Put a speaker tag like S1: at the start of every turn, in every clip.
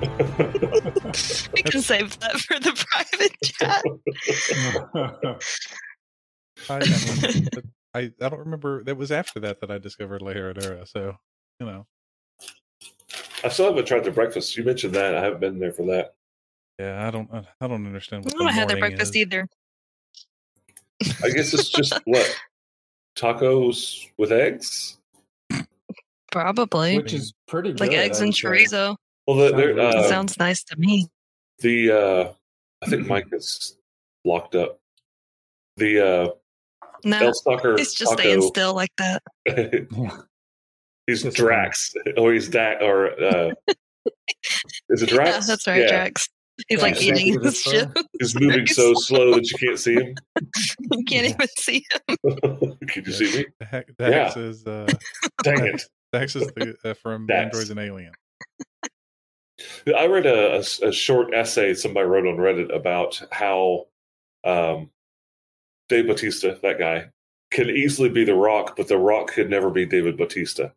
S1: can save that for the private chat.
S2: I, I, mean, I, I don't remember. That was after that that I discovered La Heredera. So, you know,
S3: I still haven't tried their breakfast. You mentioned that. I haven't been there for that.
S2: yeah, I don't, I, I don't
S1: I
S2: understand. What
S1: don't
S2: the
S1: have their
S2: morning
S1: breakfast
S2: is.
S1: either.
S3: I guess it's just what tacos with eggs.
S1: Probably.
S2: Would
S4: which is pretty good.
S1: like
S4: I
S1: eggs and
S4: would say.
S1: chorizo.
S3: Well, the, they're,
S1: It
S3: uh,
S1: sounds nice to me.
S3: the uh, I think Mike is locked up. The uh,
S1: No,
S3: El Stalker
S1: it's just staying
S3: taco.
S1: still like that.
S3: he's
S4: Just-
S3: Drax, or he's that, or uh, is it Drax?
S1: Yeah, that's right, Drax. He's
S4: Yeah,
S1: like
S4: exactly
S1: eating
S4: the
S1: his chip.
S3: He's moving so slow that you can't see him.
S1: you can't even see him.
S3: Can you see me?
S2: The heck-
S3: Yeah.
S2: Dax is uh,
S3: Dang it!
S2: Dax is the, uh, from
S3: Dax.
S2: Androids and Alien.
S3: I read a, a- a short essay somebody wrote on Reddit about how um, Dave Batista, that guy, can easily be The Rock, but The Rock could never be David Batista,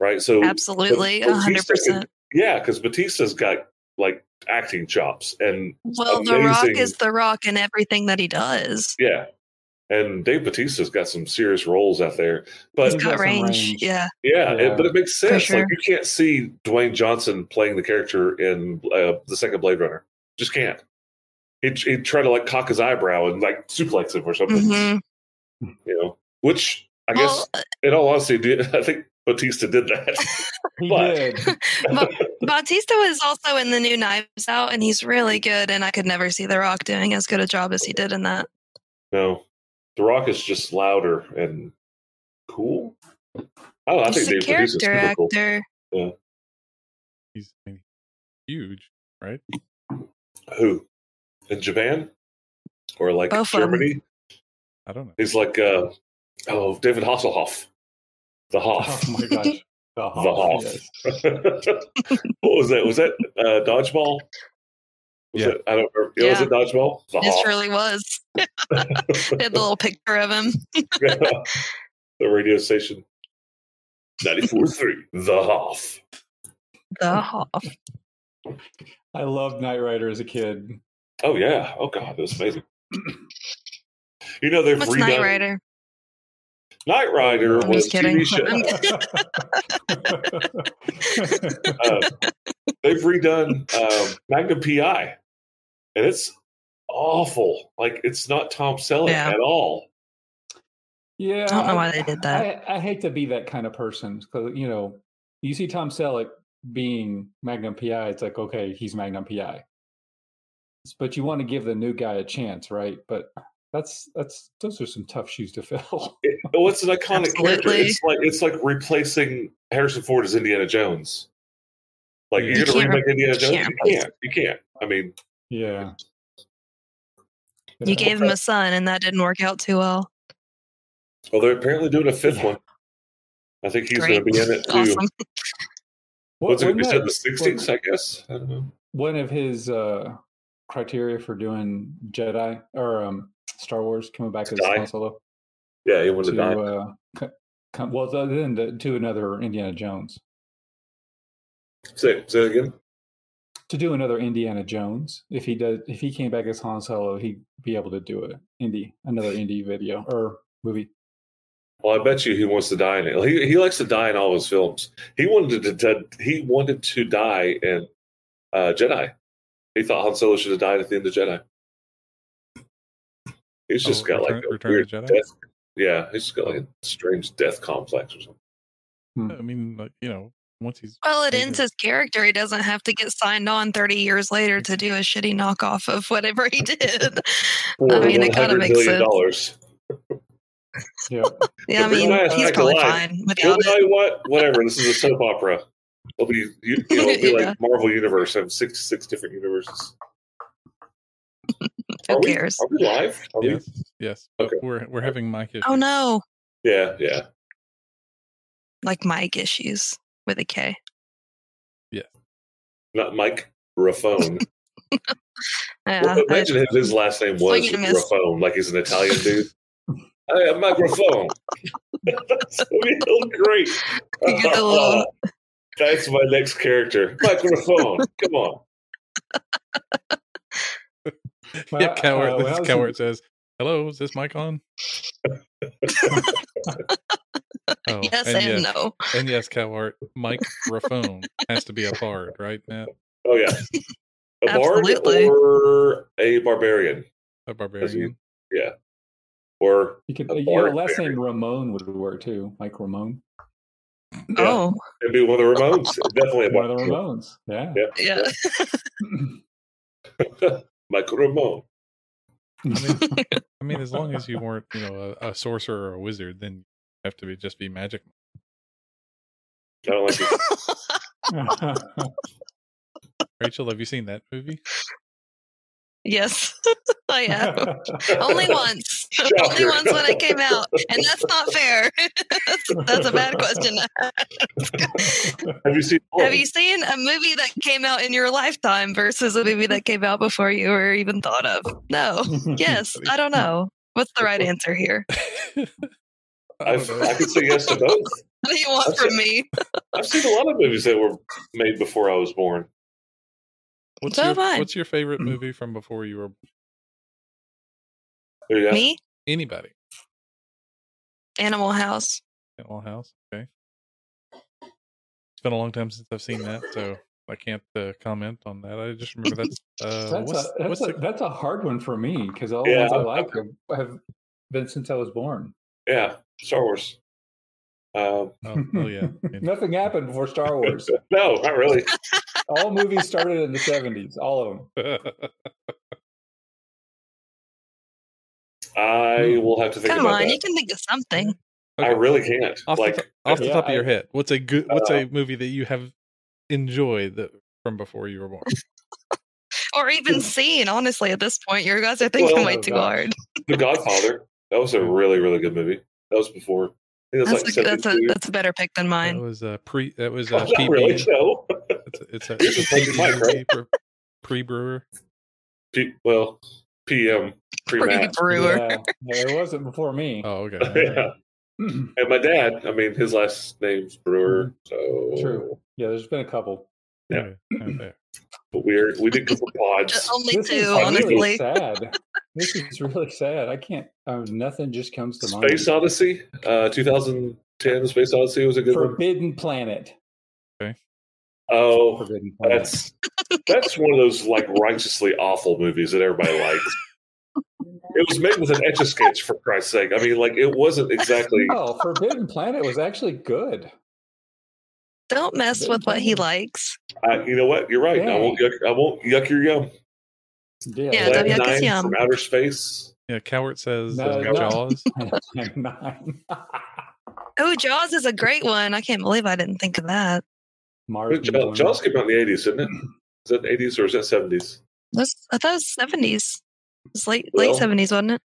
S3: right? So,
S1: Absolutely,
S3: Batista
S1: hundred percent.
S3: yeah, because Batista's got like acting chops, and
S1: Well, The Rock
S3: amazing-
S1: is The Rock in everything that he does.
S3: yeah, and Dave Batista's got some serious roles out there, but
S1: He's
S4: He's
S1: got
S4: got some
S1: range.
S4: range.
S1: Yeah,
S3: Yeah,
S4: Yeah.
S3: It, but it makes sense.
S1: sure.
S3: Like you can't see Dwayne Johnson playing the character in uh, the second Blade Runner. Just can't. He'd, he'd try to like cock his eyebrow and like suplex him or something.
S1: hmm
S3: You know, which I
S1: well,
S3: guess, in all honesty, did, I think Batista did that.
S4: He
S3: But-
S4: did.
S1: Bautista is also in the new Knives Out, and he's really good. And I could never see The Rock doing as good a job as he did in that.
S3: no, The Rock is just louder and cool. Oh, I
S1: he's
S3: think
S1: a
S3: Dave Batista's
S1: character
S3: super cool.
S1: actor.
S2: He's I mean, huge, right?
S3: Who in Japan or like
S1: Both of 'em.
S3: Germany?
S2: I don't know.
S3: He's like, uh, oh, David Hasselhoff, the
S4: Oh
S3: Hoff.
S4: my gosh. The Hoff.
S3: Hoff.
S4: yes.
S3: what was that? Was that uh, dodgeball? Was
S2: Yeah.
S3: it, I don't remember. Yeah. Was
S1: Yeah.
S3: it dodgeball? The
S1: It
S3: Hoff.
S1: surely was. they had the little picture of him.
S3: the radio station. 94.3, The Hoff.
S1: The Hoff.
S4: I loved Knight Rider as a kid.
S3: Oh, yeah. Oh, God. It was amazing. You know, they've
S1: What's
S3: redone
S1: Knight Rider?
S3: Knight Rider
S4: I'm
S3: was
S1: just
S3: a TV
S1: kidding.
S3: show.
S1: I'm-
S3: Uh, they've redone um, Magnum PI, and it's awful. Like, it's not Tom Selleck
S1: Yeah.
S3: at all.
S4: yeah.
S1: I don't know why they did that.
S4: I, I hate to be that kind of person because, you know, you see Tom Selleck being Magnum PI, it's like, okay, he's Magnum PI. But you want to give the new guy a chance, right? But that's, that's, those are some tough shoes to fill.
S3: It, well, Oh, it's an iconic character.
S1: Absolutely.
S3: It's like it's like replacing Harrison Ford as Indiana Jones. Like
S4: You
S3: you're gonna
S1: can't
S3: remake Indiana Jones?
S1: can't
S3: You can't. You can't. I mean,
S4: Yeah.
S1: You gave him a son, and that didn't work out too well.
S3: well, they're apparently doing a fifth
S4: Yeah.
S3: one. I think he's
S1: Great.
S3: gonna be in it too.
S1: Awesome.
S3: What's it gonna be
S4: wasn't
S3: said in
S4: that
S3: the sixties? I guess. I don't know.
S4: One of his uh, criteria for doing Jedi or um, Star Wars coming back
S3: To
S4: as
S3: die.
S4: Han Solo
S3: Yeah, he wants
S4: to
S3: to die.
S4: uh, co- come, well, th- then the, to another Indiana Jones
S3: Say, say it again.
S4: to do another Indiana Jones. If he does, if he came back as Han Solo, he'd be able to do a indie another indie video or movie.
S3: Well, I bet you he wants to die in it. He he likes to die in all his films. He wanted to, to he wanted to die in uh, Jedi. He thought Han Solo should have died at the end of Jedi. He's just
S2: Oh,
S3: got like
S2: Return-
S3: a
S2: Return
S3: weird
S2: of the Jedi?
S3: death. Yeah, he's just got like a strange death complex or something.
S2: I mean, like, you know, once he's
S1: Well, it
S2: Maybe.
S3: Mm-hmm.
S1: ends his character. He doesn't have to get signed on 30 years later to do a shitty knockoff of whatever he did. I mean, it kind of makes sense.
S3: dollars.
S4: Yeah,
S1: Yeah, I
S3: The reason I
S1: mean,
S3: asked
S1: he's
S3: Michael
S1: probably
S3: Lyne,
S1: fine
S3: Well,
S1: without
S3: you
S1: it.
S3: know what? Whatever. This is a soap opera. It'll be you, you know, it'll be
S1: Yeah.
S3: like Marvel Universe. I have sixty six different universes.
S1: Who
S3: Are we-
S1: cares?
S3: Are we live? Are we-
S2: yes, yes. But
S3: Oh, Okay.
S2: we're we're having mic issues.
S1: Oh, no.
S3: Yeah, yeah.
S1: Like Mike issues with a K.
S3: Not Mike Raffone.
S1: Yeah.
S3: Well,
S1: I-
S3: imagine if his last name was
S1: Swing and a miss.
S3: Raffone, like he's an Italian dude. hey, I'm Mike Raffone. That's real great.
S1: You get the little-
S3: That's my next character. Mike Raffone. Come on.
S4: Well,
S2: yeah, coward.
S4: uh, when I
S2: this
S4: was in-
S2: coward says, "Hello, is this mic on?" Oh,
S1: yes
S2: and
S1: and
S2: yes,
S1: no.
S2: and yes, coward. Microphone has to be a bard, right, Matt?
S3: Oh yeah, a
S1: Absolutely.
S3: bard or a barbarian.
S2: A barbarian.
S3: Or
S4: You could,
S3: A
S4: you know,
S3: bark
S4: less
S3: berry.
S4: than Ramon would work too, like Ramon,
S3: yeah,
S1: Oh,
S3: it'd be one of the Ramones. Definitely a
S4: one of the Ramones. Yeah.
S1: yeah.
S3: Ramone. Michael Ramone.
S2: I mean, I mean, as long as you weren't, you know, a, a sorcerer or a wizard, then you have to be just be magic.
S3: I don't like it.
S2: Rachel, have you seen that movie?
S1: yes, I have. Only once. Only
S3: Shocker.
S1: once when it came out. And that's not fair. that's, that's a bad question to ask.
S3: Have you seen?
S1: Have you seen a movie that came out in your lifetime versus a movie that came out before you were even thought of? No. Yes, I don't know. What's the right answer here?
S2: I
S3: I've,
S2: don't know.
S3: I can say yes to both.
S1: What do you want from me?
S3: I've seen a lot of movies that were made before I was born.
S2: What's,
S1: so
S2: your,
S1: have I.
S2: what's your
S3: Mm.
S2: favorite movie from before you were
S3: There you go.
S1: Me?
S2: anybody?
S1: Animal House.
S2: Animal House. Okay. It's been a long time since I've seen that, so I can't uh, comment on that. I just remember that's uh, what's,
S4: that's, a, that's,
S2: what's
S4: a,
S2: the,
S4: that's a hard one for me because all
S3: Yeah.
S4: the ones I like have, have been since I was born.
S3: Yeah, Star Wars. Um,
S2: oh, oh, yeah, I mean,
S4: Nothing happened before Star Wars.
S3: no, not really.
S4: all movies started in the 70s, all of them.
S3: I
S2: Hmm.
S3: will have to think
S1: Come
S3: about
S1: on,
S3: that.
S1: you can think of something.
S3: I really can't.
S2: off,
S3: like
S2: the, to- off the
S4: yeah,
S2: top of your
S4: I-
S2: head, what's a good what's a movie that you have enjoyed that from before you were born?
S1: Or even seen, honestly, at this point. You guys are thinking
S3: Well,
S1: way
S4: oh
S1: too
S4: gosh.
S1: hard.
S3: The Godfather. That was a
S2: Hmm.
S3: really, really good movie. That was before. I think that's,
S1: That's,
S3: like
S1: a, that's, a,
S3: 72.
S1: that's a better pick than
S2: That
S1: mine.
S2: was uh, pre. That was uh,
S3: Oh, not
S2: PB.
S3: really. No.
S2: It's a, it's a,
S3: This is
S2: PB
S3: Mike, right?
S2: movie for pre-brewer.
S3: P- well, PM pre
S1: Pretty
S3: mat.
S1: brewer.
S4: Yeah, yeah, it wasn't before me. uh,
S2: Oh, okay.
S3: Yeah. And my dad. I mean, his last name's Brewer.
S2: Hmm.
S3: So
S4: True. Yeah, there's been a couple.
S3: Yeah.
S2: Okay, okay.
S3: But we're we did couple pods.
S1: Just only
S4: this
S1: two,
S4: is really
S1: honestly.
S4: sad. This is really sad. I can't. Um, nothing just comes to
S3: Space
S4: mind.
S3: Odyssey, uh, 2010. Space Odyssey was a good one.
S4: Forbidden Planet.
S3: Oh,
S4: Forbidden Planet.
S3: that's that's one of those like righteously awful movies that everybody likes. It was made with an etch a sketch, for Christ's sake. I mean, like it wasn't exactly.
S1: Oh.
S4: no, Oh, Forbidden Planet was actually good.
S1: Don't mess with what he likes.
S3: I, you know what? You're right. I won't. Yuck, I won't yuck your yum.
S4: Yeah,
S1: Yeah,
S3: Plan
S1: don't yuck his
S3: Nine
S1: yum.
S3: from outer space.
S2: Yeah, Cowart says
S4: No,
S2: uh,
S4: no.
S2: Jaws.
S4: Plan Nine.
S1: Oh, Jaws is a great one. I can't believe I didn't think of that.
S4: Mars.
S3: Jaws, Jaws came out in the 80s, didn't it? Is that 80s or is that 70s?
S1: That's, I thought it was 70s. It was late,
S3: Well-
S1: late 70s, wasn't it?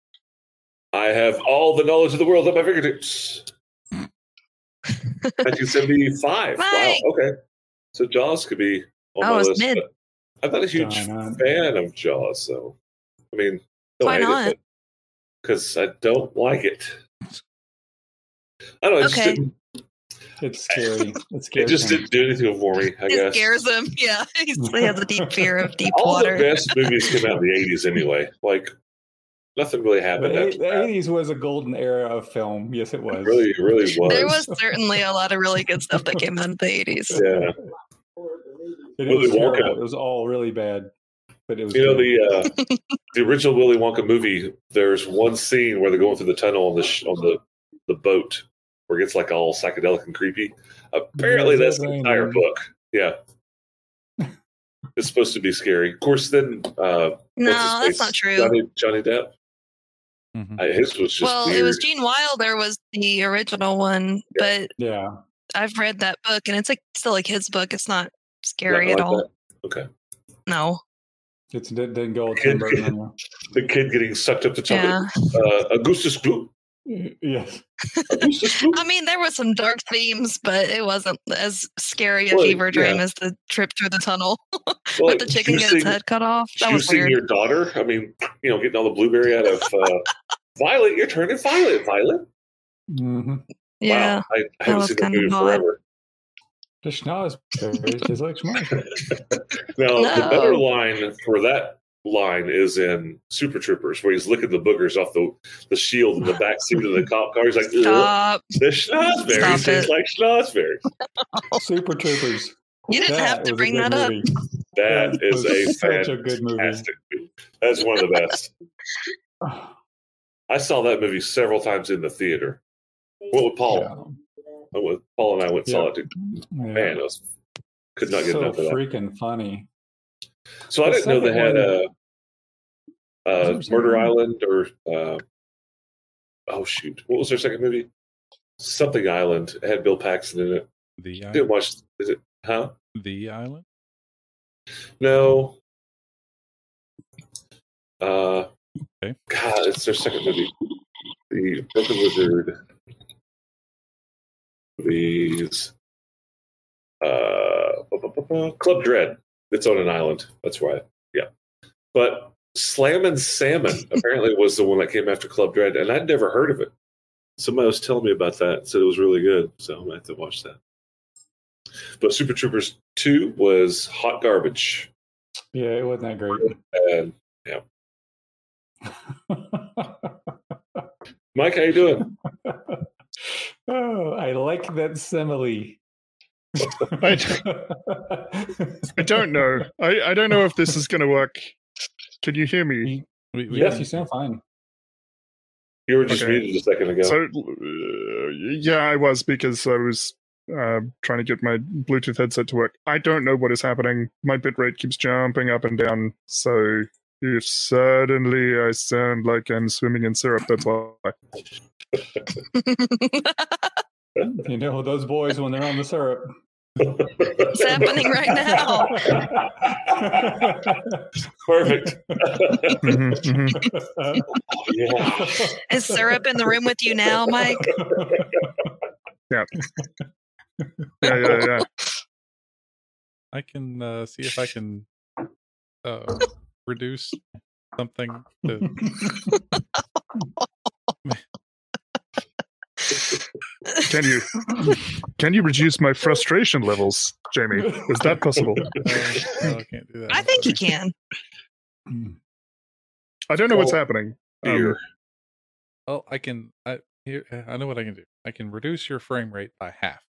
S3: I have all the knowledge of the world at my fingertips. 1975. wow.
S1: Mike!
S3: Okay. So Jaws could be on
S1: Oh,
S3: my
S1: it's
S3: list.
S1: mid.
S3: but I'm not a huge
S4: Dun-dun.
S3: fan of Jaws, though. I mean, don't
S1: Why
S3: hate
S1: not?
S3: it because I don't like it. I don't know. It just,
S1: Okay.
S3: didn't,
S4: It's scary. It's scary.
S3: it just didn't do anything for me. I
S1: It
S3: guess
S1: scares him. Yeah, He's, he has a deep fear of deep
S3: all
S1: water.
S3: the best movies came out in the 80s anyway. Like nothing really
S4: The
S3: happened.
S4: eight-
S3: after
S4: the
S3: that.
S4: 80s was a golden era of film. Yes, it was.
S3: It really, it really was.
S1: There was certainly a lot of really good stuff that came out of the 80s.
S3: yeah.
S4: It
S3: Willy
S4: was
S3: Wonka.
S4: terrible. It was all really bad. But it was
S3: You know
S4: good.
S3: the uh, the original Willy Wonka movie. There's one scene where they're going through the tunnel on the sh- on the the boat, where it gets like all psychedelic and creepy. Apparently,
S4: Yeah,
S3: that's
S4: that
S3: the
S4: ain't
S3: entire
S4: right.
S3: book. Yeah, it's supposed to be scary. Of course, then uh,
S1: No,
S3: what's his
S1: that's
S3: face?
S1: not true.
S3: Johnny, Johnny Depp.
S4: Mm-hmm.
S2: Mhm.
S3: I, his was just
S1: Well, it was
S3: weird.
S1: Gene Wilder was the original one, but
S4: yeah.
S1: I've read that book and it's like still a kid's book. It's not scary
S3: Nothing
S1: at
S3: like
S1: all.
S3: that. Okay,
S1: No.
S4: It's, it didn't go with Tim Burton. anymore.
S3: the kid getting sucked up the tunnel.
S1: Yeah.
S3: Uh, Augustus Gloop.
S4: yes.
S3: Augustus Gloop.
S1: I mean, there were some dark themes, but it wasn't as scary a
S3: Well,
S1: fever dream
S3: yeah.
S1: as the trip through the tunnel
S3: Well,
S1: with
S3: like,
S1: the chicken getting its
S3: juicing-
S1: head cut off. That was
S3: juicing
S1: weird.
S3: your daughter. I mean, you know, getting all the blueberry out of uh, Violet. You're turning violet, Violet.
S4: hmm
S1: yeah.
S3: Wow, I, I haven't
S1: was
S3: seen that
S1: kinda
S3: movie in
S1: odd.
S3: forever.
S4: The schnozberries taste like schmozberries.
S3: Now, the
S1: No.
S3: better line for that line is in Super Troopers, where he's licking the boogers off the, the shield in the back seat of the cop car. He's like, "Ugh,
S1: Stop.
S3: the schnozberries
S1: Stop
S3: taste
S1: it.
S3: like schnozberries.
S4: Super Troopers.
S1: You didn't have to
S4: was a
S1: bring
S4: good
S1: that up.
S4: movie.
S3: That
S4: That
S3: is a
S4: was such a good movie. Oh,
S3: fantastic movie. That's one of the best. I saw that movie several times in the theater. What with Paul? I went- Paul and I went and saw
S4: Yeah.
S3: it. Dude.
S4: Yeah.
S3: Man, I was, could not get
S4: so
S3: enough of that.
S4: freaking funny.
S3: So I
S4: The
S3: didn't know they
S4: second
S3: had a,
S4: one-
S3: uh
S4: What was
S3: Murder
S4: that one?
S3: Island or uh, oh shoot, what was their second movie? Something Island It had Bill Paxton in it.
S2: The
S3: I
S2: island.
S3: didn't watch. Is it? Huh?
S2: The island.
S3: No. Uh,
S2: Okay.
S3: God, it's their second movie. The Broken Wizard. These. Uh, bu- bu- bu- bu- Club Dread. It's on an island. That's why. Yeah. But Slam and Salmon apparently was the one that came after Club Dread, and I'd never heard of it. Somebody was telling me about that, said it was really good, so I'm gonna have to watch that. But Super Troopers 2 was hot garbage.
S4: Yeah, it wasn't that great.
S3: And Mike, how you doing?
S4: oh, I like that simile.
S5: I I don't know. I, I don't know if this is going to work. Can you hear me?
S2: We, we
S4: Yes, you sound fine.
S3: You were just
S5: Okay.
S3: muted a second ago.
S5: So, uh, yeah, I was because I was uh, trying to get my Bluetooth headset to work. I don't know what is happening. My bitrate keeps jumping up and down. So, if suddenly I sound like I'm swimming in syrup, that's why.
S4: You know those boys when they're on the syrup.
S1: It's happening right now.
S3: Perfect.
S5: Mhm,
S4: mm-hmm.
S5: mhm.
S3: yeah.
S1: Is syrup in the room with you now, Mike?
S5: Yeah, yeah, yeah.
S2: I can uh, see if I can uh, reduce something to
S5: Can you can you reduce my frustration levels, Jamie? Is that possible?
S2: Uh, no, I can't do that.
S1: I
S2: I'm
S1: think you
S2: sorry.
S1: can.
S5: I don't know what's
S3: Well,
S5: happening. Um,
S3: Beer.
S2: Oh, I can. I here. uh, I know what I can do. I can reduce your frame rate by half.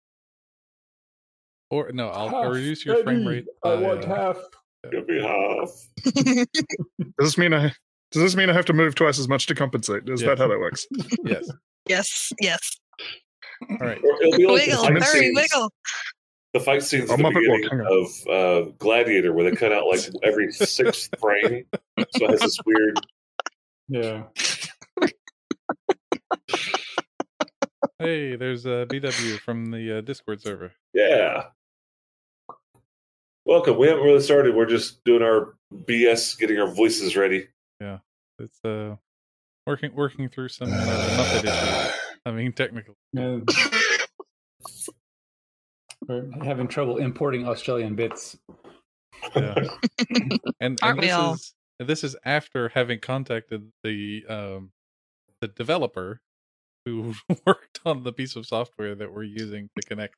S2: Or no, I'll, I'll reduce your frame rate.
S4: I
S2: by,
S4: want
S2: uh,
S4: half.
S3: Give me half.
S5: Does this mean I does this mean I have to move twice as much to compensate? Is
S2: Yeah.
S5: that how that works?
S2: Yes.
S1: yes, yes.
S2: All right.
S3: Or it'll be like
S1: Wiggle,
S3: the, fight
S5: Missy.
S1: hurry,
S3: scenes,
S1: wiggle.
S3: the fight scenes
S5: Oh,
S3: at the
S5: Muppet Walk,
S3: beginning
S5: hang
S3: of uh, Gladiator where they cut out like every sixth frame. So it has this weird.
S4: Yeah.
S2: Hey, there's uh, BW from the uh, Discord server.
S3: Yeah. Welcome. We haven't really started. We're just doing our BS, getting our voices ready.
S2: It's uh, working working through some uh, Muppet issues. I mean, technical.
S4: And we're having trouble importing Australian bits.
S2: Yeah. And, and
S1: Aren't we
S2: this
S1: all?
S2: is and this is after having contacted the um the developer who worked on the piece of software that we're using to connect.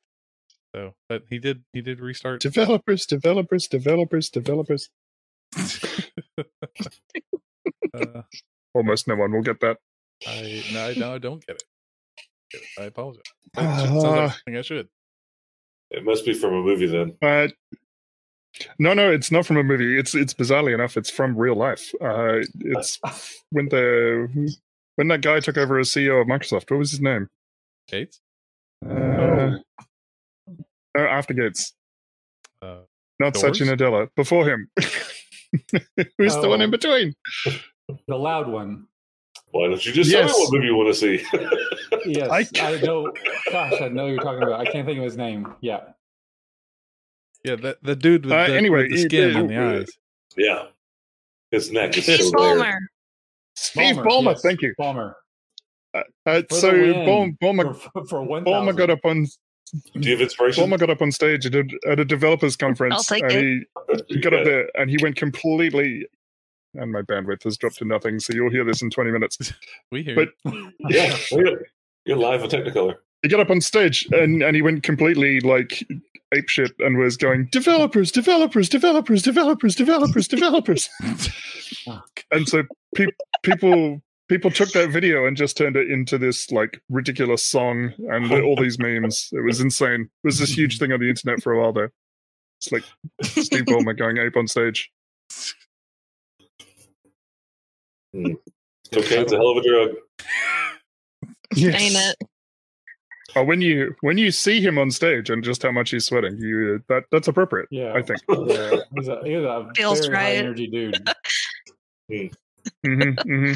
S2: So, but he did he did restart.
S5: Developers, developers, developers, developers.
S2: Uh,
S5: Almost no one will get that.
S2: I no, I, no, I don't get it. Get it. I apologize. That should- sounds like
S5: Uh,
S2: something I should.
S3: It must be from a movie then.
S5: but no, no, it's not from a movie. It's it's bizarrely enough, it's from real life. Uh, it's when the when that guy took over as CEO of Microsoft. What was his name?
S2: Gates.
S4: Oh.
S5: Uh, no, after Gates,
S2: Uh,
S5: not Sachin
S2: Doors?
S5: Adela. Before him, who's the one in
S4: Oh.
S5: between?
S4: The loud one.
S3: Why don't you just tell
S5: Yes.
S3: me what movie you want to see?
S4: Yes.
S5: I-
S4: I know. Gosh, I know you're talking about. I can't think of his name. Yeah.
S2: yeah, the, the dude with
S5: Uh,
S2: the,
S5: anyway,
S2: with the
S5: he-
S2: skin and
S5: he-
S2: the eyes.
S3: yeah. His neck is
S1: Steve
S3: so there.
S1: Ballmer.
S5: Steve Ballmer.
S4: yes,
S5: Thank you.
S4: Ballmer.
S5: Uh,
S4: For
S5: so
S4: the win.
S5: Ball- Ballmer
S4: for, for one
S5: Bulma got up on
S3: Do you have inspiration?
S5: Bulma got up on stage at a, at a developers conference.
S1: I'll take
S5: and He
S3: You
S5: got
S3: got
S5: up there and he went completely. And my bandwidth has dropped to nothing, so you'll hear this in 20 minutes.
S2: We hear.
S5: But-
S2: you.
S3: Yeah, you're, you're live on Technicolor.
S5: He got up on stage and, and he went completely like apeshit and was going developers, developers, developers, developers, developers, developers. and so pe- people people took that video and just turned it into this like ridiculous song and all these memes. It was insane. It was this huge thing on the internet for a while there. It's like Steve Ballmer going ape on stage.
S3: okay, it's a hell of a drug.
S5: Yes.
S1: Ain't it?
S5: Oh, when you when you see him on stage and just how much he's sweating, you that that's appropriate.
S4: Yeah,
S5: I think.
S4: Yeah, he's a, he's a
S1: Feels
S4: very high
S1: right.
S4: energy dude.
S5: hmm hmm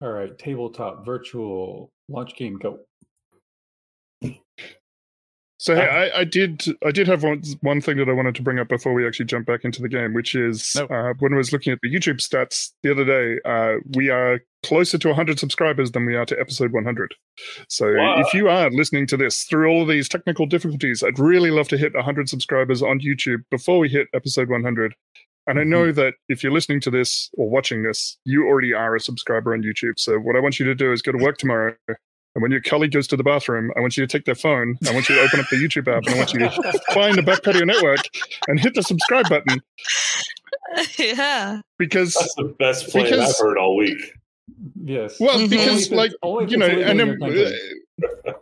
S4: All right, tabletop virtual launch game go.
S5: So hey, I, I did I did have one, one thing that I wanted to bring up before we actually jump back into the game, which is
S2: No.
S5: uh, when I was looking at the YouTube stats the other day, uh, we are closer to 100 subscribers than we are to episode 100. So
S3: Wow.
S5: if you are listening to this through all of these technical difficulties, I'd really love to hit 100 subscribers on YouTube before we hit episode 100. And I know that if you're listening to this or watching this, you already are a subscriber on YouTube. So what I want you to do is go to work tomorrow. And when your colleague goes to the bathroom, I want you to take their phone. I want you to open up the YouTube app and I want you to find the Back Patio Network and hit the subscribe button
S1: yeah.
S5: because,
S3: That's the best plan
S5: Because-
S3: I've heard all week.
S4: Yes.
S5: well,
S1: Mhm.
S4: Only if
S5: because
S4: it's-
S5: like,
S4: only if
S5: you
S4: it's
S5: know,
S4: legal in
S5: and
S4: your
S5: then,
S4: country.
S5: uh,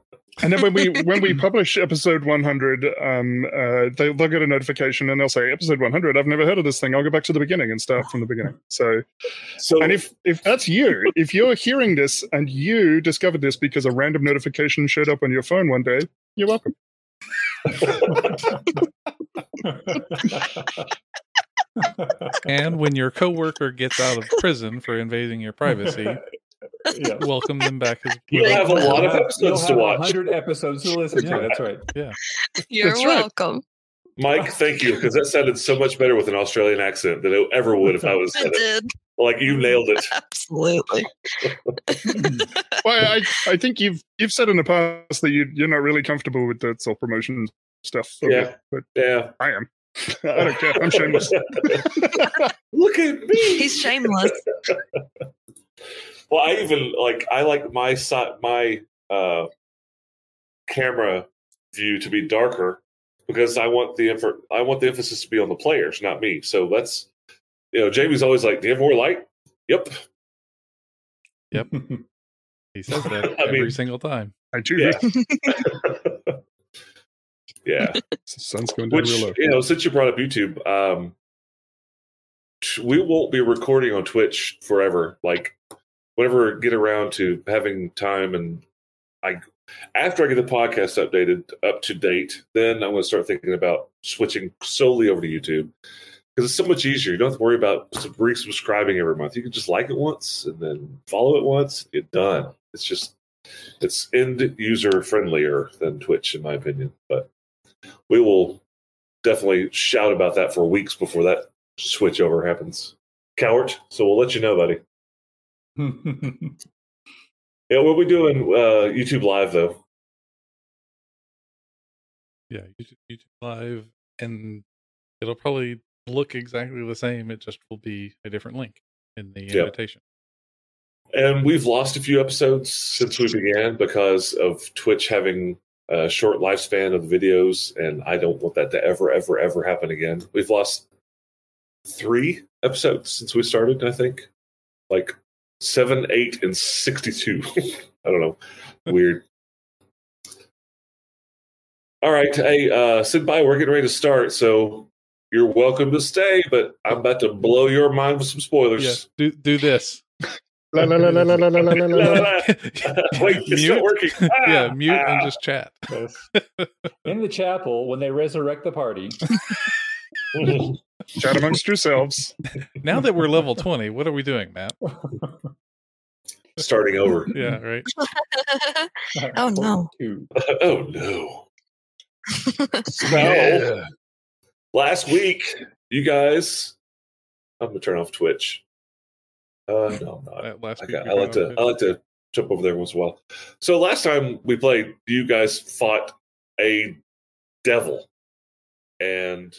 S5: and then when we when we publish episode 100, um, uh, they, they'll get a notification and they'll say episode 100. I've never heard of this thing. I'll go back to the beginning and start from the beginning. So,
S3: So
S5: and if if that's you, if you're hearing this and you discovered this because a random notification showed up on your phone one day, you're welcome.
S2: And when your coworker gets out of prison for invading your privacy,
S4: yeah.
S2: welcome them back as
S3: you have a lot
S4: You'll
S3: of
S4: have- you'll
S3: episodes
S4: have
S3: to watch.
S4: 100 episodes to listen
S2: Yeah.
S4: to. That's right.
S1: You're
S5: That's right.
S1: welcome.
S3: Mike, thank you, because that sounded so much better with an Australian accent than it ever would if I was
S1: I did.
S3: like you nailed it.
S1: Absolutely.
S5: well, I, I think you've you've said in the past that you you're not really comfortable with the self promotion stuff. of
S3: Yeah.
S5: it, but
S3: Yeah.
S5: I am. I don't care. I'm shameless.
S3: Look at me.
S1: He's shameless.
S3: Well, I even like I like my si- my uh, camera view to be darker because I want the effort. I want the emphasis to be on the players, not me. So that's you know, Jamie's always like, "Do you have more light?" Yep.
S2: He says that
S3: I
S2: every
S3: mean-
S2: single time.
S5: I do.
S3: Yeah. yeah.
S5: Sun's going down
S3: Which
S5: real low.
S3: you know, since you brought up YouTube, um, t- we won't be recording on Twitch forever. Like, whenever I get around to having time, and I after I get the podcast updated up to date, then I'm going to start thinking about switching solely over to YouTube because it's so much easier. You don't have to worry about sub- resubscribing every month. You can just like it once and then follow it once. You're done. It's just it's end user friendlier than Twitch, in my opinion, but we will definitely shout about that for weeks before that switch over happens. Coward. So we'll let you know, buddy. Yeah, we'll be doing uh, YouTube live though.
S2: Yeah, YouTube, YouTube Live, and it'll probably look exactly the same. It just will be a different link in the
S3: Yep.
S2: invitation.
S3: And we've lost a few episodes since we began because of Twitch having a short lifespan of the videos, and I don't want that to ever, ever, ever happen again. We've lost three episodes since we started, I think. Like seven, eight, and sixty-two. I don't know. Weird. All right. Hey, uh Sid by, we're getting ready to start, so you're welcome to stay, but I'm about to blow your mind with some spoilers.
S2: Yeah, do do this.
S5: La, la, la, la, la, la, la, la, la, la.
S3: Wait, it's not working. Ah,
S2: yeah, mute
S3: ah.
S2: and just chat.
S4: Yes. In the chapel, when they resurrect the party,
S3: ah.
S5: Chat amongst yourselves.
S2: Now that we're level twenty, what are we doing, Matt?
S3: Starting over.
S2: Yeah, right.
S1: Oh, no.
S4: Two.
S3: Oh no. So
S5: Yeah.
S3: last week, you guys I'm gonna turn off Twitch. Uh no, I'm not.
S2: That last
S3: I,
S2: week
S3: got,
S2: we
S3: I like
S2: found
S3: to
S2: it.
S3: I like to jump over there once in a while. So last time we played, you guys fought a devil, and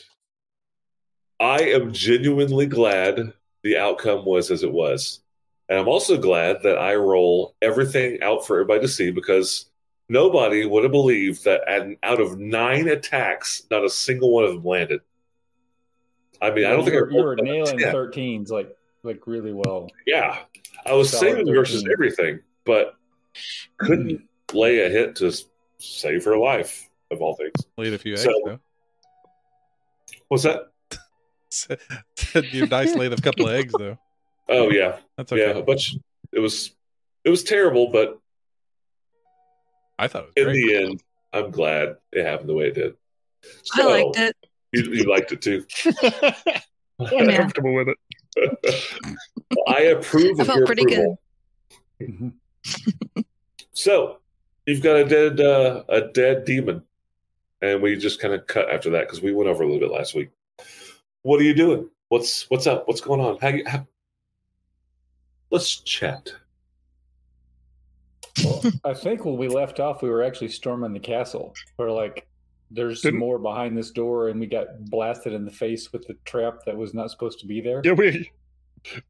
S3: I am genuinely glad the outcome was as it was, and I'm also glad that I roll everything out for everybody to see because Nobody would have believed that an, out of nine attacks, not a single one of them landed. I mean, I don't
S4: you
S3: think
S4: were,
S3: I
S4: you were
S3: rolled a
S4: nailing
S3: 10.
S4: thirteens like like really well.
S3: Yeah, I was
S4: Solid
S3: saving versus
S4: 13.
S3: everything, but couldn't
S2: Hmm.
S3: lay a hit to s- save her life of all things.
S2: Laid a few eggs
S3: So-
S2: though.
S3: What's that?
S2: Said you nice laid a couple of eggs though.
S3: Oh yeah,
S2: That's okay.
S3: yeah. A bunch. It was it was terrible, but
S2: I thought it was
S3: in
S2: great.
S3: the end, I'm glad it happened the way it did.
S1: I
S3: So,
S1: liked it.
S3: You, you liked it too.
S5: I'm
S1: Yeah.
S5: comfortable with it.
S3: I approve
S1: I
S3: of
S1: felt
S3: your
S1: pretty
S3: approval.
S5: Mm-hmm.
S3: So you've got a dead uh, a dead demon, and we just kind of cut after that because we went over a little bit last week. What are you doing? What's what's up? What's going on? How you? How... Let's chat.
S4: Well, I think when we left off, we were actually storming the castle. We're like, "There's
S5: Didn't-
S4: more behind this door," and we got blasted in the face with the trap that was not supposed to be there.
S5: Yeah, we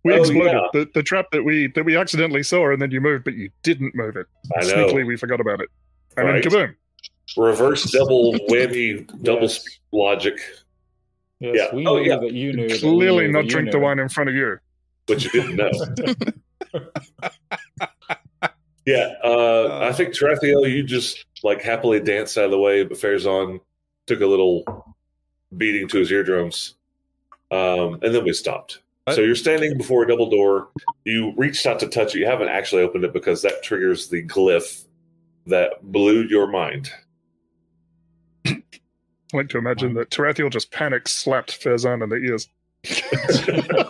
S5: we
S3: Oh,
S5: exploded
S3: yeah.
S5: the, the trap that we that we accidentally saw, and then you moved, but you didn't move it.
S3: I know.
S5: Sneakily, we forgot about it, and
S3: Right.
S5: then kaboom!
S3: Reverse double whammy, double
S4: Yes.
S3: speak logic,
S4: Yes,
S3: Yeah.
S4: we
S3: Oh,
S4: knew
S3: yeah.
S4: that you knew. that we
S5: Clearly,
S4: knew
S5: not
S4: that you
S5: drink the
S4: knew.
S5: wine in front of you.
S3: but you didn't know. Yeah, uh, I think Tarathiel, you just like happily danced out of the way, but Farazan took a little beating to his eardrums, um, and then we stopped. So you're standing before a double door. You reached out to touch it. You haven't actually opened it because that triggers the glyph that blew your mind.
S5: I like to imagine that Tarathiel just panic slapped Ferzan in the ears.
S3: Uh,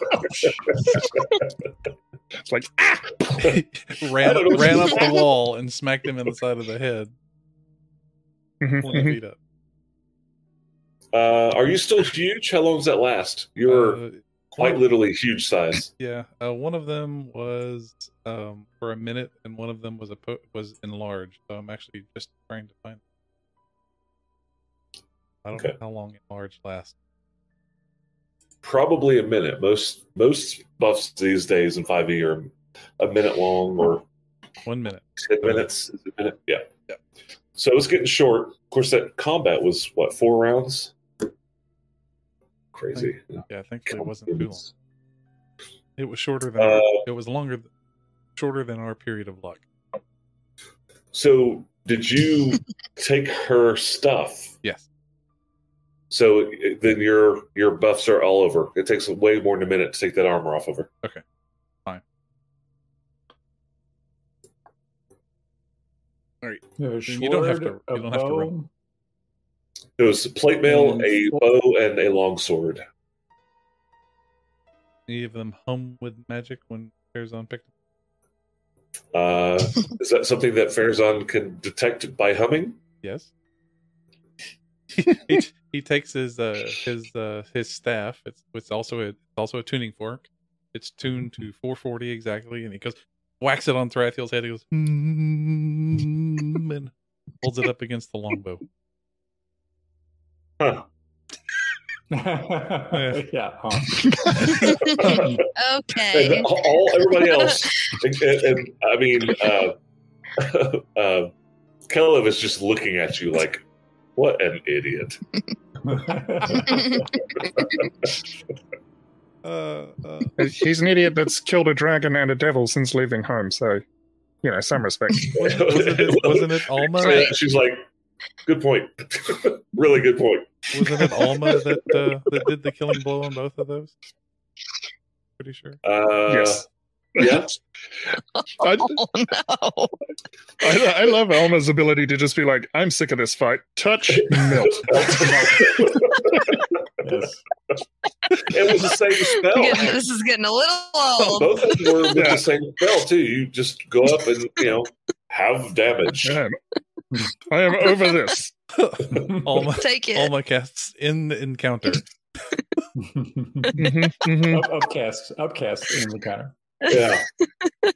S5: It's like, ah!
S3: I don't
S2: ran
S3: know.
S2: ran up the wall and smacked him in the side of the head.
S5: Mhm,
S2: pulling
S5: mhm.
S2: his feet up.
S3: Uh, are you still huge? How long does that last? You're
S2: Uh,
S3: quite literally huge size.
S2: yeah. Uh, one of them was um, for a minute, and one of them was a po- was enlarged. So I'm actually just trying to find. I don't know
S3: Okay.
S2: how long enlarged lasts.
S3: Probably a minute. Most most buffs these days in 5e are a minute long or
S2: One minute.
S3: 10 minutes. Is it a minute? Yeah. yeah. So it's getting short. Of course, that combat was what, four rounds? Crazy.
S2: Yeah, thankfully it wasn't too long. It was shorter than
S3: Uh,
S2: it was longer, th- shorter than our period of luck.
S3: So, did you take her stuff?
S2: Yes.
S3: So it- then your your buffs are all over. It takes way more than a minute to take that armor off of her.
S2: Okay. Fine. Alright.
S4: A
S2: You don't have to-
S4: sword, a
S2: you don't have to
S4: bow,
S2: run.
S3: It was plate mail,
S2: Mm.
S4: And
S3: a
S4: sword.
S3: bow, and a long sword.
S2: Any of them hum with magic when Arizona picked.
S3: Uh, is that something that Farazan can detect by humming?
S2: Yes. he, he t- he takes his uh his uh his staff. It's it's also a it's also a tuning fork. It's tuned to 440 exactly, and he goes whacks it on Thrathiel's head. He goes "Hmm," and holds it up against the longbow.
S4: yeah. huh.
S3: and
S1: okay.
S3: all, all- everybody else, and, and- and, I mean, uh, uh, Kelev is just looking at you like, "What an idiot!"
S2: Uh, uh,
S5: He's an idiot that's killed a dragon and a devil since leaving home, so, you know, some respect.
S2: wasn't, it, wasn't it Alma?
S3: So
S1: Right.
S3: She's like, "Good point. really good point."
S2: Wasn't it Alma that uh, that did the killing blow on both of those? Pretty sure.
S3: Uh,
S5: yes.
S3: yeah.
S5: I,
S1: Oh no.
S5: I, I love Elma's ability to just be like, I'm sick of this fight. Touch milk.
S4: Yes.
S3: it was the same
S1: We're getting-
S3: spell.
S1: this is getting a little old.
S3: Both of them were with
S5: Yeah.
S3: the same spell too. You just go up and you know have damage.
S5: Man, I am over this.
S2: Alma
S1: Take it.
S2: Alma casts in the encounter.
S5: Mhm, mhm. mm-hmm.
S4: Up, upcast, upcast in the counter.
S3: Yeah.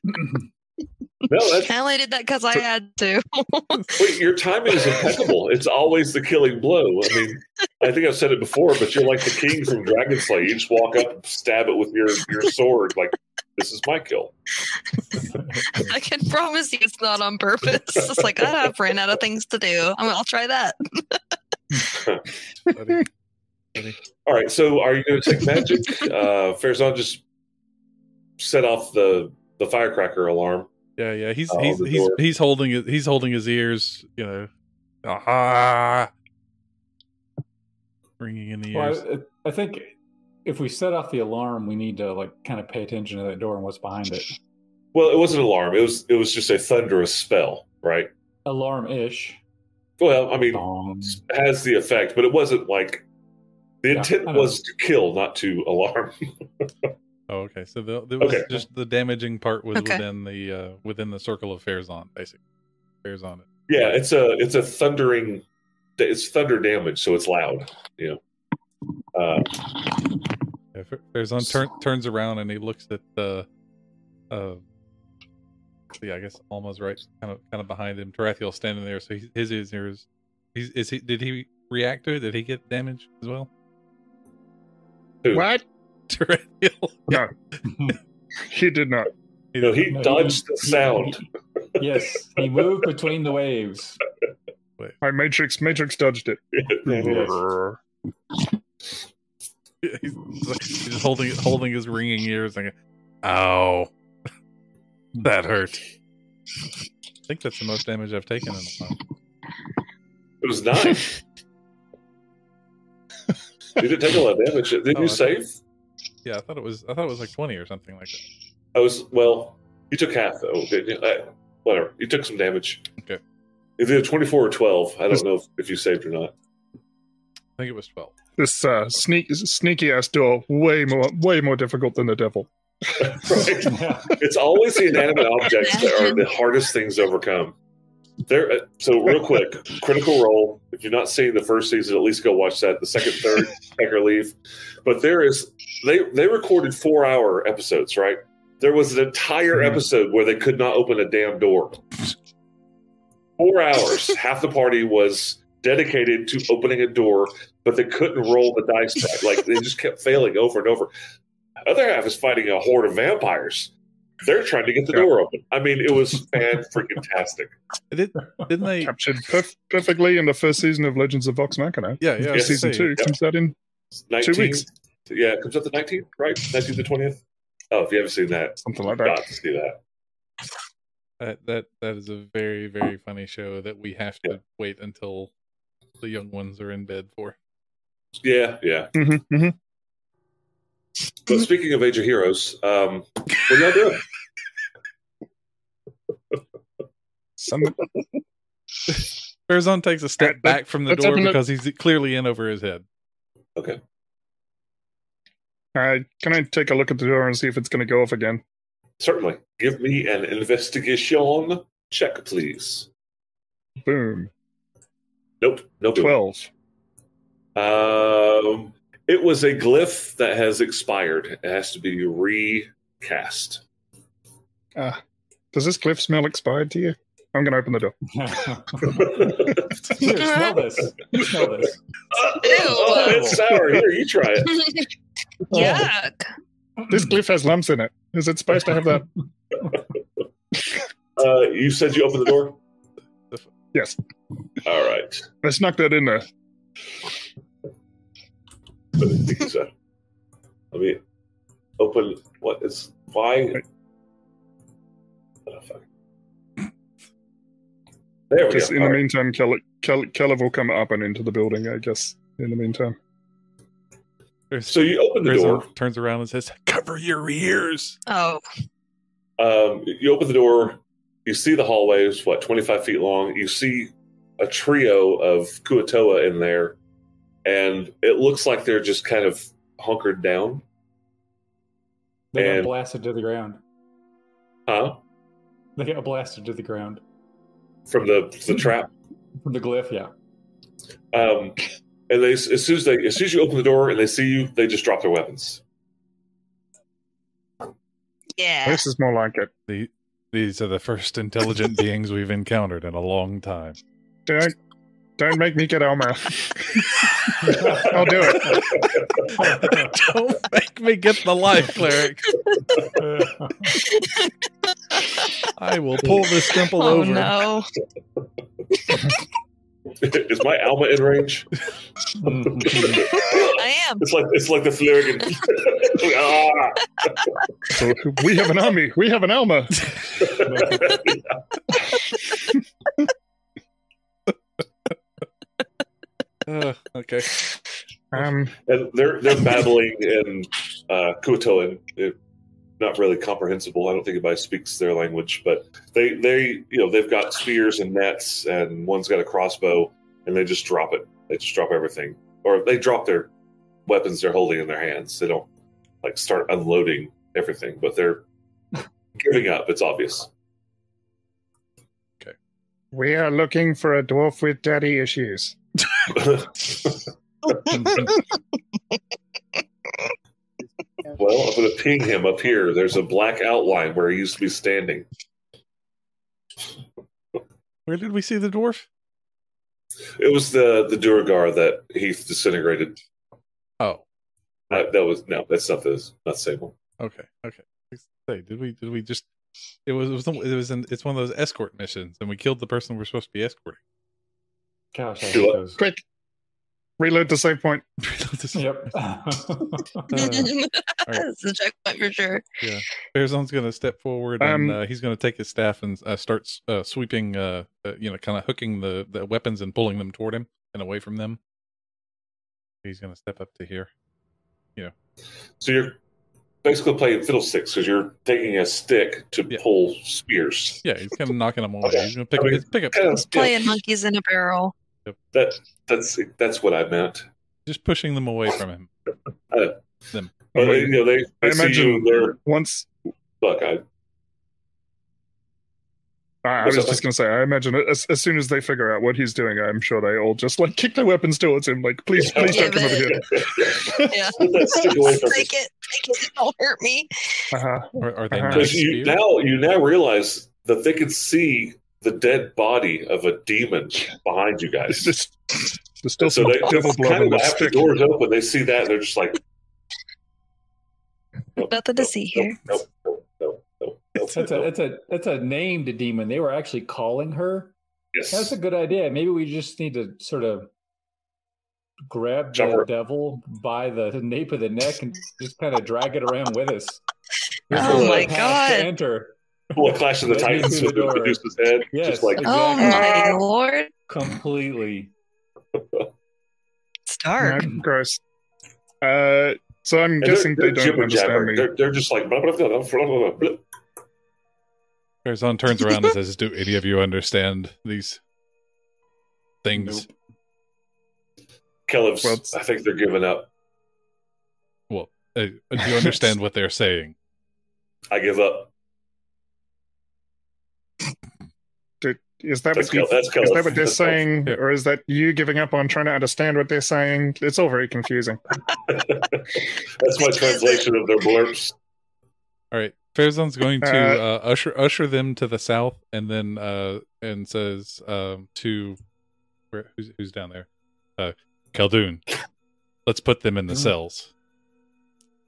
S3: No, that's,
S1: I only did that because I
S3: So-
S1: had to.
S3: wait, your timing is impeccable. It's always the killing blow. I mean, I think I've said it before, but you're like the king from Dragon Slayer. You just walk up, and stab it with your your sword, like this is my kill.
S1: I can promise you it's not on purpose. It's like I have ran out of things to do. I mean, I'll try that.
S2: Buddy.
S3: All right, so are you going to take magic? uh, Farazan just set off the the firecracker alarm.
S2: Yeah, yeah. He's
S3: Oh,
S2: he's
S3: the
S2: he's
S3: door.
S2: he's holding his he's holding his ears. You know, ah, ringing in the
S4: Well,
S2: ears.
S4: I, I think if we set off the alarm, we need to like kind of pay attention to that door and what's behind it.
S3: Well, it was an alarm. It was it was just a thunderous spell, right?
S4: Alarm ish.
S3: Well, I mean,
S4: Um,
S3: has the effect, but it wasn't like the
S4: Yeah,
S3: intent
S4: I know.
S3: was to kill, not to alarm.
S2: oh, okay. So the, there was
S3: Okay.
S2: just the damaging part was
S1: Okay.
S2: within the uh within the circle of Fairzon, basically. Fairzon.
S3: yeah, it's a it's a thundering, it's thunder damage, so it's loud. You know, uh,
S2: Yeah, Fa- Fairzon turn, turns around and he looks at the, uh, yeah, I guess almost right, kind of kind of behind him. Tarathiel standing there, so he, his his ears. He's, is he? Did he react to it? Did he get damaged as well?
S3: who-
S5: What?
S2: Tarathiel.
S5: He did not.
S3: You know, he
S4: No, he-
S3: dodged the sound.
S4: yes, he moved between the waves.
S5: My Matrix Matrix dodged it.
S2: he's, he's just holding holding his ringing ears and ow that hurt i think that's the most damage i've taken in a while
S3: It was nine. you didn't take a lot of damage. Did
S2: Oh,
S3: you
S2: I-
S3: save?
S2: yeah i thought it was i thought it was like 20 or something like that
S3: I was well. You took half though, didn't you? I, whatever. You took some damage.
S2: Okay.
S3: Either twenty-four or twelve. I don't know if, if you saved or not.
S2: i think it was 12
S5: This uh, sneak, sneaky ass door way more way more difficult than the devil.
S3: Right? It's always the inanimate objects that are the hardest things to overcome. There. uh, So real quick, critical role. If you're not seeing the first season, at least go watch that. The second, third, take or leave. But there is they they recorded four hour episodes, right? There was an entire
S5: Mhm.
S3: episode where they could not open a damn door. Four hours. half the party was dedicated to opening a door, but they couldn't roll the dice back. Like they just kept failing over and over. Other half is fighting a horde of vampires. They're trying to get the
S5: Yeah.
S3: door open. I mean, it was fan freaking tastic.
S2: Did, didn't they
S5: Captured perf- perfectly in the first season of Legends of Vox Machina.
S2: yeah yeah I was
S3: Yes,
S2: gonna
S5: season
S2: say,
S5: two
S3: yeah.
S5: comes out in
S3: 19th.
S5: weeks.
S3: Yeah, it comes out the 19th, right? 19th to 20th. Oh, if you haven't seen that,
S5: something like that.
S3: got to see that.
S2: that, uh, that that is a very very funny show that we have to wait until the young ones are in bed for
S3: Yeah, yeah.
S5: Mhm, mhm.
S3: But speaking of Age of Heroes, um, what are y'all doing?
S5: Some- uh,
S2: Farazan takes a step
S5: That- that-
S2: back from the
S5: that's
S2: door
S5: happened to-
S2: because he's clearly in over his head
S5: uh, can I take a look at the door and see if it's going to go off again?
S3: Certainly. Give me an investigation check, please.
S5: Boom.
S3: Nope. Nope.
S5: Twelve.
S3: Um, it was a glyph that has expired. It has to be recast.
S5: Ah, does this cliff smell expired to you? I'm going to open the door.
S4: Here, smell this. You smell this.
S3: Oh, it's sour. Here, you try it.
S1: Yuck.
S5: This
S4: Hmm.
S5: cliff has lumps in it. Is it supposed to have that?
S3: Uh, you said you opened the door?
S5: Yes.
S3: All right.
S5: I snuck that in there.
S3: I didn't think so. Let me open. What is. Why? Oh, fuck. There we
S5: Because
S3: go.
S5: in
S3: All
S5: the
S3: right.
S5: meantime, Kel- Kel- Kelev will come up and into the building, I guess, in the meantime.
S2: There's-
S3: So you open the
S2: Farazan
S3: door.
S2: turns around and says cover your ears
S1: Oh,
S3: Um, you open the door, you see the hallway is what twenty five feet long. You see a trio of Kuatoa in there, and it looks like they're just kind of hunkered down.
S4: They
S3: And-
S4: got blasted to the ground.
S3: Huh?
S4: They got blasted to the ground
S3: From the the
S5: Hmm.
S3: trap.
S4: from the glyph. Yeah.
S3: Um, and they as soon as they as soon as you open the door and they see you, they just drop their weapons.
S1: yeah.
S5: This is more like it.
S2: The These are the first intelligent beings we've encountered in a long time.
S5: Don't don't make me get Elmer. I'll do it.
S2: Don't make me get the life cleric. I will pull this temple
S1: Oh
S2: over.
S1: no.
S3: Is my Alma in range? it's
S1: I am.
S3: like it's like the Flurigan. ah!
S5: So, we have an army. We have an Elmer.
S2: Ugh, okay.
S5: Um,
S3: and they're they're babbling in uh, Kuotoan. They're not really comprehensible. I don't think anybody speaks their language, but they they you know they've got spears and nets, and one's got a crossbow, and they just drop it. They just drop everything, or they drop their weapons they're holding in their hands. They don't like start unloading everything, but they're giving up. It's obvious.
S5: we are looking for a dwarf with daddy issues.
S3: Well, I'm going to ping him up here. There's a black outline where he used to be standing.
S2: Where did we see the dwarf?
S3: It was the the Duragar that Heath disintegrated.
S2: Oh,
S3: Uh, that was no, that's not the not the same one.
S2: okay, okay. Say, did we did we just? It was it was it was an, it's one of those escort missions, and we killed the person we're supposed to be escorting.
S4: Gosh, I
S3: Do
S4: hate
S3: it.
S4: those.
S5: Quick, reload the save point.
S4: Yep.
S2: Uh,
S1: That's a checkpoint for sure.
S2: Bearzone's going to step forward
S5: Um,
S2: and uh, he's going to take his staff and uh, start uh, sweeping, uh, uh, you know, kind of hooking the, the weapons and pulling them toward him and away from them. He's going to step up to here.
S3: So you're basically playing fiddlesticks because you're taking a stick to
S2: Yeah.
S3: pull spears.
S2: Yeah, he's kind of knocking them away.
S3: Okay.
S2: He's going to pick
S3: I mean,
S2: up, pick up,
S3: Kind of, yeah,
S1: Playing monkeys in a barrel.
S3: that that's that's what I meant.
S2: just pushing them away from him.
S3: But, you know, they, they
S5: I
S3: see you
S5: imagine
S3: and they're
S5: once.
S3: look. I,
S5: I, I was
S3: What's
S5: just
S3: that
S5: going to say. I imagine as, as soon as they figure out what he's doing, I'm sure they all just like kick their weapons towards him. Like, please, please don't come over here.
S1: Yeah.
S3: Put that stick away from me.
S1: take it. Take it. Don't hurt me.
S5: Uh-huh.
S2: Are, are they
S5: Uh-huh.
S2: nice
S3: Because you
S2: spears?
S3: now you now realize that they can see the dead body of a demon behind you guys.
S5: It's just, there's still
S3: so
S5: some
S3: they
S5: devil blood
S3: kind
S5: on
S3: of
S5: the
S3: laugh. The
S5: stick.
S3: doors open. They see that. And they're just like,
S1: Nothing to see
S3: nope,
S1: here.
S3: nope, nope, nope, nope, nope,
S4: That's a
S3: nope.
S4: that's a that's a named demon. They were actually calling her. That's
S3: Yes.
S4: a good idea. Maybe we just need to sort of grab the
S3: Jump her-
S4: devil by the nape of the neck and just kind of drag it around with us. Here's
S1: Oh
S4: the
S1: my
S4: path to
S1: God.
S4: Enter.
S3: Well, Clash of the
S4: Let me
S3: Titans
S4: through
S3: with
S4: the door.
S3: Medusa's head.
S4: Yes.
S3: Just like,
S1: Oh my lord.
S4: Completely.
S1: It's dark.
S5: No, gross. Uh, so I'm
S3: and
S5: guessing
S3: they're, they're
S5: they don't
S3: jibber
S5: understand
S3: jabber.
S5: me.
S3: They're, they're just like, blah, blah, blah, blah, blah, blah, blah.
S2: Bearzon turns around and says, Do any of you understand these things?
S4: Nope.
S3: Caleb's,
S5: Well,
S3: I think they're giving up.
S2: Uh, do you understand what they're saying?
S3: I give up.
S5: Is that
S3: That's
S5: what
S3: Caleb.
S5: you,
S3: That's
S5: is
S3: Caleb.
S5: that what they're
S3: That's Caleb.
S5: saying,
S2: Yeah.
S5: or is that you giving up on trying to understand what they're saying? It's all very confusing.
S3: That's my translation of their blurbs.
S2: All right. Farazan's going to
S5: Uh,
S2: uh, usher usher them to the south, and then uh, and says um, to where, who's who's down there, uh, Khaldun, let's put them in the
S4: Mm.
S2: cells.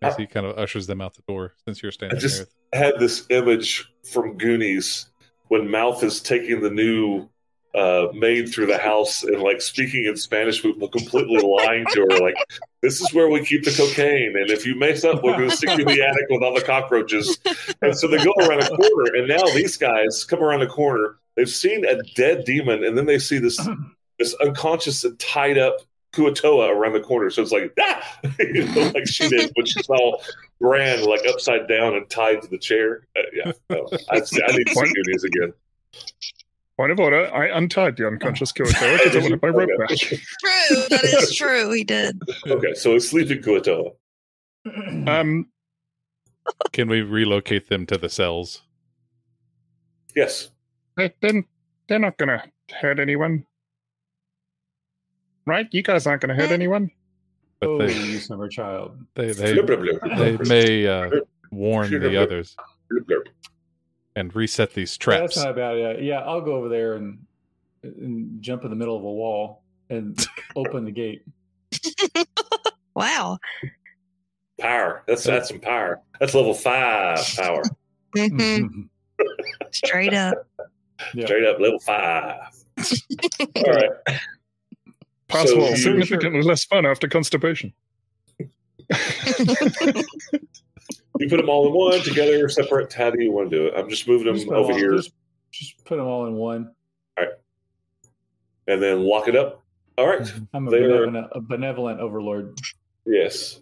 S2: As he kind of ushers them out the door, since you're standing
S3: just-
S2: there.
S3: Ah. I had this image from Goonies when Mouth is taking the new uh, maid through the house and like speaking in Spanish, but completely lying to her. Like, this is where we keep the cocaine, and if you mess up, we're going to stick you in the attic with all the cockroaches. And so they go around a corner, and now these guys come around the corner. They've seen a dead demon, and then they see this this unconscious and tied up Kuatoa around the corner. So it's like, ah! you know, like she did when she saw Bran like upside down and tied to the chair. Uh, yeah, no, I, I need to see Goonies again.
S5: Point of order, I untied the unconscious Kurokawa because I wanted my rope back.
S1: True. That is true. He did.
S3: Okay, so it's sleeping Kuatoa.
S5: Um,
S2: Can we relocate them to the cells?
S3: Yes,
S5: they- then they're not gonna hurt anyone, right? You guys aren't gonna hurt anyone.
S2: But
S4: oh,
S2: they
S4: you summer child.
S2: they
S3: Blub,
S2: they,
S3: blub, blub, blub,
S2: they
S3: blub,
S2: may uh, warn the others.
S3: blub, blub.
S2: and reset these
S4: Yeah,
S2: traps.
S4: That's not a bad idea. Yeah, I'll go over there and, and jump in the middle of a wall and open the gate.
S1: Wow.
S3: Power. That's that's some power. That's level five power.
S4: Mm-hmm.
S1: Mhm. Straight up.
S4: Yeah.
S3: Straight up level five. All right.
S5: Pass
S3: So
S5: wall
S3: you-
S5: significantly less fun after constipation.
S3: You put them all in one together, separate. How do you want to do it? I'm just moving them
S4: Just put 'em
S3: over
S4: all-
S3: here
S4: Just, just put them all in one.
S3: and then lock it up. All right.
S4: I'm a
S3: They are-
S4: benevolent, a benevolent overlord.
S3: Yes.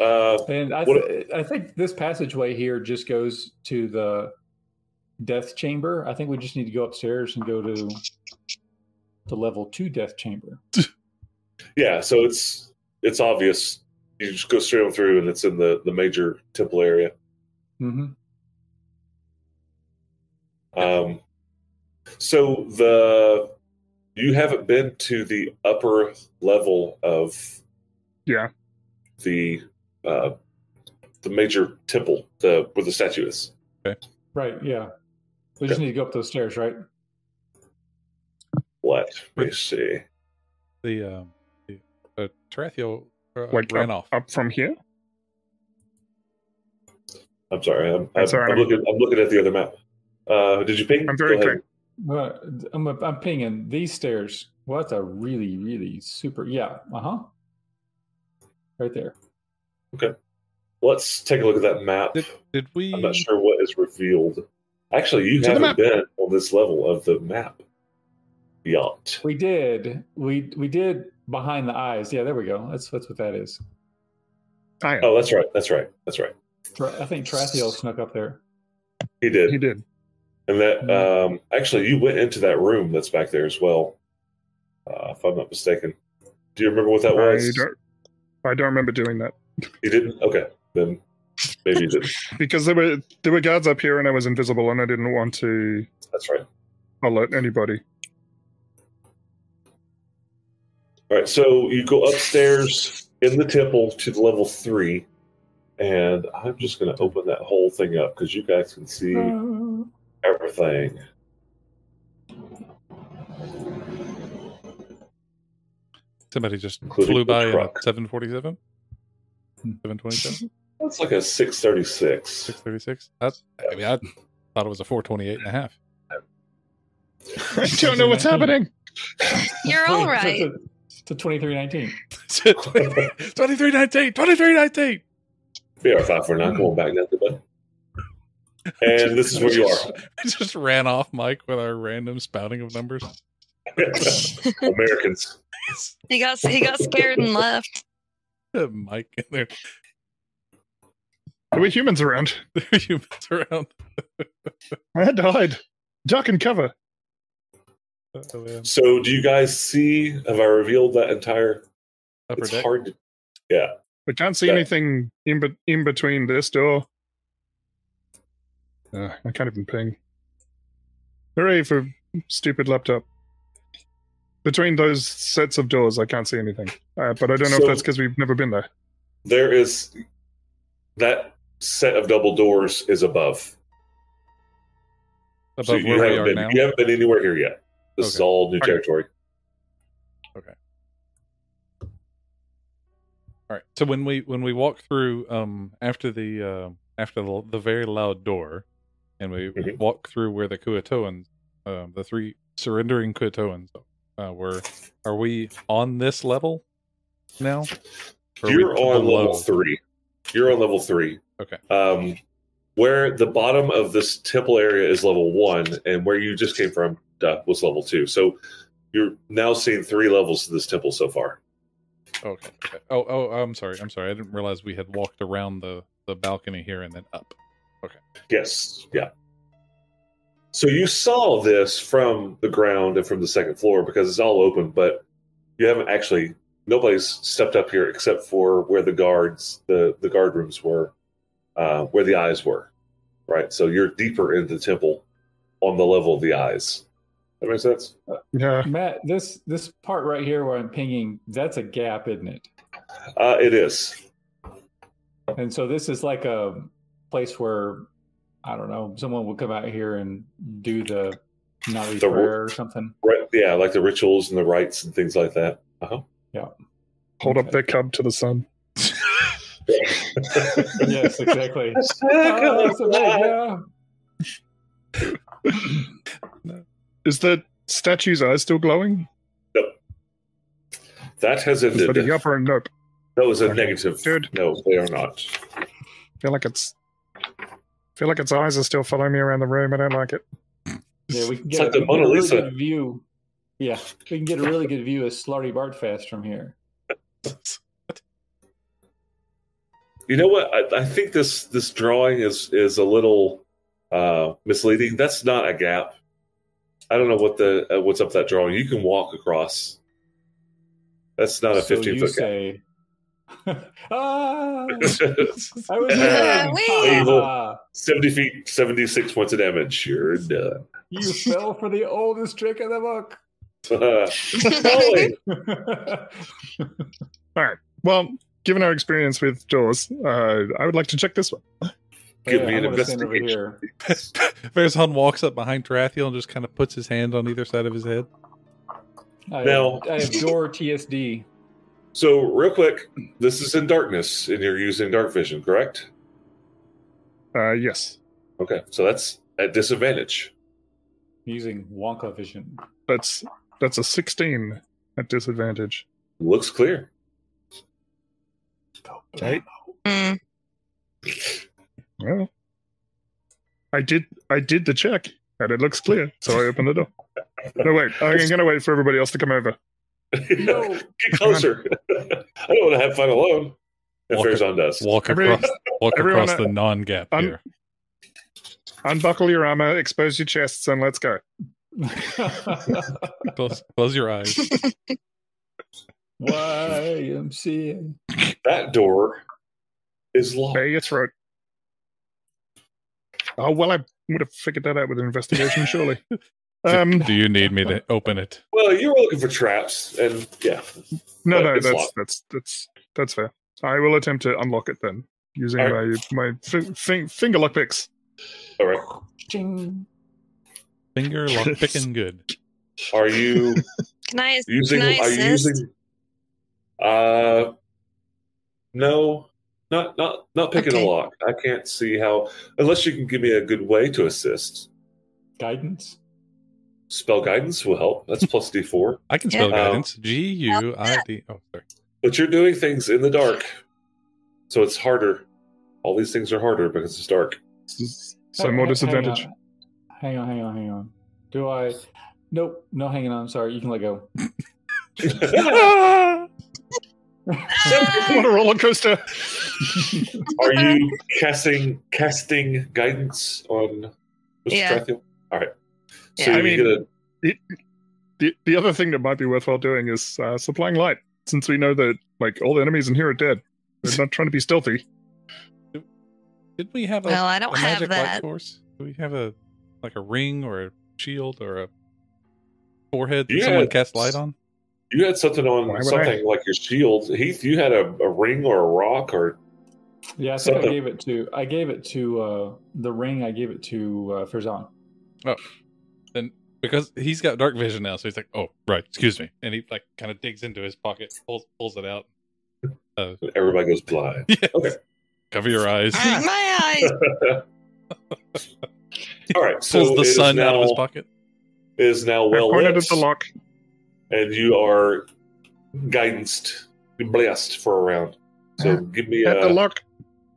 S3: Uh,
S4: And I,
S3: What-
S4: th- I think this passageway here just goes to the death chamber. I think we just need to go upstairs and go to the level two death chamber.
S3: yeah. So it's it's obvious. You just go straight on through, and it's in the the major temple area.
S4: hmm
S3: Um, so the you haven't been to the upper level of
S5: Yeah.
S3: the uh, the major temple, the where the statue is.
S4: Right. Yeah. We just need to go up those stairs, right?
S3: What? Let me see.
S2: the um, the uh, Tarathiel uh,
S5: Like
S2: ran
S5: up,
S2: off.
S5: up from here?
S3: I'm sorry. I'm, I'm,
S5: That's all right.
S3: I'm looking. I'm looking at the other map. Uh, did you ping?
S5: I'm very
S3: Go ahead.
S5: quick.
S4: Well, I'm, I'm pinging these stairs. Well, that's a really, really super. Yeah. Uh huh. Right there.
S3: Let's take a look at that map.
S2: Did, did we?
S3: I'm not sure what is revealed. Actually, you
S5: To the
S3: haven't
S5: map.
S3: been on this level of the map. Yacht.
S4: We did. We we did behind the eyes. Yeah. There we go. That's that's what that is.
S5: I am.
S3: Oh, that's right. That's right. That's right.
S4: Tra- I think Trathiel snuck up there.
S3: He did.
S5: He did.
S3: And that um, actually, you went into that room that's back there as well, uh, if I'm not mistaken. Do you remember what that
S5: I
S3: was?
S5: don't, I don't remember doing that
S3: You didn't. Okay, then maybe you didn't.
S5: because there were there were guards up here and I was invisible and I didn't want to
S3: That's right.
S5: alert anybody.
S3: All right. So you go upstairs in the temple to the level three, and I'm just going to open that whole thing up because you guys can see
S1: Hmm.
S3: everything.
S2: Somebody just
S3: Including
S2: flew
S3: the
S2: by in a
S3: truck.
S2: 747,
S4: Hmm.
S2: 727,
S3: That's like a 636.
S2: 636. That's, I mean, I thought it was a 428 and a half.
S5: I don't know what's happening.
S1: You're all
S4: Wait,
S1: right.
S4: To, to, to 2319.
S2: 2319, 2319.
S3: BR5 for nine. Come on back, Nathan, bud. And this is where you are.
S2: I just ran off Mike with our random spouting of numbers.
S3: Americans.
S1: He got he got scared and left.
S2: Mike and there,
S5: There were humans around.
S2: there are humans around.
S5: I had to hide, duck and cover.
S2: Oh, man.
S3: So, do you guys see? Have I revealed that entire?
S2: Upper
S3: It's
S2: deck.
S3: hard to
S5: I can't see
S3: Yeah.
S5: anything in, be- in between this door. Uh, I can't even ping. Hooray for stupid laptop. Between those sets of doors, I can't see anything. Uh, but I don't know
S3: So-
S5: if that's because we've never been there.
S3: there is that set of double doors is above.
S2: Above
S3: so you
S2: where we
S3: haven't,
S2: are
S3: been,
S2: now.
S3: you haven't been anywhere here yet. This is
S2: Okay.
S3: all new
S5: Okay.
S3: territory.
S2: All right. So when we when we walk through um after the uh, after the, the very loud door, and we
S3: Mhm.
S2: walk through where the Kuatoans, um, the three surrendering Kuatoans, uh, were. Are we on this level now? Or are we
S3: You're on
S2: below?
S3: level three. You're on level three.
S2: Okay.
S3: Um, where the bottom of this temple area is level one, and where you just came from uh, was level two. So you're now seeing three levels to this temple so far.
S2: Okay. okay. Oh, oh, I'm sorry. I'm sorry. I didn't realize we had walked around the the balcony here and then up.
S3: Yes. Yeah. So you saw this from the ground and from the second floor because it's all open, but you haven't actually. Nobody's stepped up here except for where the guards, the the guard rooms were, uh, where the eyes were, right? So you're deeper into the temple on the level of the eyes. That makes sense.
S5: Yeah.
S4: Matt, this this part right here where I'm pinging, that's a gap, isn't it?
S3: Uh, it is.
S4: And so this is like a place where I don't know someone would come out here and do the nightly
S3: The ru-
S4: prayer or something.
S3: Right? Yeah, like the rituals and the rites and things like that. Uh-huh.
S5: Hold up
S4: Okay.
S5: their cub to the sun.
S4: yes, exactly. Oh, that's a big- yeah.
S5: Is the statue's eye still glowing?
S3: that has
S5: Is
S3: ended.
S5: that a yup or a nope?
S3: That was a
S5: Okay,
S3: negative.
S5: good.
S3: No, they are not.
S5: feel like it's feel like its eyes are still following me around the room. I don't like it.
S4: Yeah, we can
S3: It's
S4: get,
S3: like
S4: a, we can
S3: the
S4: get
S3: Mona
S4: a really
S3: Lisa.
S4: good view. Yeah, we can get a really good view of Slarty Bartfast from here.
S3: You know what? I, I think this this drawing is is a little uh, misleading. That's not a gap. I don't know what the uh, what's up that drawing. You can walk across. That's not a
S4: So
S3: fifteen
S4: you
S3: foot gap.
S4: say, ah, I was
S3: Yeah,
S4: there.
S1: wee.
S4: Ah,
S3: Seventy feet, seventy six points of damage. You're done.
S4: you fell for the oldest trick in the book.
S3: Holy.
S5: Well, given our experience with Jaws, uh, I would like to check this one.
S3: Give me
S4: I'm
S3: an
S4: gonna stand over
S3: investigation.
S4: here.
S2: Verzon walks up behind Tarathiel and just kind of puts his hand on either side of his head.
S4: I,
S3: Now-
S4: I adore TSD.
S3: So real quick, this is in darkness, and you're using dark vision, correct?
S5: Uh, yes,
S3: Okay, so that's at disadvantage.
S4: using Wonka vision.
S5: that's that's a sixteen at disadvantage.
S3: Looks clear.
S5: Okay.
S1: Mm.
S5: Well, I did I did the check and it looks clear, so I opened the door. No wait, I'm gonna wait for everybody else to come over.
S4: No,
S3: Get closer. I don't want to have fun alone. And
S2: Walk-
S3: Farazan does.
S2: Walk
S5: Every-
S2: across, walk
S5: everyone
S2: across
S5: at-
S2: the non-gap
S5: un-
S2: here.
S5: Unbuckle your armor, expose your chests, and let's go.
S2: Close, close your eyes.
S4: YMCA.
S3: That door is locked.
S5: Bare your throat. Oh well, I would have figured that out with an investigation, surely. Um,
S2: Do you need me to open it?
S3: Well, you were looking for traps, and yeah,
S5: No,
S3: But
S5: no,
S3: it's
S5: that's
S3: locked.
S5: that's that's that's fair. I will attempt to unlock it then using
S3: All
S5: my my fi- fi- finger lock picks.
S3: all right.
S4: Ching.
S2: Finger lock picking good.
S3: Are you
S1: Can I
S3: using?
S1: can I
S3: are you
S1: assist?
S3: using? Uh, no, not not not picking
S1: Okay.
S3: a lock. I can't see how unless you can give me a good way to assist.
S4: Guidance.
S3: Spell guidance will help. That's plus D four.
S2: I can spell
S3: Yeah.
S2: guidance. G U I D. Oh, sorry.
S3: But you're doing things in the dark, so it's harder. All these things are harder because it's dark.
S5: So more
S4: Hang-
S5: disadvantage.
S4: Hang on, hang on, hang on. Do I? Nope, no hanging on. Sorry, you can let go.
S5: Ah,
S1: Ah!
S5: what a roller coaster!
S3: Are you casting casting guidance on Mr.
S1: Yeah.
S3: Strathiel? All right. So
S1: Yeah.
S5: I
S3: you
S5: mean-
S3: get a
S5: The the other thing that might be worthwhile doing is uh, supplying light, since we know that like all the enemies in here are dead. They're not trying to be stealthy.
S2: Did we have a,
S1: well, I
S2: a
S1: don't
S2: magic
S1: have
S2: light
S1: that.
S2: source? Do we have a like a ring or a shield or a forehead that
S3: You
S2: someone
S3: had-
S2: cast light on?
S3: you had something
S5: Why would
S3: on
S5: I?
S3: something like your shield. Heath, you had a, a ring or a rock or
S4: Yeah, I think I
S3: Something.
S4: gave it to. I gave it to uh, the ring. I gave it to uh, Ferzan.
S2: Because he's got dark vision now, so he's like, "Oh, right, excuse me," and he like kind of digs into his pocket, pulls pulls it out. Uh,
S3: everybody goes blind.
S2: yes.
S3: Okay.
S2: Cover your eyes.
S1: Ah, My eyes.
S3: All right. So
S2: pulls
S3: it
S2: the
S3: is
S2: sun out of his
S3: now-
S2: pocket.
S3: it is now
S5: I
S3: well
S5: pointed
S3: lit,
S5: at the lock.
S3: and you are guidanced, blessed for a round. So give me uh,
S5: At the
S3: a
S5: lock,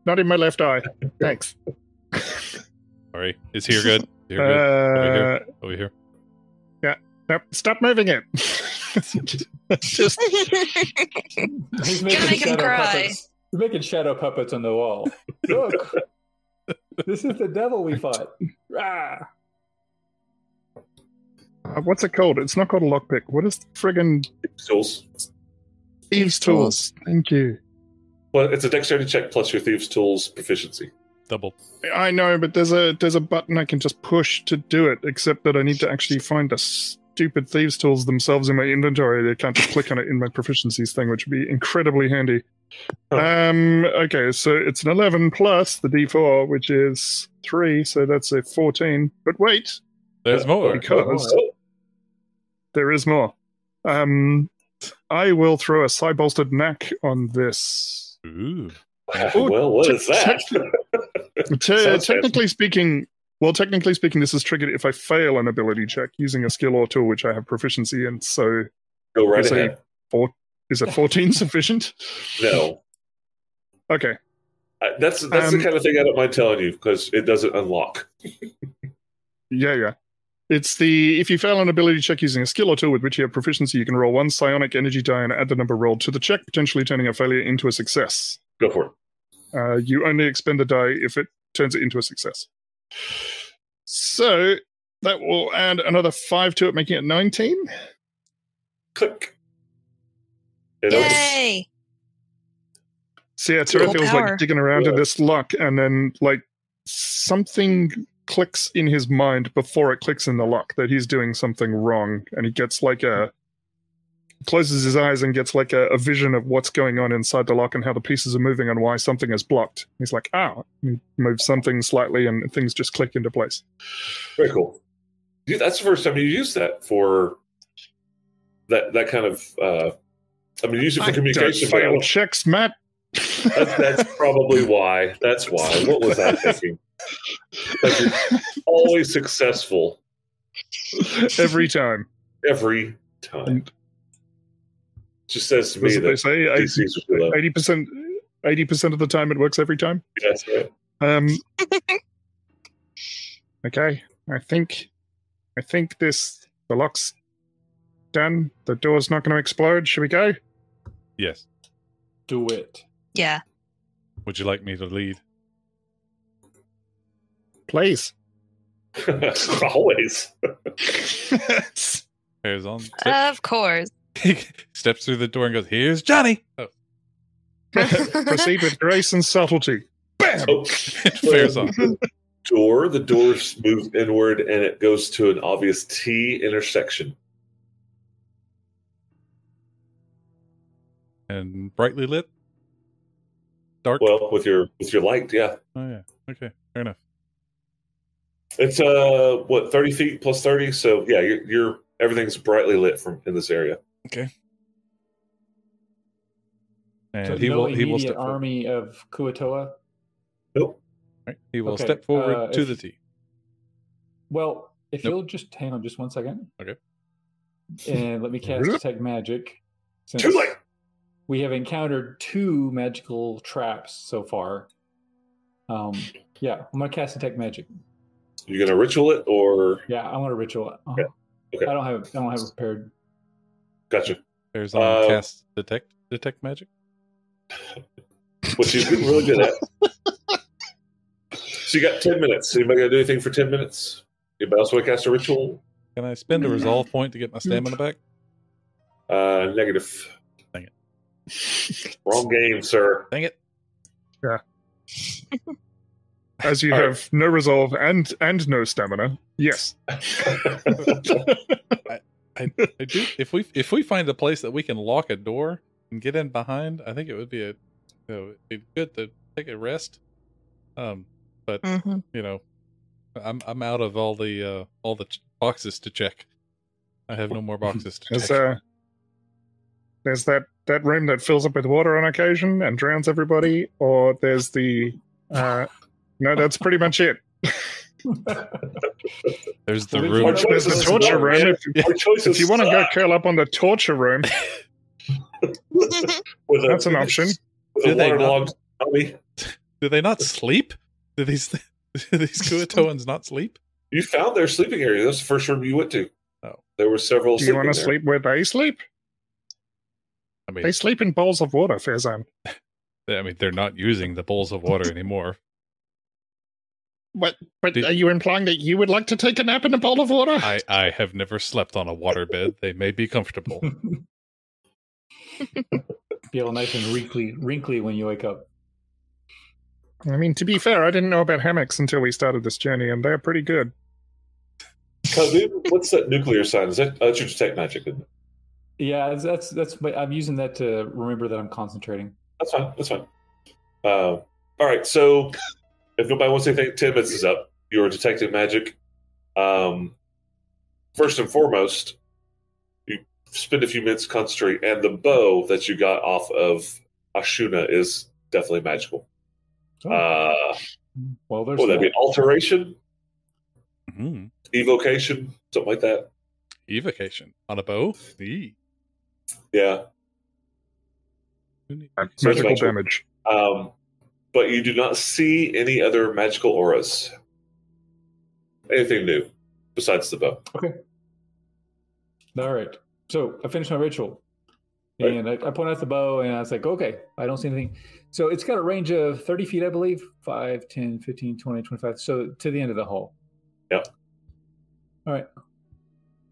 S5: not in my left eye. Thanks.
S2: Sorry, is here good? Is here good?
S5: Uh,
S2: Over here.
S5: nope, stop moving it. Just
S4: He's
S1: make him cry.
S4: puppets. He's making shadow puppets on the wall. Look, this is the devil we fought. Ah. Rah!
S5: Uh, what's it called? It's not called a lockpick. What is friggin'
S3: tools.
S5: thieves' tools? Thank you.
S3: Well, it's a dexterity check plus your thieves' tools proficiency.
S2: Double.
S5: I know, but there's a there's a button I can just push to do it. Except that I need to actually find the stupid thieves' tools themselves in my inventory. I can't just click on it in my proficiencies thing, which would be incredibly handy. Um. Okay, so it's an 11 plus the D4, which is three, so that's a 14. But wait,
S2: There's more.
S5: Oh, because there is more. Um, I will throw a side bolstered knack on this.
S2: Ooh.
S5: Ooh,
S3: well, what is that?
S5: Te-
S3: Sounds
S5: technically speaking, well, technically speaking, this is triggered if I fail an ability check using a skill or tool which I have proficiency in. So
S3: Go right
S5: Is a-
S3: ahead.
S5: is a 14 sufficient?
S3: No,
S5: Okay.
S3: I, that's that's
S5: Um,
S3: the kind of thing I don't mind telling you because it doesn't unlock.
S5: Yeah, yeah. It's the if you fail an ability check using a skill or tool with which you have proficiency, you can roll one psionic energy die and add the number rolled to the check, potentially turning a failure into a success.
S3: Go for it.
S5: Uh, you only expend a die if it turns it into a success. So that will add another five to it, making it 19.
S3: Click. It opens.
S1: Yay!
S5: So yeah, Terra
S1: Cool
S5: feels
S1: power.
S5: like digging around in
S3: Yeah.
S5: this luck, and then like something clicks in his mind before it clicks in the luck that he's doing something wrong, and he gets like a closes his eyes and gets like a, a vision of what's going on inside the lock and how the pieces are moving and why something is blocked. He's like, ah, and he moves something slightly and things just click into place.
S3: Very cool. You- That's the first time you use that for that that kind of. Uh, I mean, you use it for
S5: I don't
S3: communication. but I
S5: fail
S3: don't-
S5: checks, Matt.
S3: That's, that's probably why. That's why. What was I thinking? That's always successful
S5: Every time.
S3: every time. Just says to me
S5: That's what they
S3: that
S5: say.
S3: DCs are too low.
S5: Eighty percent eighty percent of the time it works every time.
S3: That's right.
S5: Um. okay, I think, I think this the lock's done. The door's not going to explode. Should we go?
S2: Yes.
S4: Do it.
S1: Yeah.
S2: Would you like me to lead?
S5: Please.
S3: always.
S2: Hairs on. steps-
S1: Of course.
S2: steps through the door and goes, "Here's Johnny." Oh,
S5: Proceed with grace and subtlety. Bam.
S3: Oh,
S2: fares on.
S3: door. The door moves inward, and it goes to an obvious T intersection.
S2: And brightly lit. Dark.
S3: Well, with your with your light, yeah.
S2: oh yeah. Okay. Fair enough.
S3: It's uh what thirty feet plus thirty, so yeah, you're, you're everything's brightly lit from in this area.
S2: And
S4: So
S2: he
S4: no
S2: will. He will
S4: immediate
S2: step. Forward,
S4: army of Kuatoa.
S3: Nope.
S2: right? He will
S4: Okay,
S2: step forward
S4: uh,
S2: to
S4: if-
S2: the T.
S4: Well, if
S2: Nope.
S4: you'll just hang on just one second.
S2: Okay.
S4: And let me cast
S5: Nope.
S4: detect magic. Since
S3: Too late.
S4: We have encountered two magical traps so far. Um, yeah, I'm gonna cast detect magic.
S3: You're gonna ritual it or
S4: Yeah, I want a ritual. Uh-huh.
S3: Okay.
S4: I don't have. I don't have it prepared.
S3: gotcha.
S2: Hairs on.
S3: Uh,
S2: cast detect detect magic.
S3: Which you did really good at. so you got ten minutes. Anybody gonna do anything for ten minutes? Anybody else want to cast a ritual?
S2: Can I spend a resolve point to get my stamina back?
S3: Uh negative.
S2: Dang it.
S3: Wrong game, sir.
S2: Dang it.
S5: As you
S3: All right.
S5: have no resolve and and no stamina. Yes.
S2: I do. If we if we find a place that we can lock a door and get in behind, I think it would be a you know, it'd be good to take a rest. Um,
S1: hmm
S2: you know, I'm I'm out of all the uh, all the ch- boxes to check. I have no more boxes to
S5: There's
S2: check.
S5: uh, there's that that room that fills up with water on occasion and drowns everybody, or there's the uh, no, that's pretty much it.
S2: There's the
S4: we
S2: room.
S4: can't-
S5: There's the torture room. If,
S3: Our choices
S5: if you want to go
S3: suck
S5: curl up on the torture room,
S3: with a-
S5: that's an option.
S3: With a
S2: Do they not-
S3: waterlogged tummy.
S2: Do they not sleep? Do these do these Kuatoans not sleep?
S3: You found their sleeping area. That's the first room you went to.
S2: Oh.
S3: There were several
S5: Do you
S3: sleeping
S5: want to
S3: there.
S5: sleep where they sleep?
S2: I mean,
S5: They sleep in bowls of water, Fezan.
S2: they- I mean, they're not using the bowls of water anymore.
S5: What? But
S2: Did-
S5: are you implying that you would like to take a nap in a bowl of water?
S2: I I have never slept on a waterbed. They may be comfortable.
S4: Feel nice and wrinkly, wrinkly when you wake up.
S5: I mean, to be fair, I didn't know about hammocks until we started this journey, and they're pretty good.
S3: Kazoon, what's that nuclear sign? Is that uh, that's your detect magic? Isn't it?
S4: Yeah, that's that's. But I'm using that to remember that I'm concentrating.
S3: That's fine. That's fine. Uh, all right. So, if nobody wants anything, ten minutes is up. Your detective magic. Um, first and foremost, you spend a few minutes concentrating, and the bow that you got off of Ashuna is definitely magical.
S4: Oh,
S3: Uh,
S4: well, there's
S3: what would that
S4: that.
S3: be? Alteration,
S2: Mhm.
S3: evocation, something like that.
S2: Evocation on a bow. Eee.
S3: Yeah.
S5: Uh,
S2: Who
S3: Magical
S5: Magical
S3: magic.
S5: damage.
S3: Um, but you do not see any other magical auras. Anything new besides the bow.
S4: All right. So I finished my ritual.
S3: Right.
S4: And I, I point out the bow and I was like, okay, I don't see anything. So it's got a range of 30 feet, I believe 5, 10, 15, 20, 25. So to the end of the hole.
S3: Yep.
S4: All right.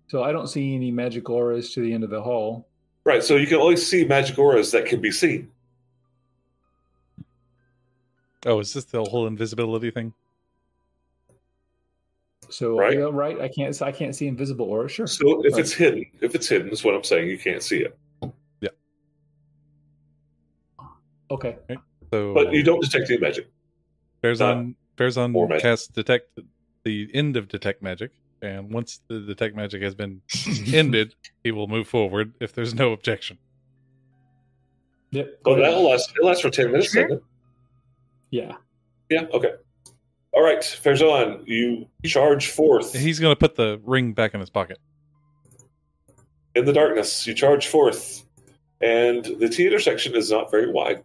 S4: So I don't see any magic auras to the end of the hall.
S3: Right. So you can only see magic auras that can be seen.
S2: Oh, is this the whole invisibility thing?
S4: So
S3: Right.
S4: yeah, right. I can't. I can't see invisible aura. Sure.
S3: So if
S4: Right.
S3: it's hidden, if it's hidden, is what I'm saying. You can't see it.
S4: Okay.
S2: So,
S3: But you don't detect any magic.
S2: Bearzon Bearzon
S3: Or Uh, magic.
S2: casts detect the end of detect magic, and once the detect magic has been ended, he will move forward if there's no objection.
S4: Yep.
S3: Oh, that'll last. It lasts for ten minutes. doesn't it?
S4: Yeah.
S3: Yeah. Okay. All right, Farzan, you charge forth
S2: He's going to put the ring back in his pocket.
S3: in the darkness. You charge forth, and the T intersection is not very wide.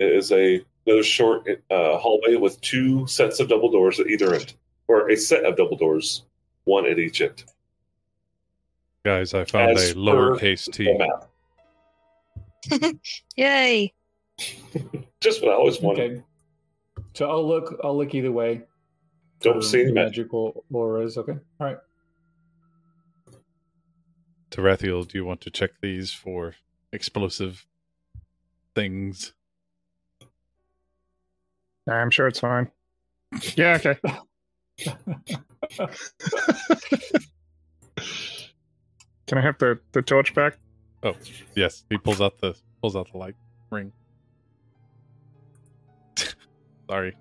S3: It is a another short uh, hallway with two sets of double doors at either end, or a set of double doors, one at each end.
S2: Guys, I found
S3: As
S2: a
S3: per
S2: lowercase t.
S3: the map.
S1: Yay.
S3: Just what I always wanted.
S4: Okay. So I'll look. I'll look either way. for
S3: Don't see any magic.
S4: magical auras. Okay. All right.
S2: Tarathiel, do you want to check these for explosive things?
S5: Nah, I'm sure it's fine. Yeah, okay. Can I have the, the torch back?
S2: Yes, he pulls out the pulls out the light ring. Sorry,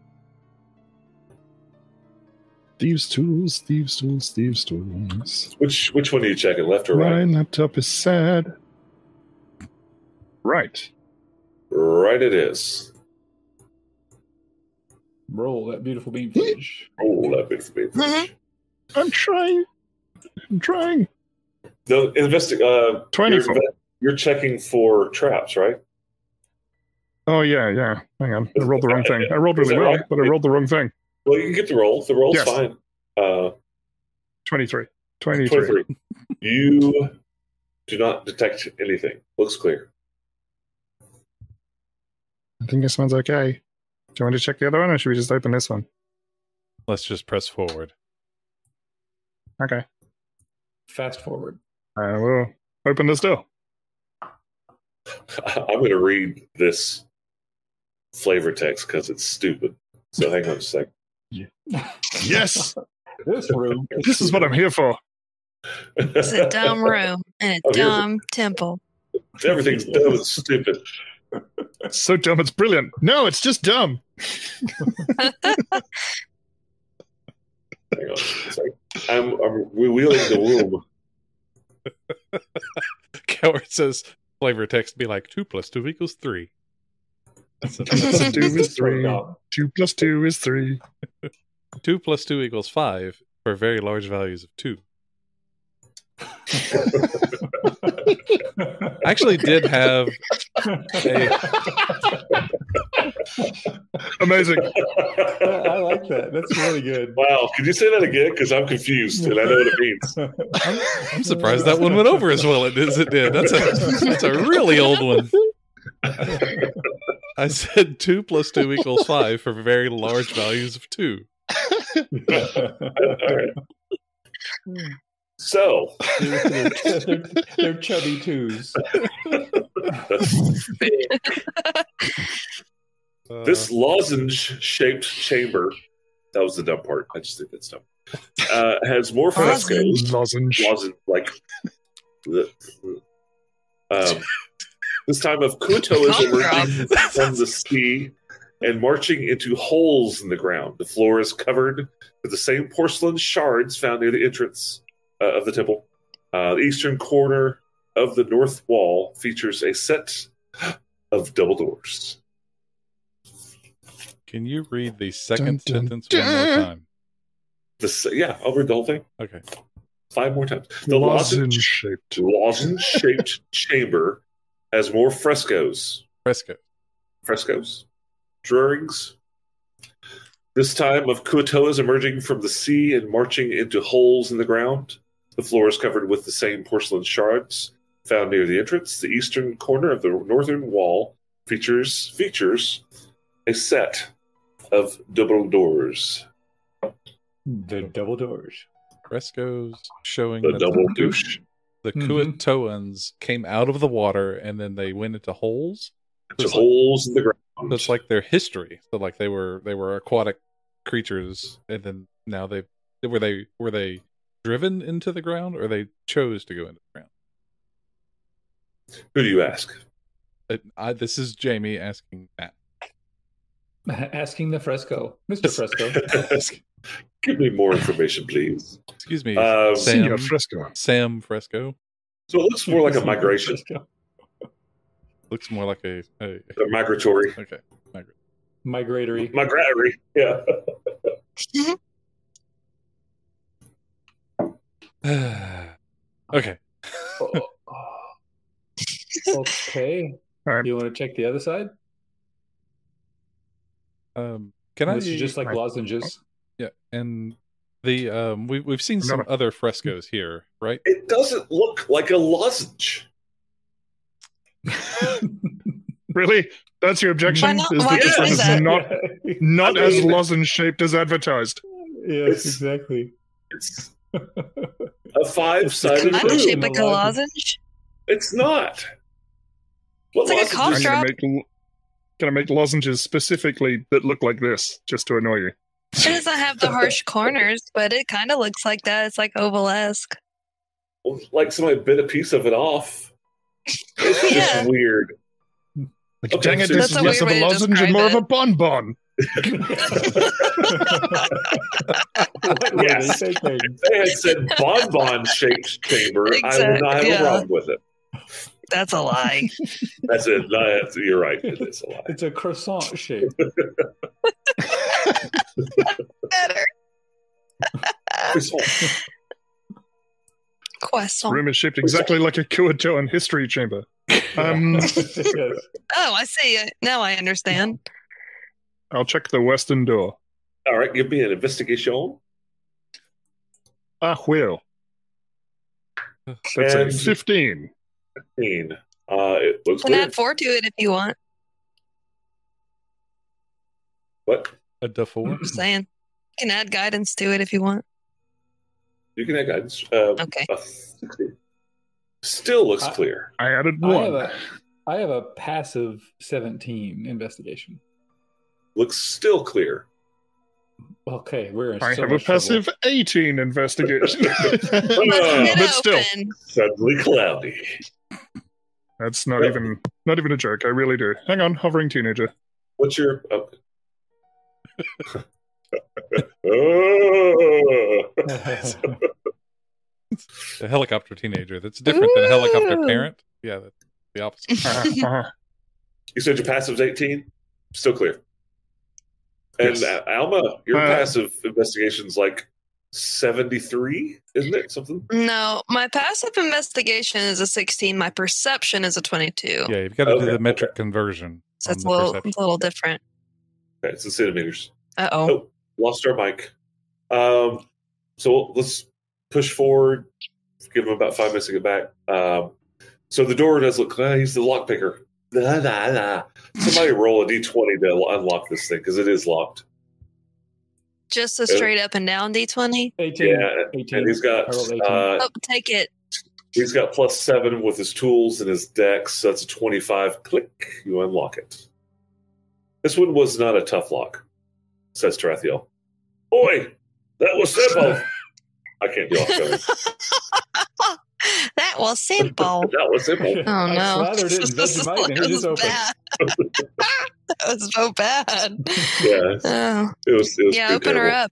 S5: Thieves' tools, thieves' tools, thieves' tools.
S3: Which which one are you checking, left or
S5: My
S3: right?
S5: laptop is sad. Right.
S3: Right, it is.
S4: Roll that beautiful beam footage.
S3: Oh, that bit for me.
S1: Mhm.
S5: I'm trying. I'm trying.
S3: No, investi- uh, you're,
S5: 24.
S3: you're checking for traps, right?
S5: Oh, yeah, yeah. Hang on. I rolled the wrong thing. I rolled
S3: Is
S5: really
S3: that
S5: well,
S3: right?
S5: but I rolled the wrong thing.
S3: Well, you can get the roll. The roll's
S5: Yes.
S3: fine. Uh,
S5: 23. 23.
S3: 23. you do not detect anything. Looks clear.
S5: I think this one's okay. Do you want to check the other one, or should we just open this one?
S2: let's just press forward.
S5: Okay.
S4: Fast forward.
S5: I will open this door.
S3: I'm going to read this flavor text because it's stupid. So hang on a second.
S5: Yes!
S4: this room.
S5: This is what I'm here for.
S1: It's a dumb room and a
S3: Oh, here's a-
S1: dumb temple.
S3: Everything's dumb and stupid.
S5: It's so dumb, it's brilliant. No, it's just dumb.
S3: Hang on. a second. I'm, I'm revealing the room.
S2: Coward says flavor text be like two plus two equals three. That's it.
S5: Two is three.
S4: No.
S5: Two plus two is three.
S2: two plus two equals five for very large values of two. I actually did have
S5: Amazing.
S4: I like that. That's really good.
S3: Wow, can you say that again? Because I'm confused and I know what it means.
S2: I'm, I'm surprised that one went over as well as it did. That's a that's a really old one. I said two plus two equals five for very large values of two.
S3: All right. So,
S4: they're, they're chubby twos.
S2: Uh,
S3: this lozenge-shaped chamber, that was the dumb part. I just think that's dumb, uh, has more
S5: Uh,
S3: frescoes.
S5: Lozenge.
S3: Lozenge, like, the- um, This time of Kuto is
S1: Come
S3: emerging from the sea and marching into holes in the ground. The floor is covered with the same porcelain shards found near the entrance uh, of the temple. Uh, the eastern corner of the north wall features a set of double doors.
S2: Can you read the second
S5: Dun, dun,
S2: sentence one more
S5: dun.
S2: time?
S3: This, yeah, I'll read the whole thing
S2: Okay.
S3: five more times. The lozenge
S5: shaped.
S3: lozenge shaped chamber has more frescoes,
S2: Fresco.
S3: frescoes, drawings. This time of Kuotoa is emerging from the sea and marching into holes in the ground. The floor is covered with the same porcelain shards found near the entrance. The eastern corner of the northern wall features features a set of double doors.
S4: The double doors.
S2: Frescoes showing
S3: The
S2: that
S3: double
S2: Ku-
S3: douche.
S2: The
S4: Mhm.
S2: Kuatoans came out of the water and then they went into holes.
S3: It's holes in the ground.
S2: So it's like their history. So like they were they were aquatic creatures, and then now they were they were they driven into the ground, or they chose to go into the ground.
S3: Who do you ask?
S2: It, Uh, I, this is Jamie asking Matt.
S4: Asking the fresco, Mr. Fresco.
S3: Give me more information, please.
S2: Excuse me,
S3: Um,
S2: Sam,
S5: Fresco.
S2: Sam Fresco
S3: So it looks more like a migration,
S4: Fresco.
S2: looks more like a, a
S3: a migratory,
S2: okay.
S4: Migratory.
S3: migratory. Yeah.
S2: okay,
S4: Oh, oh, oh. okay.
S5: All right.
S4: You want to check the other side?
S2: um, can I
S4: This is just like
S5: Right.
S4: lozenges.
S2: yeah? And the um, we we've seen
S5: No,
S2: some
S5: no.
S2: other frescoes here, right?
S3: It doesn't look like a lozenge.
S5: Really? That's your objection?
S1: not-
S5: Is
S1: why
S5: that
S1: do
S5: this
S1: you
S5: one
S1: say
S5: is
S1: that?
S5: not
S4: Yeah.
S5: not
S3: I
S5: as
S3: mean-
S5: lozenge shaped as advertised?
S4: yes, exactly.
S3: It's a five-sided
S4: It's
S1: I'm
S4: True.
S1: shaped
S3: room.
S1: like a lozenge.
S3: It's not.
S1: It's
S3: What
S1: like a
S3: lozenge
S5: I'm
S1: cough
S3: is-
S1: drop.
S5: gonna make l- gonna make lozenges specifically that look like this, just to annoy you.
S1: It doesn't have the harsh corners, but it kind of looks like that. It's like ovalesque.
S3: Like somebody bit a piece of it off. It's just
S1: Yeah.
S3: weird.
S5: Like,
S3: Okay,
S5: dang it,
S3: so-
S5: this
S1: That's
S5: is
S1: a
S5: less of
S1: weird
S5: a
S1: way to
S5: lozenge
S1: describe
S5: and more of
S1: it.
S5: a bonbon.
S4: What were
S3: Yes.
S4: they thinking?
S3: If they had said bonbon-shaped chamber, I would not have
S1: Exact-
S3: a
S1: yeah.
S3: problem with it.
S1: That's a lie.
S3: That's it. That's, you're right. It is a lie.
S4: It's a croissant shape.
S1: Better.
S5: The
S1: Croissant.
S5: room is shaped exactly like a Kuatoan history chamber. Um,
S4: yes.
S1: Oh, I see it. Now I understand.
S5: I'll check the western door.
S3: All right, give me an investigation.
S5: Ah, well. That's a
S3: And-
S5: 15.
S3: Fifteen. Uh, it looks
S1: You can
S3: weird.
S1: add four to it if you want.
S3: What?
S2: A defor.
S1: I'm saying. You can add guidance to it if you want.
S3: You can have guidance. Uh,
S1: Okay.
S3: a 16. Still looks
S4: I-
S3: clear.
S5: I added
S4: I have,
S5: one.
S4: a, I have a passive 17 investigation.
S3: Looks still clear.
S4: Okay, we're in
S5: I
S4: so
S5: have a
S4: much trouble.
S5: passive 18 investigation.
S3: Uh,
S1: Get
S5: but still,
S1: open.
S3: Suddenly cloudy.
S5: that's not even not even a joke. I really do. Hang on, hovering teenager.
S3: What's your? Oh. oh.
S2: A helicopter teenager. That's different than a helicopter
S1: Ooh.
S2: parent. Yeah, that's the opposite.
S5: Uh-huh, uh-huh.
S3: You said your passive's eighteen. Still clear. And
S5: Yes.
S3: uh, Alma, your
S5: Uh,
S3: passive investigation's like seventy-three, isn't it? Something.
S1: No, my passive investigation is a 16. My perception is a 22.
S2: Yeah, you've got to do
S3: Okay,
S2: the metric conversion.
S1: so
S2: on
S1: it's a
S2: the
S1: little,
S2: perception.
S1: a little different.
S3: Okay, it's in centimeters.
S1: Uh oh.
S3: Oh, lost our mic. Um, so let's push forward. Give him about five minutes to get back. Um, so the door does look. Uh, he's the lock picker. Nah, nah, nah. Somebody roll a d twenty to lo- unlock this thing because it is locked.
S1: Just a straight up and down D20.
S4: 18.
S3: Yeah,
S4: 18.
S3: and he's
S4: I
S3: got
S4: rolled 18.
S3: uh,
S1: Oh, take it.
S3: he's got plus seven with his tools and his decks. So that's a twenty five. Click, you unlock it. This one was not a tough lock, says Tarathiel. Boy, that was simple. I can't do off
S1: that was simple, simple.
S3: that was simple.
S1: Oh
S4: I
S1: no!
S4: slathered it in Vegemite and it just opened.
S1: bad. that was so bad.
S3: Yeah,
S1: Oh,
S3: it was. It was
S1: yeah,
S3: pretty
S1: open her
S3: terrible.
S1: up.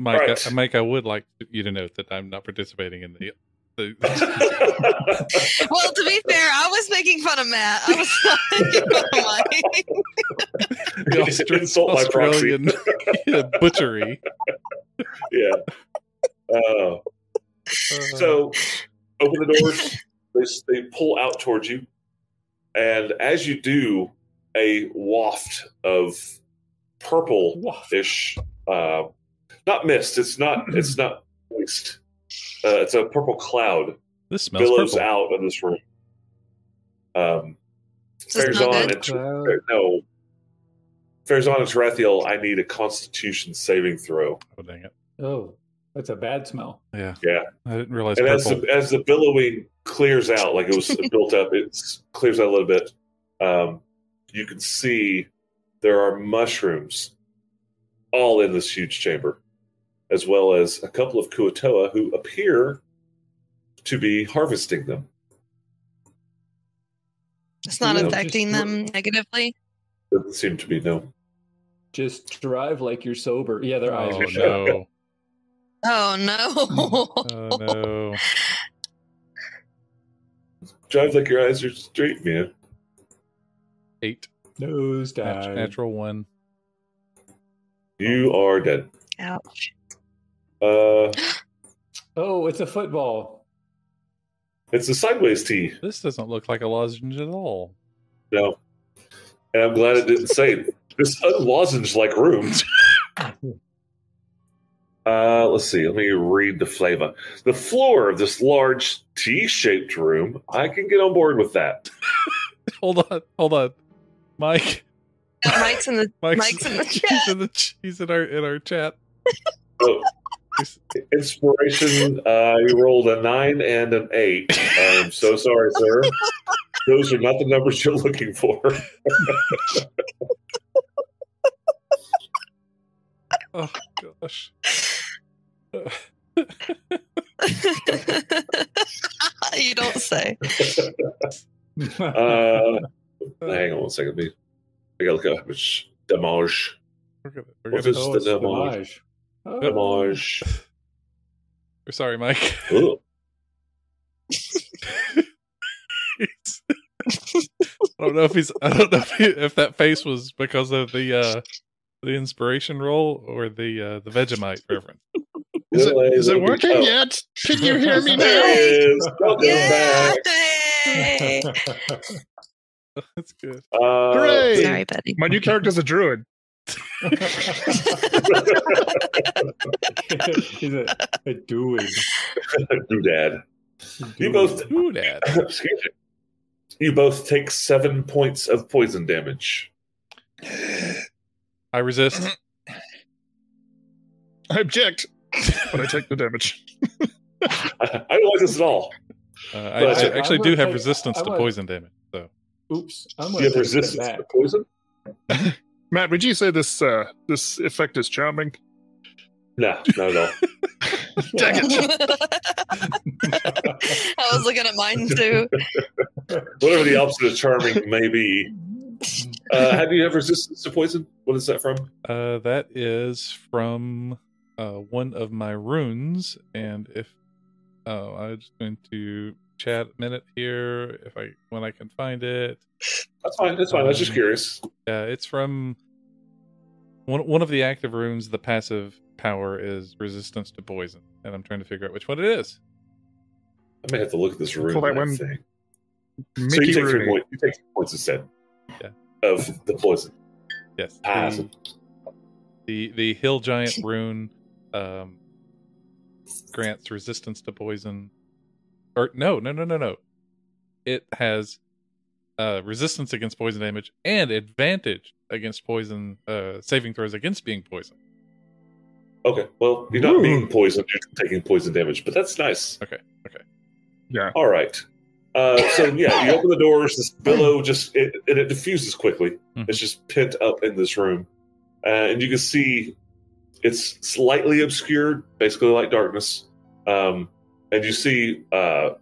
S2: Mike,
S3: Right.
S2: I, Mike, I would like you to note that I'm not participating in the. the
S3: I
S1: Well, to be fair, I was making fun of Matt. I was not making fun of Mike.
S2: the
S3: just
S2: Austra-
S3: insult by proxy.
S2: Australian butchery.
S3: Yeah. Uh,
S4: Uh,
S3: so, open the doors. they, they pull out towards you, and as you do, a waft of purple
S4: Waft.
S3: ish uh, not mist it's not it's not waste uh, it's a purple cloud
S2: this smells
S3: billows
S2: purple.
S3: out of this room um
S1: Does it
S3: fares
S1: smell
S3: on
S1: good?
S3: and
S4: Cloud.
S3: Ter- no fares on and Tarathiel, i need a constitution saving throw
S2: Oh dang it!
S4: Oh, that's a bad smell.
S2: Yeah,
S3: Yeah.
S2: I didn't realize
S3: and as
S2: purple.
S3: the, as the billowing clears out like it was built up it clears out a little bit um you can see there are mushrooms all in this huge chamber, as well as a couple of Kuatoa who appear to be harvesting them.
S1: It's not
S3: No, just
S1: affecting
S4: re-
S1: them negatively.
S3: Doesn't seem to be no.
S4: Just drive like you're sober. Yeah, their eyes
S2: oh
S4: are shut.
S2: no!
S1: Oh no!
S2: Oh no!
S3: Drive like your eyes are straight, man.
S2: Eight
S4: Nose
S2: nat-
S4: dive.
S2: natural one.
S3: You are dead.
S1: Ouch!
S3: Uh,
S4: Oh, it's a football.
S3: it's a sideways T.
S2: This doesn't look like a lozenge at all.
S3: No, and I'm glad it didn't say this unlozenge-like room. Uh, let's see. Let me read the flavor. The floor of this large T-shaped room. I can get on board with that.
S2: Hold on, hold on, Mike.
S1: Mike's in the
S2: Mike's,
S1: Mike's in the
S2: he's in the ch- he's in our in our chat.
S3: Oh, inspiration. Uh, you rolled a nine and an eight. I'm so sorry, sir. Those are not the numbers you're looking for.
S2: Oh gosh.
S1: you don't say.
S3: Uh, hang on one second, please. I gotta look up how much damage.
S2: We're gonna, we're
S3: What
S2: gonna,
S3: is
S4: oh,
S3: the
S4: it's
S3: damage.
S4: damage. Oh.
S3: Damage.
S2: we're sorry, Mike.
S3: Ooh.
S2: It's- I don't know if he's. I don't know if, he, if that face was because of the uh the inspiration roll or the uh the Vegemite reference.
S5: Is it,
S3: Really?
S5: is it
S3: Oh,
S5: working yet? Can you hear me
S3: There
S5: now?
S3: it is. Welcome
S1: Yeah!
S3: back.
S1: Hey!
S2: That's good.
S3: Uh,
S5: Hooray!
S1: Sorry, buddy.
S5: My new character's a druid.
S4: He's a, a doing.
S3: Doodad. You both,
S2: Ooh, Dad.
S3: excuse me. You both take seven points of poison damage.
S2: I resist.
S5: I object, but I take the damage.
S3: I don't like this at all.
S2: Uh, I,
S3: But
S2: I
S3: I-
S2: actually
S4: I'm
S2: do
S4: gonna
S2: have
S4: take-
S2: resistance
S4: I
S2: to
S4: want-
S2: poison damage. So
S4: Oops. I'm
S3: Do
S4: going
S3: you have
S4: to take
S3: resistance
S4: that
S3: to
S4: back.
S3: poison?
S5: Matt, would you say this uh, this effect is charming?
S3: No, not at all.
S5: Dang it.
S1: I was looking at mine too.
S3: Whatever the opposite of charming may be. Uh, have you ever resistance to poison? What is that from?
S2: uh, that is from uh, one of my runes, and if oh, I'm just going to chat a minute here if I when I can find it.
S3: That's fine. That's fine. I was just curious.
S2: Yeah, Uh, it's from one one of the active runes. The passive power is resistance to poison, and I'm trying to figure out which one it is.
S3: I may have to look at this room.
S5: Pull that one.
S3: Thing. So you
S5: Mickey
S3: take, three
S5: Rooney.
S3: points, you take three points instead
S2: Yeah.
S3: of the poison.
S2: Yes,
S3: Ah,
S5: Hmm.
S2: the the, the hill giant rune um, grants resistance to poison. Or no, no, no, no, no. It has uh, resistance against poison damage and advantage against poison uh, saving throws against being poisoned.
S3: Okay. Well, you're not
S5: Ooh.
S3: being poisoned. You're taking poison damage, but that's nice.
S5: Yeah.
S3: All right. Uh, so yeah, you open the doors. This billow just it, and it diffuses quickly.
S5: Hmm.
S2: Mhm.
S3: It's just pent up in this room, uh, and you can see it's slightly obscured, basically like darkness. Um, and you see uh,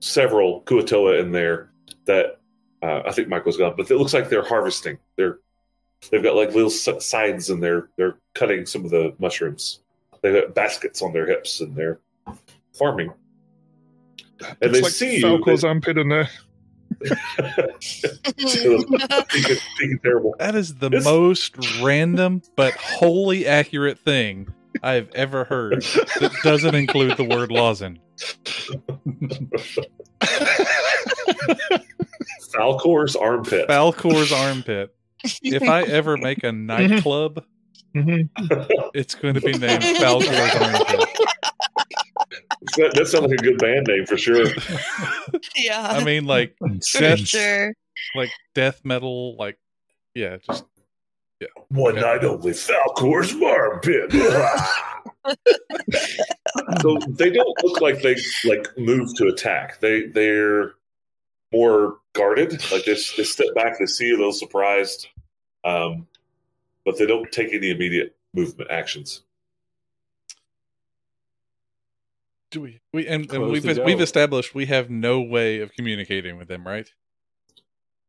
S3: several Kuatoa in there that uh, I think Michael's gone, but it looks like they're harvesting. They're they've got like little s- signs and they're they're cutting some of the mushrooms. They've got baskets on their hips and they're farming. And
S5: Looks
S3: they
S5: like
S3: see you.
S5: Falco's
S3: They-
S5: armpit in there.
S3: Thinking- thinking terrible.
S2: That is the
S3: It's-
S2: most random but wholly accurate thing I've ever heard that doesn't include the word lozenge.
S3: Falcor's armpit.
S2: Falcor's armpit. If I ever make a nightclub,
S5: Mhm.
S2: it's going to be named Falcor's armpit.
S3: that, that sounds like a good band name for sure.
S1: yeah,
S2: I mean, like
S1: for
S2: that's-
S1: sure.
S2: like death metal, like yeah, just
S3: One night only Falcor's armpit. so they don't look like they like move to attack. They they're more guarded. Like they, s- they step back, they see you, a little surprised, um, but they don't take any immediate movement actions.
S2: do we we and, and
S4: Close
S2: we've
S4: the door.
S2: we've established we have no way of communicating with them, right?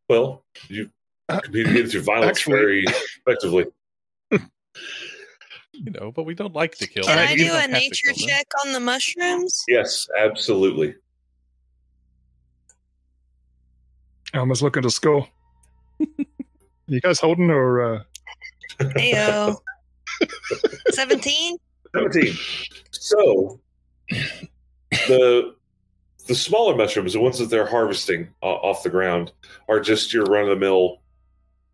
S3: Well, you communicated through violence
S5: Actually-
S3: very effectively.
S2: You know, but we don't like to kill.
S1: Can
S2: them.
S1: I
S2: You
S1: do
S2: don't
S1: a
S2: have to
S1: nature
S2: kill them.
S1: check on the mushrooms?
S3: Yes, absolutely.
S5: Alma's looking to score. you guys holding or uh,
S1: Heyo. 17?
S3: 17. So the the smaller mushrooms, the ones that they're harvesting uh, off the ground, are just your run of the mill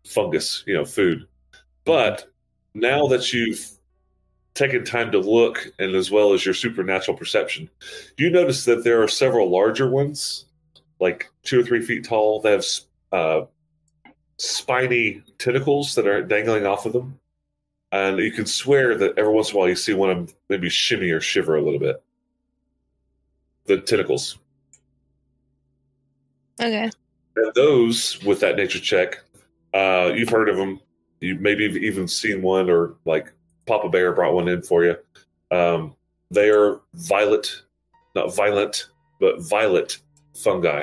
S3: fungus, you know, food. But now that you've taken time to look, and as well as your supernatural perception, you notice that there are several larger ones, like two or three feet tall, that have s- uh, spiny tentacles that are dangling off of them and you can swear that every once in a while you see one of them maybe shimmy or shiver a little bit. The tentacles.
S1: Okay.
S3: And those with that nature check, uh, you've heard of them. You maybe have even seen one, or like Papa Bear brought one in for you. Um, they are violet, not violent, but violet fungi,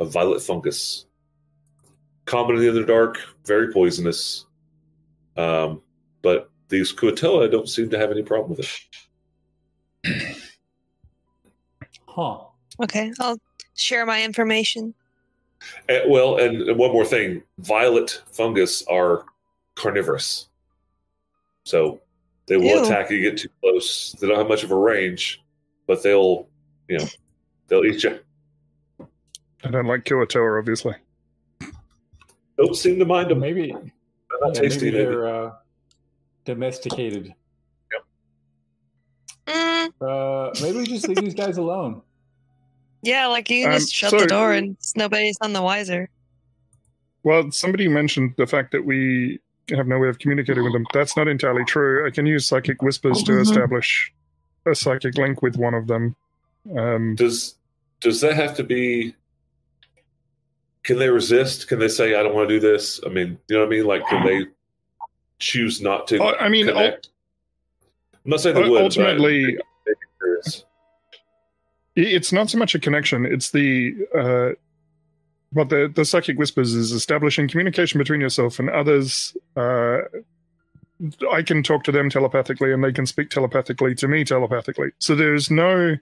S3: a violet fungus. Common in the dark, very poisonous. Um, but these Kuatoa don't seem to have any problem with it.
S4: Huh.
S1: Okay. I'll share my information.
S3: Uh, well, and one more thing: violet fungus are carnivorous, so they will
S1: Ew.
S3: attack you. Get too close; they don't have much of a range, but they'll, you know, they'll eat you.
S5: I don't like Kuatoa, obviously.
S3: Don't seem to mind them. They're
S4: Maybe,
S3: not
S4: yeah,
S3: tasty.
S4: maybe
S3: Maybe.
S4: they're uh, domesticated.
S1: Mm,
S4: Uh, maybe we just leave these guys alone.
S1: yeah, like you can
S5: Um,
S1: just shut
S5: so-
S1: the door and it's- nobody's none the wiser.
S5: Well, somebody mentioned the fact that we have no way of communicating with them. That's not entirely true. I can use psychic whispers to
S1: Mhm.
S5: establish a psychic link with one of them. Um,
S3: Does does that have to be? Can they resist? Can they say, "I don't want to do this"? I mean, you know what I mean? Like, can they choose not to?
S5: Oh, I I mean, ul-
S3: connect? I'm not saying they would. but
S5: ultimately,
S3: I'm curious.
S5: oh, it's not so much a connection it's the uh what the the psychic whispers is establishing communication between yourself and others uh i can talk to them telepathically and they can speak telepathically to me telepathically so there's no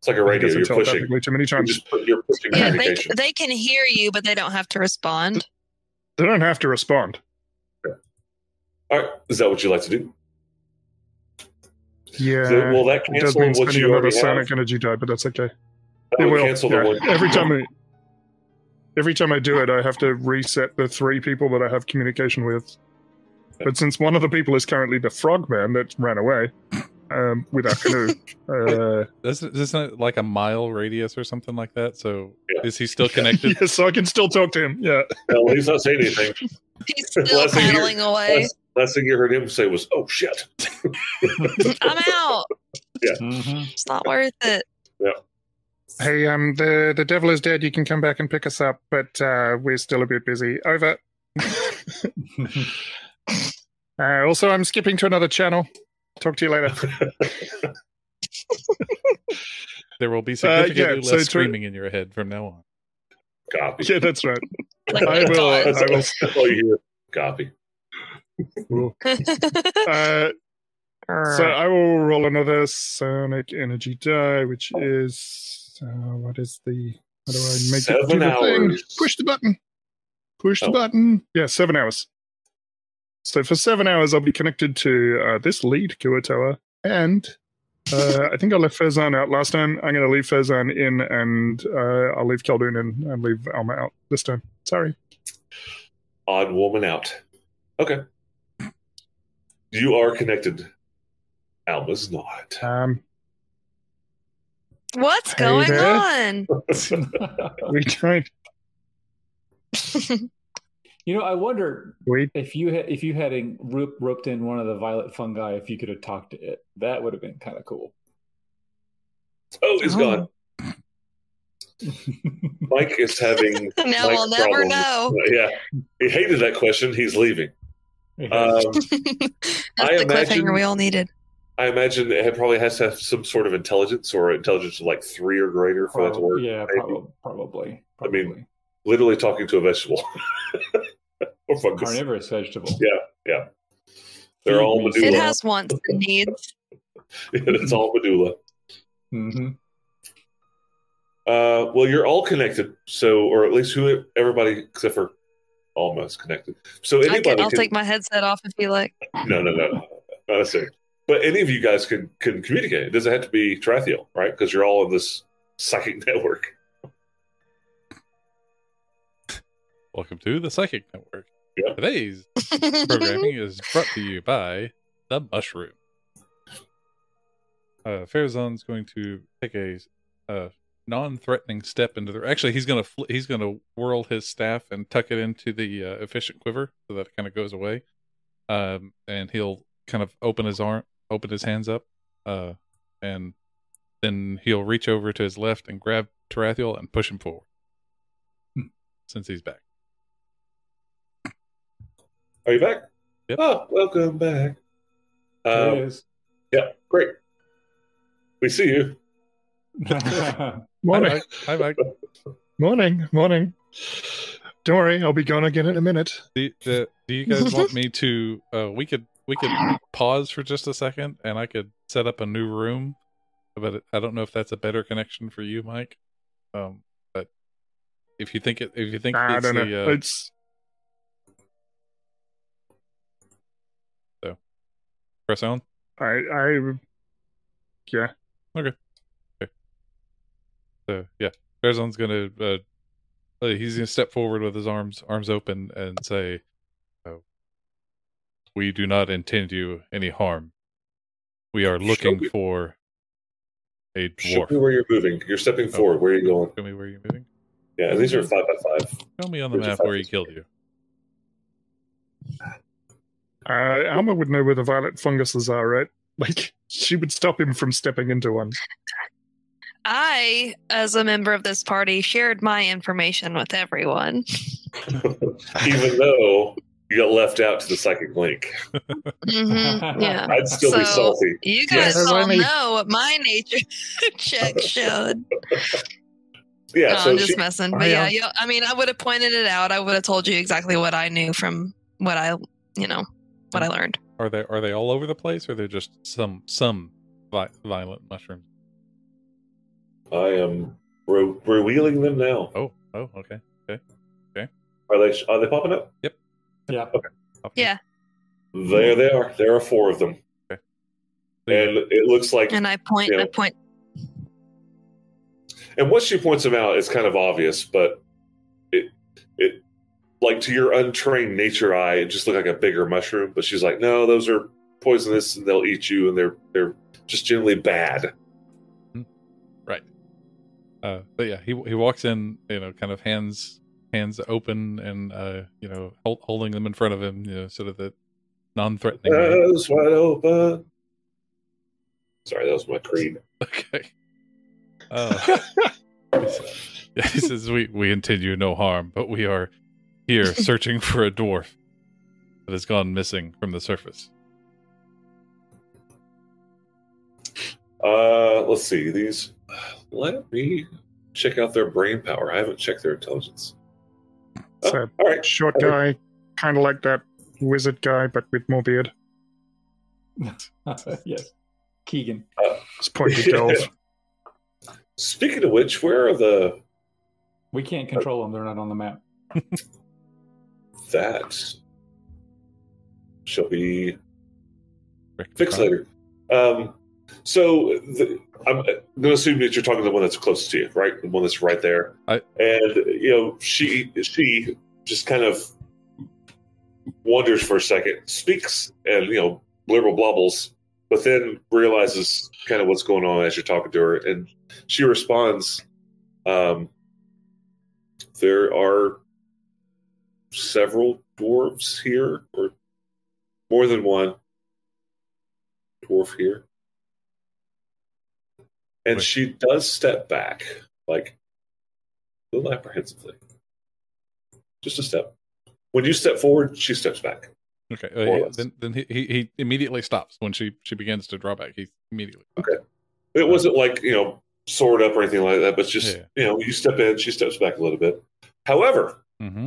S3: It's like a radio.
S5: I
S3: You're
S5: guess I'm
S3: pushing.
S5: telepathically too many
S3: You're
S5: times
S3: just put, you're pushing
S1: Yeah, they,
S3: communication.
S1: they can hear you, but they don't have to respond.
S5: they don't have to respond
S3: All right, is that what you like to do?
S5: yeah
S3: So, well, that
S5: it does
S3: cancel
S5: mean
S3: what
S5: spending
S3: you
S5: another
S3: already have.
S5: sonic energy die but that's okay
S3: That
S5: It
S3: would
S5: will,
S3: cancel the
S5: yeah.
S3: one.
S5: Every time I every time I do it, I have to reset the three people that I have communication with. But since one of the people is currently the frogman that ran away um, with our canoe, uh,
S2: Doesn't isn't it like a mile radius or something like that? So
S3: Yeah.
S2: is he still connected?
S5: yeah, so I can still talk to him. Yeah,
S3: Well, he's not saying anything.
S1: He's still
S3: Last thing you-
S1: paddling away.
S3: Last, last thing you heard him say was, "Oh shit."
S1: I'm out.
S4: Mm-hmm.
S1: It's not worth it.
S5: hey, um, the the devil is dead. You can come back and pick us up, but uh, we're still a bit busy. Over. Uh, also, I'm skipping to another channel. Talk to you later.
S2: There will be significantly
S5: Uh, yeah,
S2: less
S5: so to-
S2: screaming in your head from now on.
S3: Copy.
S5: Yeah, that's right.
S1: Like
S5: I will.
S1: McDonald's.
S5: I will.
S3: That's all you hear. Copy.
S5: Uh, So I will roll another sonic energy die, which is uh, what is the? How do I make it do
S3: Seven
S5: the thing?
S3: hours.
S5: Push the button. Push
S3: Oh.
S5: the button. Yeah, seven hours. So for seven hours, I'll be connected to uh, this lead Kuotoa, and uh, I think I left Fezan out last time. I'm going to leave Fezan in, and uh, I'll leave Keldun in, and leave Alma out this time. Sorry.
S3: Odd woman out. Okay. You are connected. Alma's not.
S5: Um,
S1: What's
S5: Hey
S1: going
S5: there.
S1: on?
S3: Oh,
S5: we tried.
S4: you know, I wonder
S5: We
S4: if you had, if you had in- roop- roped in one of the violet fungi, if you could have talked to it, that would have been kind of cool.
S3: Oh, he's
S1: Oh.
S3: gone. Mike is having.
S1: now
S3: mic
S1: I'll never
S3: problems.
S1: know.
S3: Yeah, he hated that question. He's leaving. Um,
S1: That's
S3: I
S1: the
S3: imagine-
S1: cliffhanger we all needed.
S3: I imagine it probably has to have some sort of intelligence or intelligence of like three or greater for that to work.
S4: yeah,
S3: maybe.
S4: prob- probably.
S3: I
S4: Probably.
S3: mean, Literally talking to a vegetable Oh, or fungus.
S4: carnivorous vegetable.
S3: Yeah, yeah. They're all
S1: It
S4: Feed me.
S3: medulla. Medulla.
S1: has wants and needs.
S3: it's all medulla.
S4: hmm
S3: Uh, well, you're all connected, so or at least who everybody except for almost connected. So
S1: I
S3: anybody
S1: can, I'll
S3: can-
S1: take my headset off if you like.
S3: no, no, no, no, not necessary. But any of you guys can can communicate. It doesn't have to be Trathiel, right? Because you're all in this psychic network.
S2: Welcome to the Psychic Network.
S3: Yep.
S2: Today's programming is brought to you by the Mushroom. Uh, Farazan's going to take a uh, non-threatening step into the. Actually, he's gonna fl- he's gonna whirl his staff and tuck it into the uh, efficient quiver so that it kind of goes away. Um, and he'll kind of open his arm, open his hands up, uh, and then he'll reach over to his left and grab Tarathiel and push him forward.
S4: Hmm.
S2: Since he's back.
S3: Are you back?
S2: Yep.
S3: Oh, welcome back.
S4: There
S3: Um,
S4: it is.
S3: yeah, great. We see you.
S2: Hi,
S5: morning.
S2: Mike. Hi, Mike.
S5: Morning. Morning. Don't worry, I'll be gone again in a minute.
S2: Do, do, do you guys want me to? Uh, we could we could pause for just a second, and I could set up a new room. But I don't know if that's a better connection for you, Mike. Um, but if you think it, if you think
S5: Nah, I
S2: it's
S5: don't
S2: the,
S5: know.
S2: uh,
S5: it's
S2: press on.
S5: I I yeah.
S2: So yeah, Berzon's gonna uh, uh, he's gonna step forward with his arms arms open and say, oh, "We do not intend you any harm. We are looking
S3: Show me-
S2: for a dwarf."
S3: Show me where you're moving. You're stepping forward. Where are you going?
S2: Show me where you're moving.
S3: Yeah, and these are five by five.
S2: Show me on the
S3: Where's
S2: map
S3: the
S2: where he
S3: fastest
S2: killed you.
S5: Uh, Alma would know where the violet funguses are, right? Like she would stop him from stepping into one.
S1: I, as a member of this party, shared my information with everyone.
S3: Even though you got left out to the psychic link,
S1: Mhm, Yeah.
S3: I'd still be
S1: So-
S3: salty.
S1: You
S3: Yes.
S1: guys all
S5: Let me-
S1: know what my nature check showed.
S3: Yeah,
S1: no,
S3: so
S1: I'm just
S3: she,
S1: messing.
S5: Oh,
S1: But
S5: yeah.
S1: yeah, you I mean, I would have pointed it out. I would have told you exactly what I knew from what I, you know, what I learned.
S2: Are they are they all over the place, or they're just some some vi- violent mushrooms?
S3: I am re- revealing them now.
S2: Oh, oh, okay.
S3: Are they are they popping up?
S4: yeah.
S2: Up
S1: Yeah.
S3: There they are. There are four of them,
S2: there.
S3: and it looks like.
S1: And I point,
S3: Yeah.
S1: I point.
S3: And once she points them out, it's kind of obvious, but it it like to your untrained nature eye, it just looked like a bigger mushroom. But she's like, no, those are poisonous, and they'll eat you, and they're they're just generally bad.
S2: uh, but yeah, he he walks in, you know, kind of hands hands open and uh, you know hold, holding them in front of him, you know, sort of the non-threatening. way.
S3: Eyes wide open. Sorry, that was my creed.
S2: Okay. Uh, yeah, he says we we intend you no harm, but we are here searching for a dwarf that has gone missing from the surface.
S3: Uh, let's see. These. Let me check out their brain power. I haven't checked their intelligence. Oh,
S5: So-
S3: all right.
S5: Short guy, kind of like that wizard guy, but with more beard.
S4: yes. Keegan.
S5: It's pointy delve.
S3: Speaking of which, where are the
S4: We can't control them. They're not on the map.
S3: that shall be
S2: Rick the
S3: fixed later? Um, so the, I'm going to assume that you're talking to the one that's closest to you, right? The one that's right there.
S2: I-
S3: and you know, she she just kind of wonders for a second, speaks, and you know, blibber blobbles, but then realizes kind of what's going on as you're talking to her, and she responds, um, "There are several dwarves here, or more than one dwarf here." And
S2: Right.
S3: she does step back, like a little apprehensively, just a step. When you step forward, she steps back.
S2: Okay. uh,
S3: More or
S2: he-
S3: less.
S2: then then he, he he immediately stops when she she begins to draw back. He immediately stops.
S3: Okay. It wasn't like, you know, sword up or anything like that, but just,
S2: Yeah.
S3: you know, you step in, she steps back a little bit. However,
S2: Mm-hmm.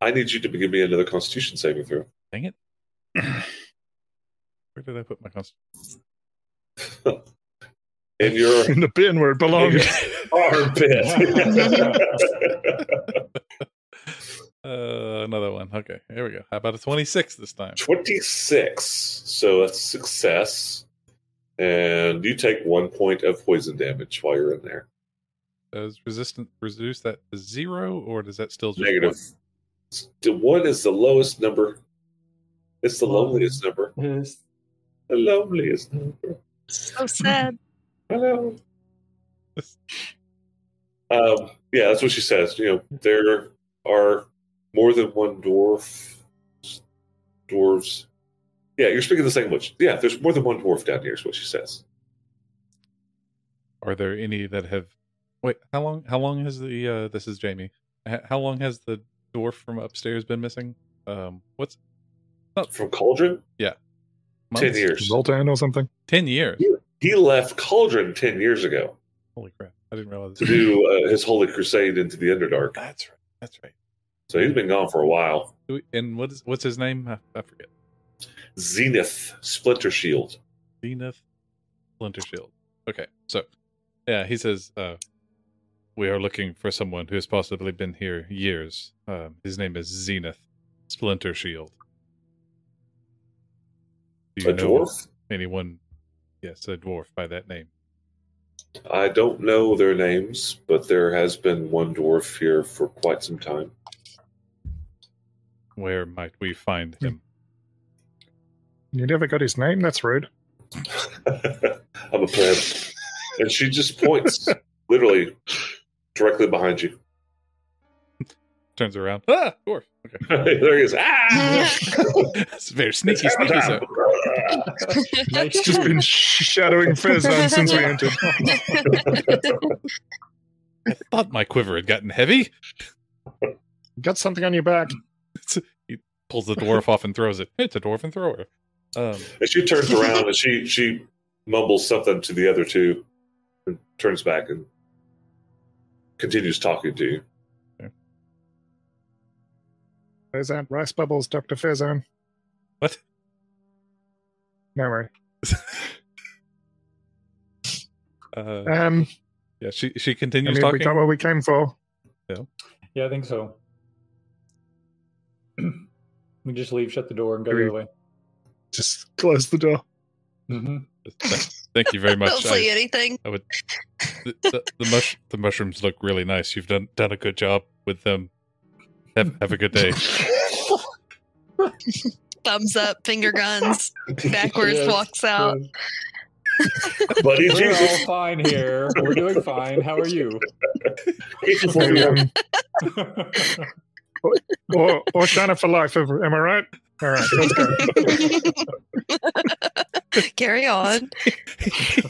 S3: I need you to give me another constitution saving throw.
S2: Dang it. Where did I put my constitution?
S3: In your
S5: in the bin where it belongs.
S3: armpit.
S2: Uh, another one. Okay, here we go. How about a twenty-six this time?
S3: 26. So that's success. And you take one point of poison damage while you're in there.
S2: Does resistance reduce that to zero, or does that still just
S3: Negative. The one is the lowest number. It's the loneliest number.
S4: Yes.
S3: The loneliest number.
S1: So sad.
S3: Hello. um, yeah, that's what she says. You know, there are more than one dwarf. Dwarves. Yeah, you're speaking the same language. Yeah, there's more than one dwarf down here, is what she says.
S2: Are there any that have? Wait, how long? How long has the? uh This is Jamie. H- How long has the dwarf from upstairs been missing? Um, what's
S3: From Cauldron,
S2: months?
S3: 10 years.
S5: Zoltan or something.
S2: Ten years.
S3: He left Cauldron 10 years ago
S2: Holy crap! I didn't realize.
S3: to do uh, his holy crusade into the Underdark.
S2: That's right. That's right.
S3: So he's been gone for a while.
S2: Do we- And what is what's his name? I, I forget.
S3: Zenith Splinter Shield.
S2: Zenith Splinter Shield. Okay, so yeah, he says uh, we are looking for someone who has possibly been here years. Um, his name is Zenith Splinter Shield. Do
S3: A dwarf?
S2: anyone? Yes, a dwarf by that name.
S3: I don't know their names, but there has been one dwarf here for quite some time.
S2: Where might we find him?
S5: You never got his name? That's rude.
S3: I'm a pleb. and she just points literally directly behind you.
S2: Turns around. Ah, dwarf. Okay,
S3: there he is. Ah!
S2: it's very sneaky, sneaky. So.
S5: It's just been shadowing Fezan since we entered.
S2: I thought my quiver had gotten heavy.
S5: Got something on your back.
S2: Pulls the dwarf off and throws it. It's a dwarf and thrower. Um,
S3: and she turns around and she she mumbles something to the other two and turns back and continues talking to you.
S5: Fezan, rice bubbles, Dr. Fezan.
S2: What?
S5: No worry.
S2: uh,
S5: Um,
S2: Yeah, she she
S5: I
S2: continues
S5: mean, we
S2: talking.
S5: got what we came for.
S4: Yeah, I think so. we just leave, shut the door, and go the other way.
S5: Just close the door.
S4: Mhm.
S2: Thank you very much. uh,
S1: Don't say
S2: I,
S1: anything.
S2: I would. The, the, the, mush, the mushrooms look really nice. You've done done a good job with them. Have have a good day.
S1: Thumbs up, finger guns, backwards
S4: Yes.
S1: walks out.
S3: Buddy
S4: We're all
S3: Jesus.
S4: fine here. We're doing fine. How are you?
S5: Um, or, or Shana for life, am I right? All right, let's go.
S1: Carry on.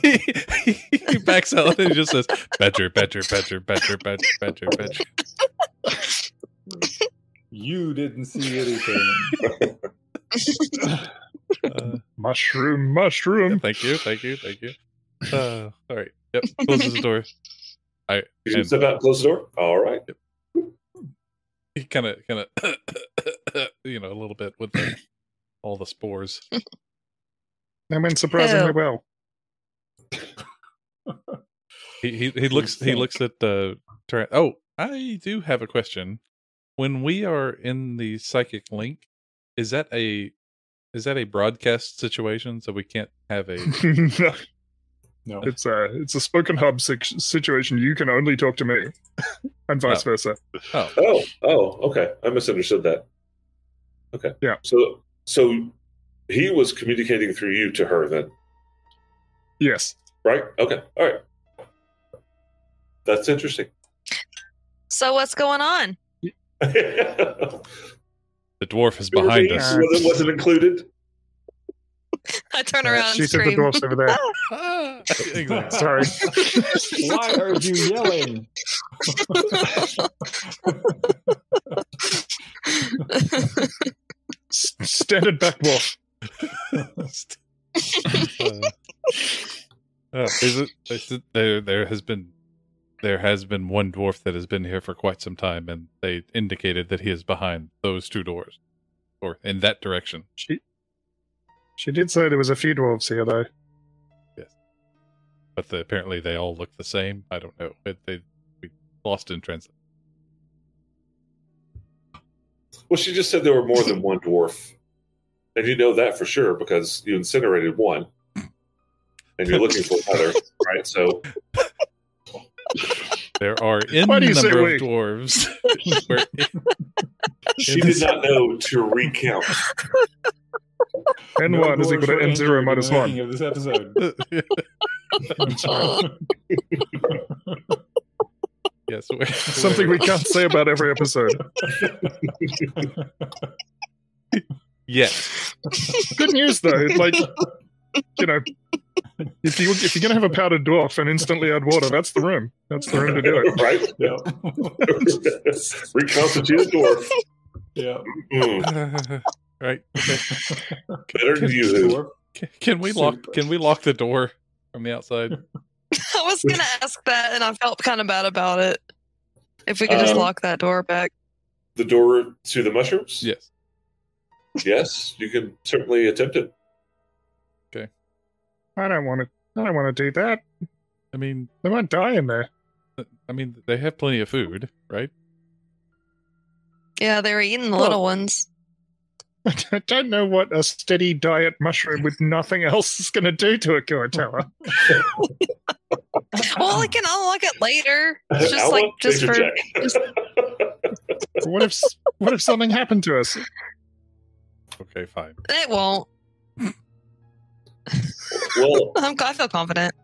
S2: he backs out and he just says, "Better, better, better, better, better, better, better."
S4: you didn't see anything.
S2: Uh,
S5: Mushroom, mushroom.
S2: thank you, thank you, thank you. Uh, all right. Yep. Closes the door. I
S3: Did you
S2: and
S3: step out and close the door? All right.
S2: he kind of, kind of, you know, a little bit with the, all the spores.
S5: I went surprisingly
S1: Ew.
S5: well.
S2: He he, he looks he looks at the Tyrant. Oh, I do have a question. When we are in the psychic link, is that a is that a broadcast situation? So we can't have a
S5: No,
S4: No.
S5: it's a it's a spoken hub sic- situation. You can only talk to me, and vice versa.
S2: oh
S3: Oh, oh, okay. I misunderstood that. Okay.
S5: Yeah.
S3: So, so he was communicating through you to her then,
S5: Yes.
S3: right? Okay. All right. That's interesting.
S1: So what's going on?
S3: Behind
S2: the dwarf is behind us.
S3: Wasn't, wasn't included.
S1: I turn
S5: Uh,
S1: around
S5: she
S1: and
S5: said the
S1: scream.
S5: dwarf's over there.
S2: Ah, exactly.
S5: Sorry.
S4: Why are you yelling?
S5: S- Standard back dwarf.
S2: Uh, uh, is it, is it- there there has been there has been one dwarf that has been here for quite some time and they indicated that he is behind those two doors or in that direction
S5: She she did say there was a few dwarves here though.
S2: but the, apparently they all look the same i don't know but they we lost in translation
S3: Well, she just said there were more than one dwarf, and you know that for sure because you incinerated one, and you're looking for another, right? So,
S2: there are in
S5: Why do you say
S2: number
S5: we?
S2: of dwarves We're in-
S3: she did not know to recount.
S5: N
S4: No
S5: one is
S4: dwarves
S5: equal to
S4: were
S5: N
S4: injured
S5: zero
S4: in
S5: minus
S4: the
S5: one.
S4: making Of this episode. I'm sorry.
S2: yes we're,
S5: Something we can't say about every episode.
S2: yes
S5: Good news though, like you know, if you if you're gonna have a powdered dwarf and instantly add water, that's the room. That's the room to do it.
S3: right?
S4: Yep.
S3: Reconstitute a dwarf.
S4: Yep.
S3: Mm,
S2: right
S3: better than you.
S4: Dwarf.
S2: Can, can we lock?
S4: Super.
S2: Can we lock the door from the outside?
S1: I was gonna ask that, and I felt kind of bad about it. If we could just
S3: Um,
S1: lock that door back,
S3: The door to the mushrooms?
S2: yes.
S3: Yes, you can certainly attempt it.
S5: I don't wanna I don't wanna do that.
S2: I mean,
S5: They might die in there.
S2: I mean, they have plenty of food, right?
S1: yeah, they were eating the
S5: Oh.
S1: little ones.
S5: I don't know what a steady diet mushroom with nothing else is gonna do to a Kuratella.
S1: Well, I can unlock it later. It's
S3: I
S1: just like
S3: want
S1: just for
S3: nature
S1: just-
S5: What if what if something happened to us?
S2: Okay, fine.
S1: it won't.
S3: well,
S1: I'm, I feel confident.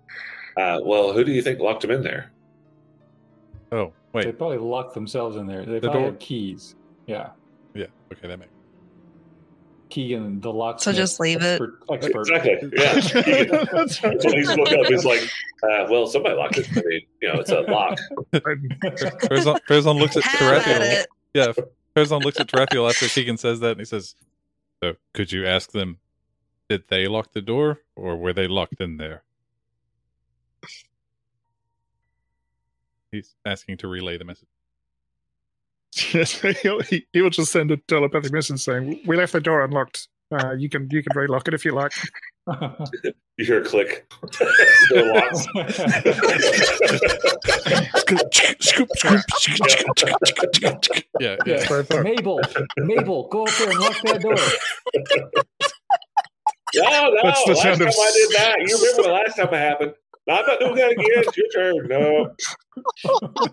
S3: uh, well, who do you think locked him in there?
S2: Oh,
S4: They
S2: wait.
S4: probably locked themselves in there. They
S2: The
S4: probably
S2: door-
S4: had keys. Yeah.
S2: Yeah. Okay, that makes.
S4: Keegan, the lock.
S1: So just leave it.
S4: expert, Expert.
S3: Exactly. Yeah.
S5: That's right.
S3: That's when he's woke up. He's like, uh, well, somebody locked it. I mean, you know, it's a lock.
S2: Farazan, Farazan looks at
S1: Have at
S2: Tarathiel.
S1: it.
S2: Yeah, Farazan looks at Tarathiel after Keegan says that, and he says, "So, could you ask them, did they lock the door, or were they locked in there?" He's asking to relay the message.
S5: Yes, he'll, he, he will just send a telepathic message saying, "We left the door unlocked. Uh, you can you can relock it if you like."
S3: You hear a click. They're locked.
S2: Yeah, yeah.
S4: yeah. Mabel, Mabel, go up there and lock that door.
S3: No, no.
S5: That's the
S3: last
S5: sound
S3: time
S5: of
S3: I did that. You remember the last time it happened. No, I'm not doing that again. It's your turn. No.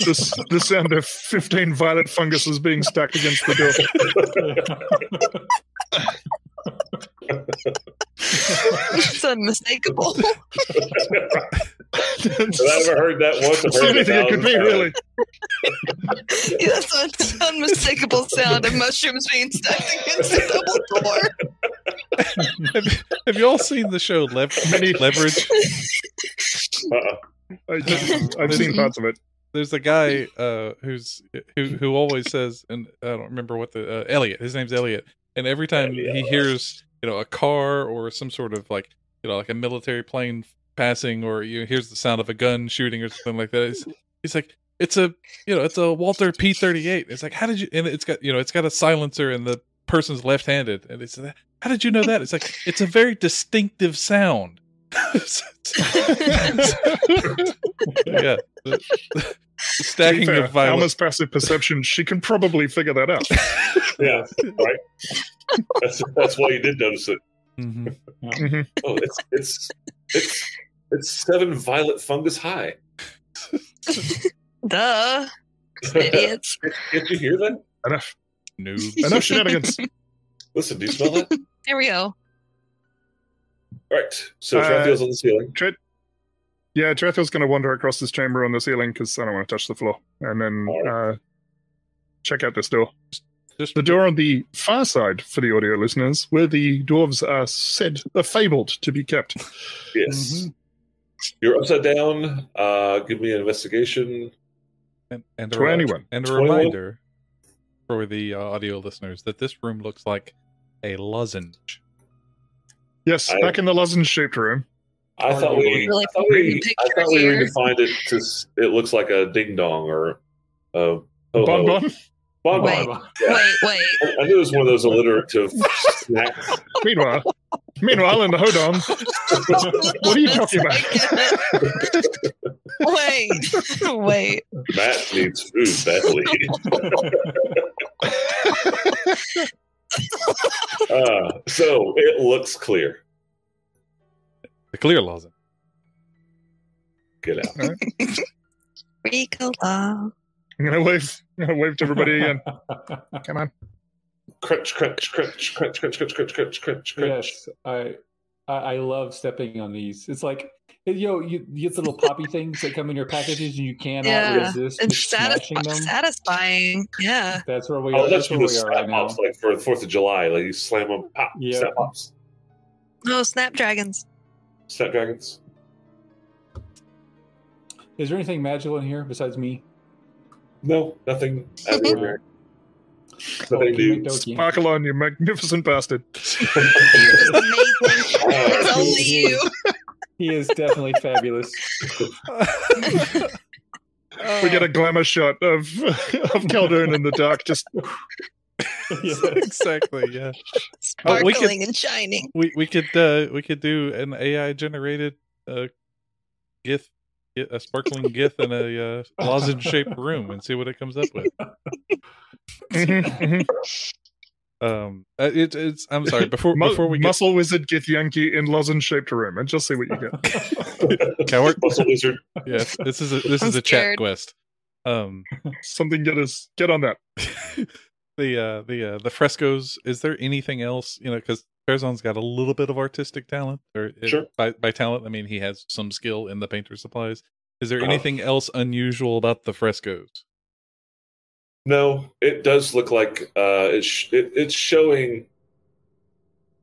S5: The, the sound of fifteen violet funguses being stacked against the door.
S1: It's unmistakable.
S3: I've never heard that once. I've heard
S5: It's the only
S3: it a
S5: thing it could be,
S3: thousand
S5: really.
S1: Yes, an unmistakable sound of mushrooms being stacked against a double door.
S2: Have you all seen the show Lev- Leverage?
S3: times. Uh-uh.
S5: I just, I've seen parts of it.
S2: there's a guy uh who's who who always says and i don't remember what the uh, elliot his name's elliot and every time he hears you know a car or some sort of like you know, like a military plane passing, or you here's the sound of a gun shooting or something like that. It's, it's like it's a you know it's a Walter P thirty eight. It's like how did you? And it's got you know it's got a silencer, and the person's left handed, and it's how did you know that? It's like it's a very distinctive sound. yeah, the- the stacking
S5: fair,
S2: of violence.
S5: Alma's passive perception, she can probably figure that out.
S3: Yeah, right. That's that's why you did notice it.
S2: Mhm.
S5: Mhm.
S3: Oh, it's it's it's it's seven violet fungus high.
S1: Duh.
S3: Did
S1: Idiots.
S3: you hear that?
S5: Enough.
S2: No,
S5: Enough shenanigans.
S3: Listen, do you smell that?
S1: There we go.
S3: All right. So
S5: Uh,
S3: Raphael's on the ceiling.
S5: Yeah, Drethiel's going to wander across this chamber on the ceiling because I don't want to touch the floor. And then uh, check out this door.
S2: just
S5: The door on the far side, for the audio listeners, where the dwarves are said, are fabled to be kept.
S3: Yes. You're upside down. Uh, give me an investigation.
S2: and, and a,
S5: To
S2: re-
S5: anyone.
S2: and a
S3: 21.
S2: reminder for the uh, audio listeners that this room looks like a lozenge.
S5: Yes,
S3: I-
S5: back in the lozenge shaped room.
S3: I thought we,
S1: Really
S3: I thought we,
S1: pretty
S3: I thought we
S1: picture here.
S3: redefined it to. s- It looks like a ding dong or a ho-ho.
S5: Bon Bon?
S3: Bon bon.
S1: Wait. Wait, wait.
S3: I, I knew it was one of those alliterative snacks.
S5: Meanwhile, meanwhile, in the Hodon, what are you talking about?
S1: wait. wait.
S3: Matt needs food badly. uh, so it looks clear.
S2: The clear lozenge.
S3: Get out.
S1: Rico Law.
S5: I'm going to wave. I'm going to wave to everybody again. Come on.
S3: Crunch, crunch, crunch, crunch, crunch, crunch, crunch, crunch, crunch, crunch.
S4: yes, I, I I love stepping on these. It's like you know, you, you get the little poppy things that come in your packages, and you cannot
S1: Yeah,
S4: resist
S1: And
S4: just smashing
S1: satisfying.
S4: them.
S1: satisfying. Yeah.
S4: That's where we are.
S3: Oh,
S4: that's
S3: that's
S4: where
S3: one of
S4: we
S3: those
S4: are right
S3: snap
S4: now.
S3: pops, like for the Fourth of July. Like you slam them, pop,
S4: Yeah.
S3: snap pops,
S1: No, Snapdragons.
S3: snapdragons.
S4: Is there anything magical in here besides me?
S3: No, nothing out of the ordinary. Nothing
S4: Okey
S3: new.
S4: dokey.
S5: Sparkle on, you magnificent bastard.
S1: You're just amazing.
S3: Uh,
S1: It's only you.
S4: He is definitely fabulous.
S5: We get a glamour shot of of Caldoon in the dark, just
S4: Yes.
S2: exactly. Yeah, Oh, we
S1: Sparkling
S2: could-
S1: and shining.
S2: we we could uh, we could do an AI generated uh, gif, gi- a sparkling gif in a uh, lozenge shaped room and see what it comes up with.
S5: mhm, mhm.
S2: Um, uh, it, it's I'm sorry before
S5: Mu-
S2: before we get
S5: muscle wizard Gith Yankee in lozenge shaped room, and just see what you get.
S2: coward.
S3: Muscle wizard.
S2: Yeah, this is a this
S1: I'm
S2: is a
S1: scared.
S2: chat quest. Um,
S5: Something get us get on that.
S2: the uh the uh the frescoes is there anything else you know because Perzon's got a little bit of artistic talent or it-
S3: Sure.
S2: by, by talent i mean he has some skill in the painter supplies is there
S3: Uh-huh.
S2: anything else unusual about the frescoes
S3: No, it does look like uh, it's sh- it, it's showing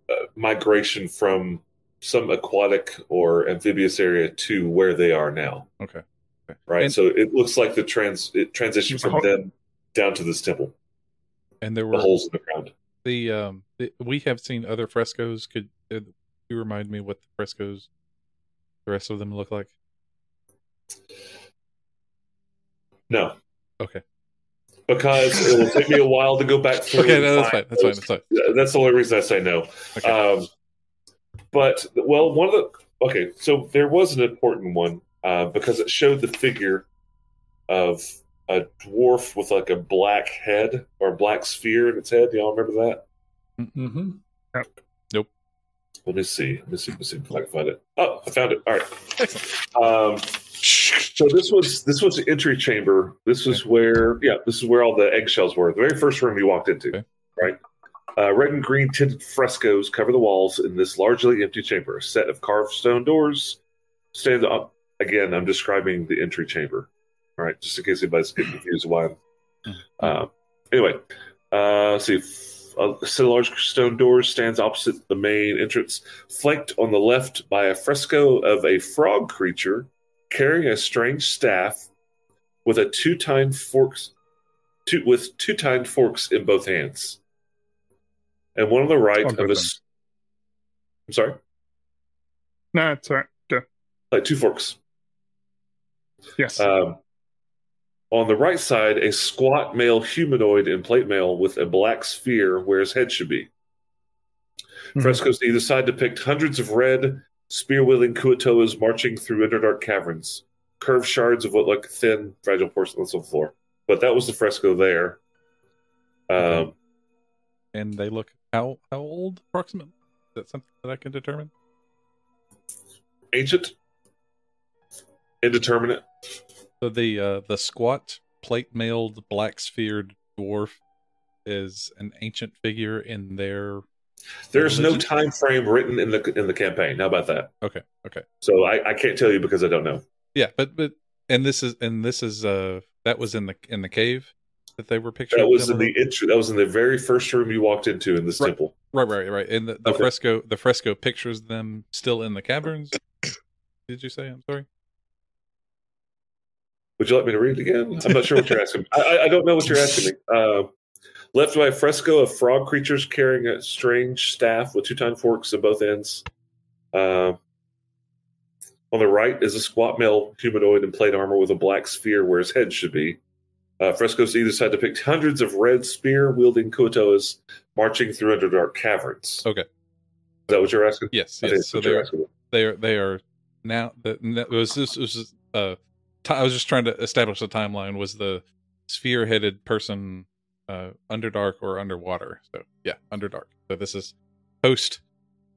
S3: uh, migration from some aquatic or amphibious area to where they are now.
S2: okay
S3: Right,
S2: And-
S3: so it looks like the trans it transitioned from them down to this temple.
S2: and there
S3: The
S2: were
S3: holes in the ground.
S2: the um the, we have seen other frescoes could uh, you remind me what the frescoes the rest of them look like
S3: No.
S2: Okay.
S3: Because it will take me a while to go back through.
S2: okay
S3: and
S2: no, that's fine
S3: find
S2: that's fine
S3: those.
S2: that's fine
S3: That's the only reason I say no.
S2: okay.
S3: Um, but well, one of the okay, so there was an important one uh, because it showed the figure of a dwarf with like a black head or a black sphere in its head. Do y'all remember that?
S4: hmm
S3: Let me see. Let me see. Let me see if I can find it. Oh, I found it. All right. Um, so this was this was the entry chamber. This was where yeah, this is where all the eggshells were. The very first room you walked into,
S2: Okay.
S3: right? Uh, red and green tinted frescoes cover the walls in this largely empty chamber. A set of carved stone doors stand up. Again, I'm describing the entry chamber. All right, just in case anybody's getting confused why. I'm- Um, anyway, uh, let's see. F- A set of large stone doors stands opposite the main entrance, flanked on the left by a fresco of a frog creature carrying a strange staff with a two-tined forks, two, with two-tined forks in both hands, and one on the right
S5: Oh,
S3: of a.
S5: good
S3: s- I'm sorry.
S5: No, it's all right.
S3: like two forks.
S5: Yes.
S3: Um, on the right side, a squat male humanoid in plate mail with a black sphere where his head should be.
S5: Mhm.
S3: Frescoes to either side depict hundreds of red, spear wielding Kuatoas marching through interdark caverns, curved shards of what look thin, fragile porcelains on the floor. But that was the fresco there. Um,
S2: and they look how how old approximately? Is that something that I can determine?
S3: ancient, indeterminate.
S2: So the uh, the squat plate mailed black sphered dwarf is an ancient figure in their
S3: There's no
S2: religion?
S3: time frame written in the in the campaign. How about that?
S2: Okay, okay.
S3: So I, I can't tell you because I don't know.
S2: Yeah, but but and this is and this is uh that was in the in the cave that they were picturing.
S3: That was
S2: them
S3: in the intro. That was in the very first room you walked into in this
S2: Right.
S3: temple.
S2: right, right, right. And the, the
S3: Okay.
S2: fresco the fresco pictures them still in the caverns. Did you say? I'm sorry.
S3: Would you like me to read it again? I'm not sure what you're asking. I- I, I don't know what you're asking me. Uh, left by a fresco of frog creatures carrying a strange staff with two tine forks at both ends. Uh, on the right is a squat male humanoid in plate armor with a black sphere where his head should be. Uh, frescoes to either side depict hundreds of red spear wielding Kuotoas marching through underdark caverns.
S2: Okay.
S3: Is that what you're asking?
S2: Yes,
S3: I think
S2: yes.
S3: that's
S2: So
S3: what you're
S2: they're
S3: asking.
S2: they are they are now that that was this was uh ti- I was just trying to establish the timeline was the sphere headed person uh underdark or underwater so yeah underdark so this is post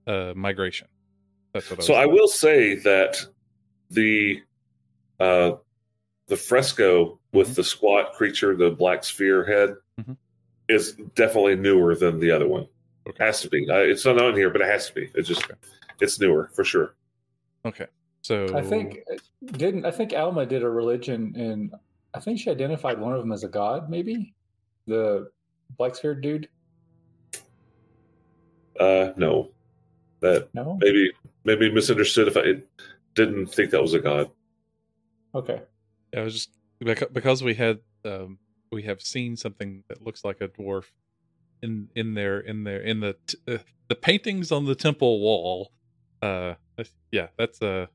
S2: uh migration that's what I
S3: So
S2: was
S3: I will say that the uh, the fresco with
S2: Mhm.
S3: the squat creature, the black sphere head,
S2: Mhm.
S3: is definitely newer than the other one.
S2: Okay.
S3: Has to be. Uh, it's not on here, but it has to be. It's just it's newer for sure.
S2: okay so
S3: Oh.
S4: I think didn't I think Alma did a religion and I think she identified one of them as a god, maybe the black sphere dude.
S3: Uh, no, that
S4: No,
S3: maybe maybe misunderstood. If I it didn't think that was a god,
S4: okay,
S2: I was just beca- because we had um, we have seen something that looks like a dwarf in in there in there in the t- uh, the paintings on the temple wall. Uh, that's- yeah, that's uh,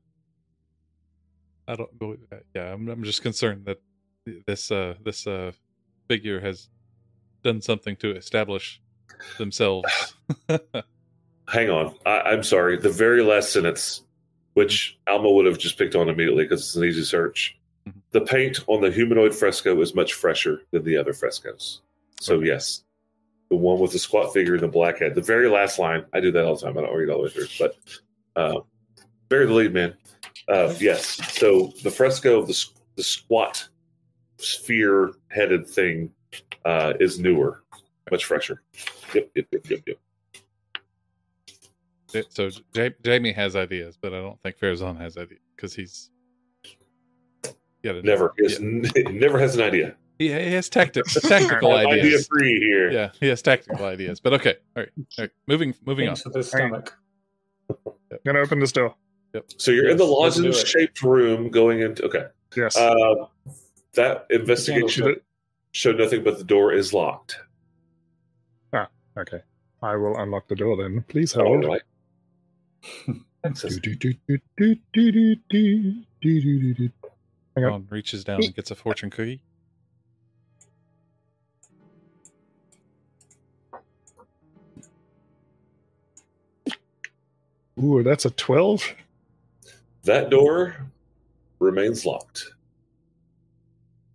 S2: I don't. know- uh, Yeah, I'm I'm just concerned that this uh this uh figure has done something to establish themselves.
S3: hang on. I, I'm sorry. The very last sentence, which Alma would have just picked on immediately because it's an easy search.
S2: Mhm.
S3: The paint on the humanoid fresco is much fresher than the other frescoes. So
S2: Okay.
S3: yes, the one with the squat figure and the black head. The very last line. I do that all the time. I don't read all the way through, but uh, bury the lead, man. Uh, yes. So the fresco of the s- the squat sphere headed thing uh, is newer, much fresher. Yep, yep, yep, yep, yep.
S2: Ja- so Ja- Jamie has ideas, but I don't think Farazan has ideas because he's yeah
S3: Never. He has, n- never has an idea.
S2: He he has tactics, tactical
S5: Idea
S3: Idea
S2: ideas.
S3: free here.
S2: Yeah, he has tactical ideas. But okay, all right, all right. Moving, moving on.
S4: Thanks with the stomach.
S5: Gonna open this door.
S3: So you're in
S4: Yes,
S3: the
S4: let's do it.
S3: lozenge-shaped room going into. Okay.
S5: Yes.
S3: Um, that
S4: Candle
S3: investigation
S4: shaped.
S3: showed nothing, but the door is locked.
S5: okay. I will unlock the door then. Please
S3: All
S5: hold.
S3: Oh, right.
S5: Do, do, do, do, do, do, do, do, do, do, do, do. Hang on.
S2: Ron reaches down and gets a fortune cookie.
S5: Ooh, that's a 12.
S3: That door remains locked.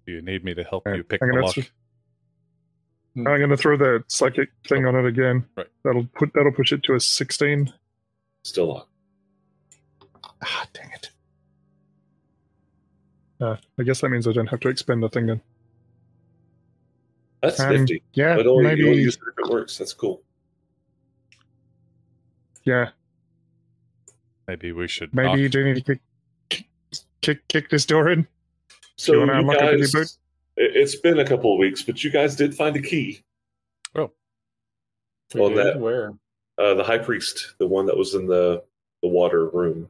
S2: Do you need me to help
S5: Yeah,
S2: you pick
S5: I
S2: the
S5: can
S2: lock?
S5: answer. I'm gonna throw the psychic thing on it again.
S2: Right.
S5: That'll put that'll push it to a 16.
S3: Still locked.
S5: Ah, dang it. Uh, I guess that means I don't have to expend the thing then.
S3: That's
S5: Um,
S3: nifty.
S5: Yeah,
S3: But only you
S5: maybe.
S3: only use it if it works. That's cool.
S5: yeah,
S2: Maybe we should.
S5: maybe
S3: Ah.
S5: you
S2: knock.
S5: do need to kick, kick, kick, kick this door in.
S3: So
S5: wanna
S3: you
S5: unlock it with
S3: guys,
S5: your boot?
S3: it- it's been a couple of weeks, but you guys did find a key.
S4: We
S3: on
S4: did.
S3: that.
S4: Where?
S3: Uh, the high priest, the one that was in the the water room.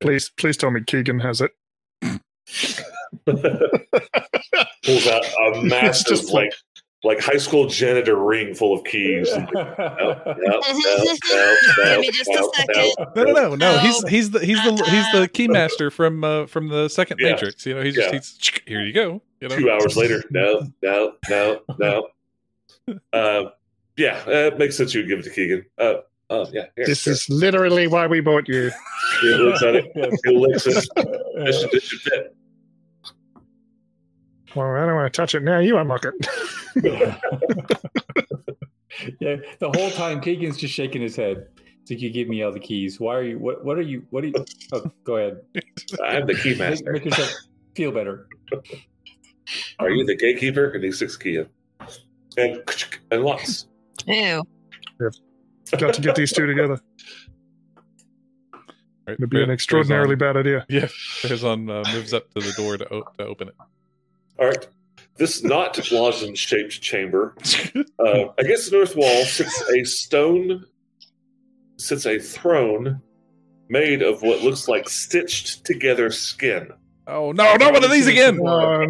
S5: Please, please tell me Keegan has it.
S3: pulls out a massive
S5: just
S3: like like high school janitor ring full of keys. Nope, nope, nope, nope,
S1: Give me just a
S3: nope,
S1: second.
S3: nope,
S2: No, no, no, no.
S1: No.
S2: He's he's the he's the he's the keymaster from uh, from the second
S3: Yeah.
S2: Matrix. You know, he just
S3: Yeah.
S2: he's here. You go. You know?
S3: Two hours later, no, no, no, no. Uh, yeah, uh, it makes sense you would give it to Keegan. Uh, oh, yeah. here,
S5: This
S3: sure.
S5: is literally why we bought you.
S3: He looks at it. He looks at it. This should- this should fit.
S5: Well, I don't want to touch it now. You unlock it.
S4: yeah, the whole time Keegan's just shaking his head. It's like you give me all the keys. Why are you? What? What are you? What are you? Oh, go ahead.
S3: I'm the key
S4: Make,
S3: master.
S4: make yourself feel better.
S3: Are you the gatekeeper? And he sticks the key in. And unlocks.
S1: Ew.
S5: Got to get these two together.
S2: Right,
S5: It'd be an
S2: Bears on-
S5: extraordinarily bad idea.
S2: Yeah, Farazan uh, moves up to the door to, o- to open
S3: All right. This not lozenge shaped chamber
S2: it.
S3: uh, against the north wall sits a stone, sits a throne made of what looks like stitched together skin.
S2: oh no, not one of these again!
S5: Uh,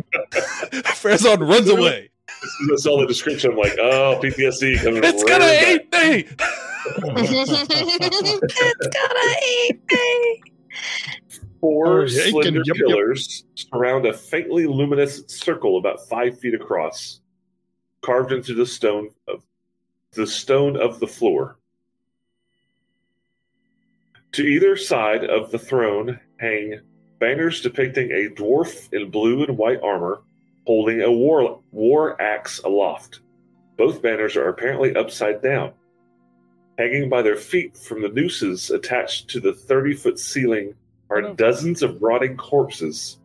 S2: Farazan runs away.
S3: As soon as I saw the description, I'm like, oh, PTSD coming.
S2: It's
S3: right
S2: gonna
S3: back.
S2: eat me.
S1: it's gotta eat me.
S3: Four
S5: Oh, yeah, it
S3: slender
S5: can- yep, yep.
S3: pillars surround a faintly luminous circle about five feet across, carved into the stone of the stone of the floor. To either side of the throne hang banners depicting a dwarf in blue and white armor holding a war, war axe aloft. Both banners are apparently upside down, hanging by their feet from the nooses attached to the 30 foot ceiling are
S2: Oh.
S3: dozens of rotting corpses,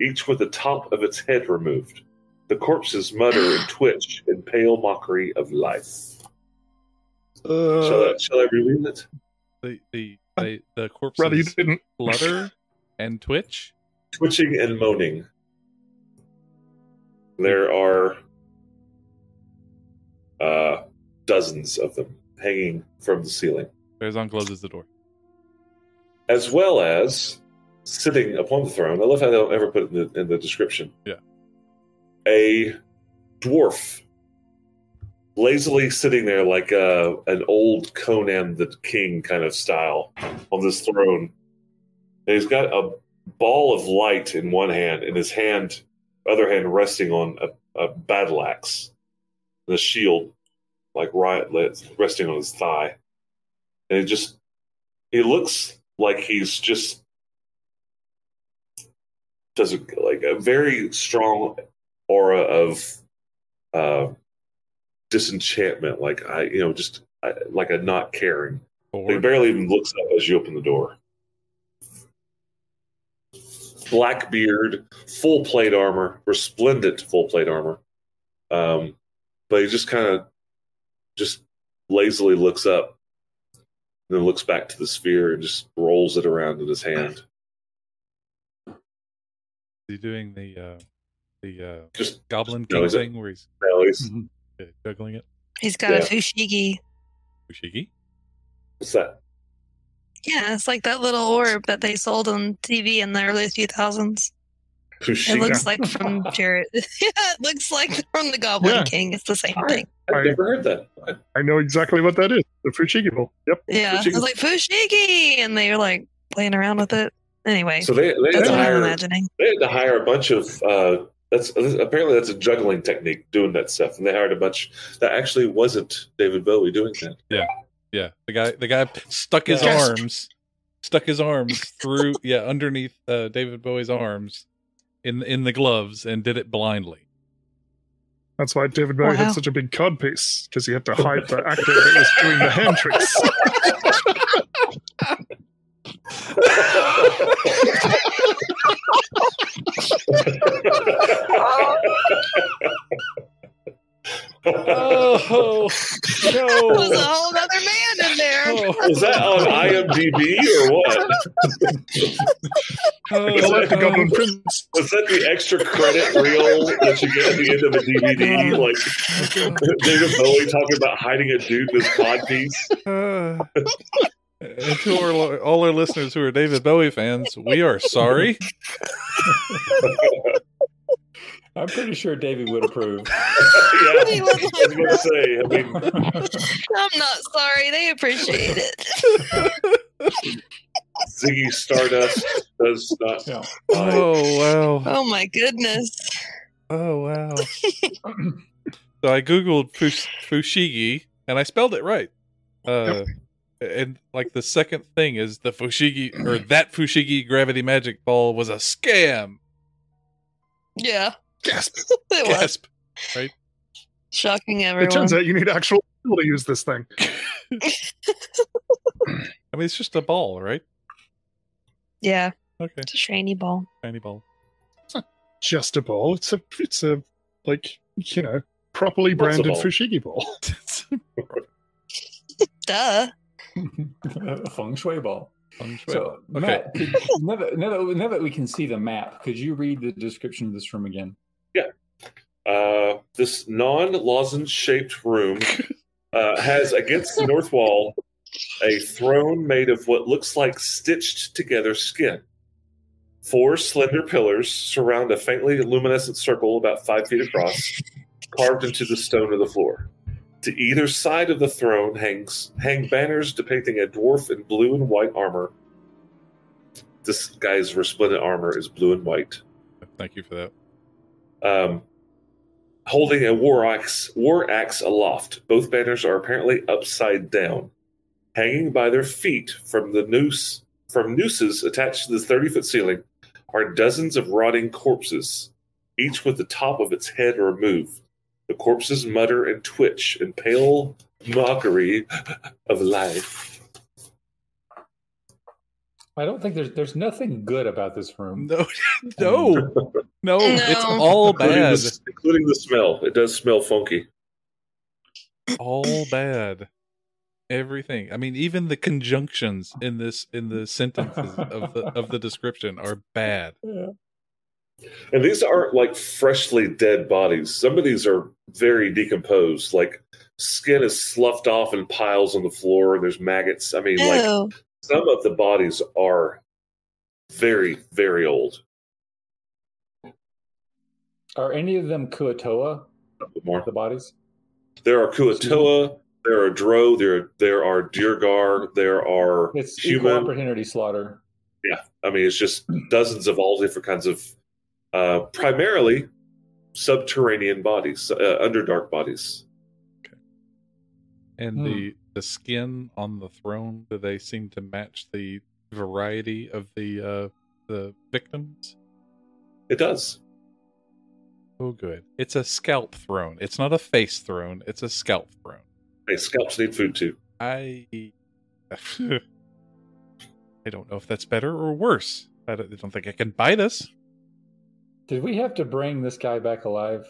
S3: each with the top of its head removed. The corpses mutter and twitch in pale mockery of life.
S2: Uh,
S3: shall, I, shall I reread it?
S2: The the the, the corpses
S5: rather, you didn't.
S2: flutter and twitch.
S3: Twitching and moaning. There are uh, dozens of them hanging from the ceiling,
S2: Farazan closes the door.
S3: as well as sitting upon the throne. I love how they don't ever put it in the, in the description.
S2: Yeah.
S3: A dwarf lazily sitting there like uh, an old Conan the King kind of style on this throne. And he's got a ball of light in one hand, and his hand, other hand, resting on a, a battle axe, the shield, like right, resting on his thigh. And it just, he looks like he's just does a, like a very strong aura of uh, disenchantment, like I, you know, just I, like a not caring. He
S2: Bored.
S3: barely even looks up as you open the door. Black beard, full plate armor, resplendent full plate armor. Um, but he just kind of just lazily looks up, then looks back to the sphere and just rolls it around in his hand.
S2: Is he doing the uh, the uh,
S3: Just
S2: goblin
S3: No,
S2: king
S3: Oh, is it-
S2: thing where he's
S3: now he's,
S2: uh, juggling it?
S1: He's got
S3: Yeah.
S1: a fushigi.
S2: Ushigi?
S3: what's that?
S1: Yeah, it's like that little orb that they sold on TV in the early 2000s. It
S3: Fushigi.
S1: looks like from Jared. yeah, it looks like from the Goblin
S5: Yeah.
S1: King. It's the same
S3: Alright.
S1: thing.
S3: I've never heard that.
S5: I know exactly what that is. The Fushigi Bowl. Yep.
S1: Yeah,
S3: Fushigi.
S1: it's like fushigi, and they were like playing around with it. Anyway,
S3: So they they had,
S1: that's
S3: to
S1: what I'm
S3: hire,
S1: imagining.
S3: they had to hire a bunch of uh, that's apparently that's a juggling technique doing that stuff, and they hired a bunch that actually wasn't David Bowie doing that.
S2: Yeah, the guy the guy stuck his
S5: Yes.
S2: arms, stuck his arms through yeah underneath uh, David Bowie's arms, in in the gloves and did it blindly.
S5: That's why David Bowie
S1: Wow.
S5: had such a big cod piece, because he had to hide the actor that was doing the hand tricks.
S2: Oh
S1: There was a
S2: no!
S1: whole other man in
S2: Oh.
S1: there.
S3: Was that on IMDb or what?
S2: oh,
S5: Because like the Goblin Prince.
S3: Was that the extra credit reel that you get at the end of a DVD? Like David Bowie talking about hiding a dude in his cod piece?
S2: oh. and to our, all our listeners who are David Bowie fans, we are sorry.
S4: I I'm pretty sure David would approve.
S3: yeah,
S1: He would
S3: I was going to
S1: like-
S3: say. I mean,
S1: I'm not sorry. They appreciate it.
S3: Ziggy Stardust does not.
S4: Yeah.
S3: mind.
S2: Oh wow!
S1: Oh my goodness.
S2: Oh wow! So I googled fush- fushigi and I spelled it right. Uh, And like the second thing is the fushigi or that fushigi gravity magic ball was a scam.
S1: Yeah,
S5: Gasp.
S1: it was
S2: Gasp.
S1: shocking
S5: It
S1: everyone.
S5: turns out you need actual people to use this thing.
S2: I mean, it's just a ball, right?
S1: yeah,
S2: Okay,
S1: it's a shiny ball.
S2: tiny ball.
S5: Just a ball. It's a it's a like you know properly
S3: What's a
S5: branded
S3: ball?
S5: fushigi ball.
S1: Duh.
S4: Feng Shui ball.
S2: Feng shui.
S4: So,
S2: Okay.
S4: Matt, could- now, that, now, that, now that we can see the map, could you read the description of this room again?
S3: Uh, this non lozenge shaped room uh, has against the north wall a throne made of what looks like stitched together skin. Four slender pillars surround a faintly luminescent circle about five feet across, carved into the stone of the floor. To either side of the throne hangs hang banners depicting a dwarf in blue and white armor. This guy's resplendent armor is blue and white
S2: Thank you for that.
S3: um, holding a war axe, war axe aloft. Both banners are apparently upside down, hanging by their feet from the noose from nooses attached to the thirty foot ceiling. Are dozens of rotting corpses, each with the top of its head removed. The corpses mutter and twitch in pale mockery of life.
S4: I don't think there's there's nothing good about this room.
S2: No, no, Um, no, It's all
S3: Including
S2: bad.
S3: the, including the smell. It does smell funky.
S2: all bad. Everything. I mean, even the conjunctions in this in the sentences of the of the description are bad.
S4: Yeah.
S3: And these aren't like freshly dead bodies. Some of these are very decomposed. Like skin is sloughed off in piles on the floor. There's maggots. I mean, like
S1: Ew.
S3: some of the bodies are very, very old.
S4: Are any of them Kuatoa,
S3: More.
S4: the bodies?
S3: There are Kuatoa. There are Dro. There there are Dirgar. There are
S4: It's equal
S3: human.
S4: opportunity slaughter.
S3: I mean, it's just dozens of all different kinds of, uh, primarily subterranean bodies, uh, underdark bodies.
S2: And the the skin on the throne do they seem to match the variety of the uh the victims?
S3: It does.
S2: Oh, good. It's a scalp throne. It's not a face throne. It's a scalp throne.
S3: Hey, scalps need food too.
S2: I I don't know if that's better or worse. I don't, I don't think I can buy this.
S4: Did we have to bring this guy back alive?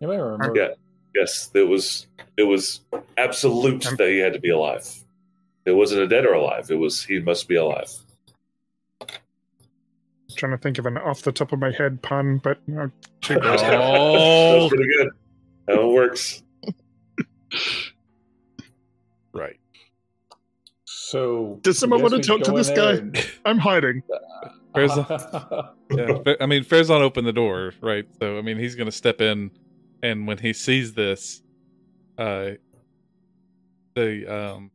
S4: Anybody remember?
S3: Yeah. Yes, it was. It was absolute that he had to be alive. It wasn't a dead or alive. It was he must be alive.
S5: trying to think of an off the top of my head pun, but you know, too bad.
S2: Oh.
S3: That's pretty good. That one works.
S2: Right.
S4: So
S5: Does someone
S4: I guess
S5: wanna
S4: we
S5: talk
S4: go
S5: to
S4: in
S5: this
S4: there
S5: guy? I'm hiding.
S2: Where's
S4: and-
S2: Yeah, Fa- I mean, Farazan opened the door, right? So, I mean, he's going to step in, and when he sees this, uh, the um,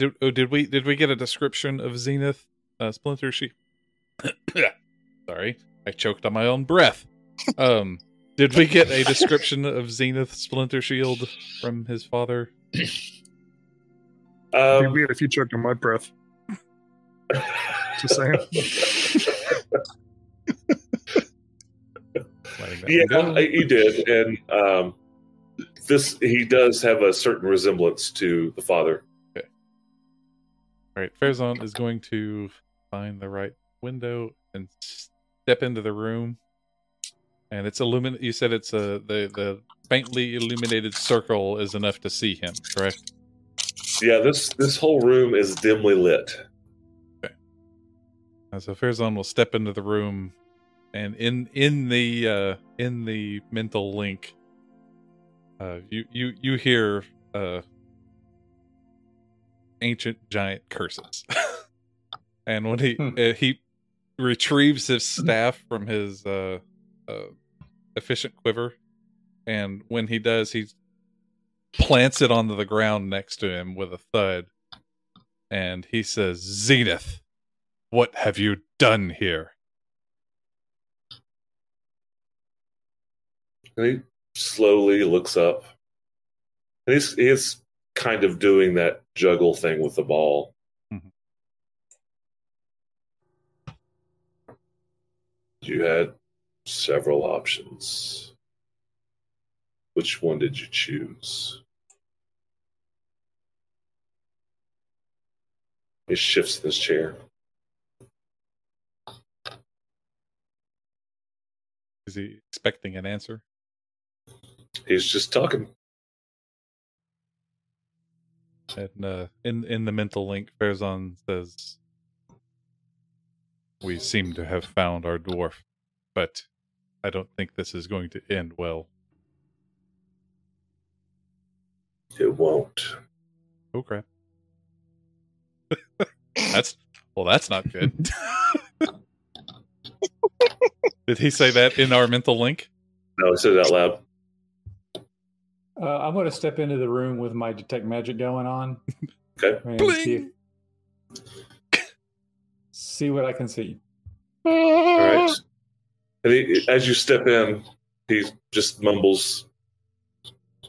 S2: did, oh, did we did we get a description of Zenith uh, Splinter? She, sorry, I choked on my own breath. Um, did we get a description of Zenith Splinter Shield from his father?
S5: It'd be
S3: Um,
S5: weird if you choked on my breath. Just saying.
S2: Letting that
S3: yeah,
S2: one go.
S3: he did, and um, this he does have a certain resemblance to the father.
S2: All right, Farazan is going to find the right window and step into the room. And it's illuminated. You said it's a the the faintly illuminated circle is enough to see him, correct?
S3: Yeah, this this whole room is dimly lit.
S2: Uh, so Farazan will step into the room, and in in the uh, in the mental link, uh, you you you hear uh, ancient giant curses, and when he
S4: Hmm.
S2: uh, he retrieves his staff from his uh, uh, efficient quiver, and when he does, he plants it onto the ground next to him with a thud, and he says, "Zenith, what have you done here?"
S3: And he slowly looks up. And he's he is kind of doing that juggle thing with the ball.
S2: Mhm.
S3: You had several options. Which one did you choose? He shifts in his chair.
S2: Is he expecting an answer?
S3: He's just talking.
S2: And uh, in in the mental link, Farazan says, "We seem to have found our dwarf, but I don't think this is going to end well."
S3: It won't.
S2: Oh crap! that's well, that's not good. Did he say that in our mental link?
S3: No, he said it out loud.
S4: Uh, I'm going to step into the room with my detect magic going on.
S3: Okay.
S4: and see,
S2: Bling!
S4: see what I can see.
S3: All right. And he, as you step in, he just mumbles,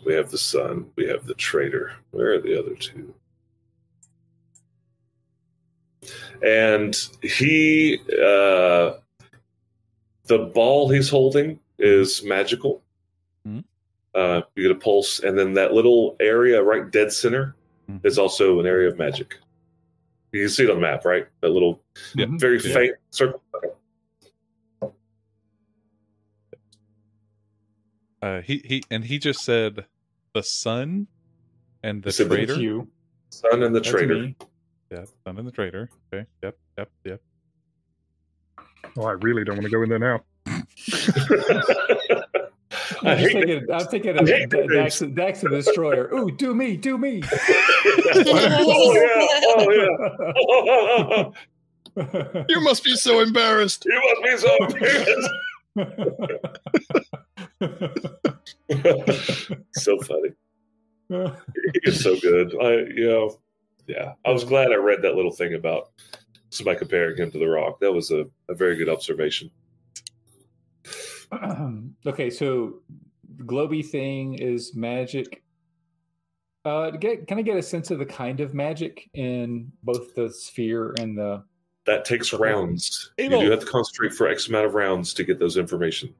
S3: "We have the sun. We have the traitor. Where are the other two? And he, uh, the ball he's holding is magical.
S2: Mhm.
S3: Uh, you get a pulse, and then that little area right dead center
S2: Mhm.
S3: is also an area of magic. You can see it on the map, right? That little
S2: Yeah.
S4: Mhm.
S3: very faint circle.
S2: Uh, he he and he just said the sun and the
S3: He said the
S2: traitor.
S4: That's you.
S3: Sun and the
S4: That's
S3: traitor.
S4: me.
S2: Yeah, sun and the traitor. Okay. Yep. Yep. Yep.
S5: Oh, I really don't want to go in there now.
S3: I
S4: I'm just
S3: hate that.
S4: thinking, I'm thinking
S3: I
S4: of
S3: hate
S4: Da- Dax,
S3: names.
S4: Dax the Destroyer. Ooh, do me, do me.
S3: oh yeah! Oh yeah! Oh, oh, oh, oh.
S5: You must be so embarrassed.
S3: You must be so embarrassed. so funny. You're so good. I you know, yeah. I was glad I read that little thing about somebody comparing him to the Rock. That was a, a very good observation.
S4: okay, so globy thing is magic. Uh, to get can I get a sense of the kind of magic in both the sphere and the?
S3: That takes rounds. You do
S2: Abel.
S3: have to concentrate for X amount of rounds to get those information.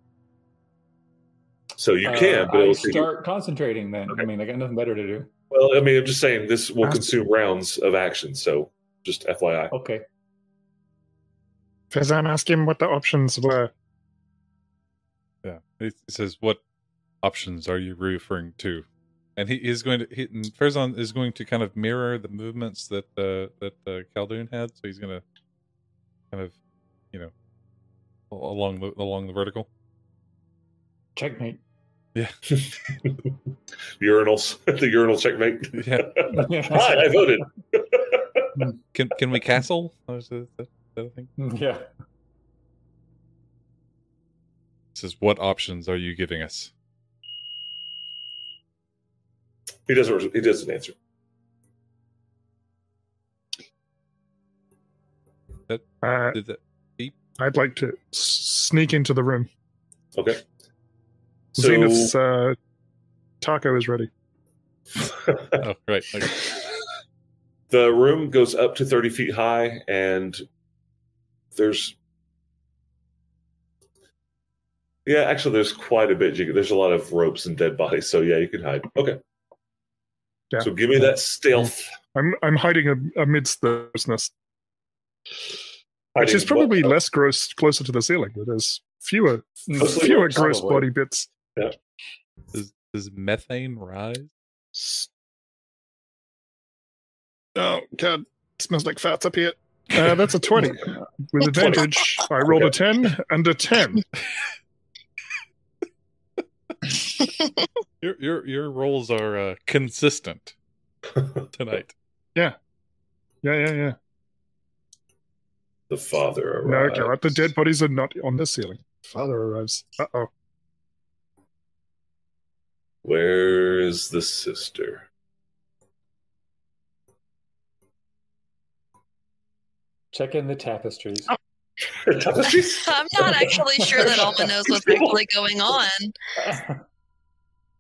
S3: So you
S4: Uh,
S3: can, but it
S4: I
S3: will take you-
S4: start concentrating then. I
S3: Okay.
S4: mean, I got nothing better to do.
S3: Well, I mean, I'm just saying this will consume rounds of action. So just FYI.
S4: Okay,
S5: Fezan asked him what the options were.
S2: Yeah. It it says, "What options are you referring to?" And he is going to. He, and Farazan is going to kind of mirror the movements that uh, that uh, Khaldun had. So he's going to kind of, you know, a- along the along the vertical.
S4: checkmate.
S5: Oh.
S3: Urinals, the urinal checkmate.
S2: Yeah.
S3: Hi, I voted.
S2: Can can we castle? Oh, is that, is that a thing?
S4: yeah.
S2: It says, "What options are you giving us?"
S3: He doesn't. He doesn't answer.
S5: Uh,
S2: Did that,
S5: I'd like to s- sneak into the room.
S3: Okay. So,
S5: Zenith's uh, taco is ready.
S2: oh, right. okay.
S3: the room goes up to thirty feet high, and there's yeah, actually, there's quite a bit. You, can- there's a lot of ropes and dead bodies. So yeah, you can hide. Okay.
S5: Yeah.
S3: So give me that stealth.
S5: I'm I'm hiding am- amidst the grossness, which is
S3: hiding. Well,
S5: probably less gross closer to the ceiling. where There's fewer
S3: Mostly
S5: fewer
S3: yours,
S5: gross
S4: probably.
S5: body bits.
S2: Does, does methane rise?
S5: Oh god, smells like fats up here. Uh, that's a twenty with
S3: 20.
S5: advantage. I rolled a
S3: Okay.
S5: ten and a ten.
S2: Your your your roles are uh, consistent tonight.
S5: Yeah, yeah, yeah.
S3: The father
S5: No,
S3: arrives.
S5: God, the dead bodies are not on the ceiling. Father arrives. Uh oh.
S3: Where is the sister?
S4: Check in the tapestries.
S1: Oh. I'm not actually sure that Alma knows what's actually going on.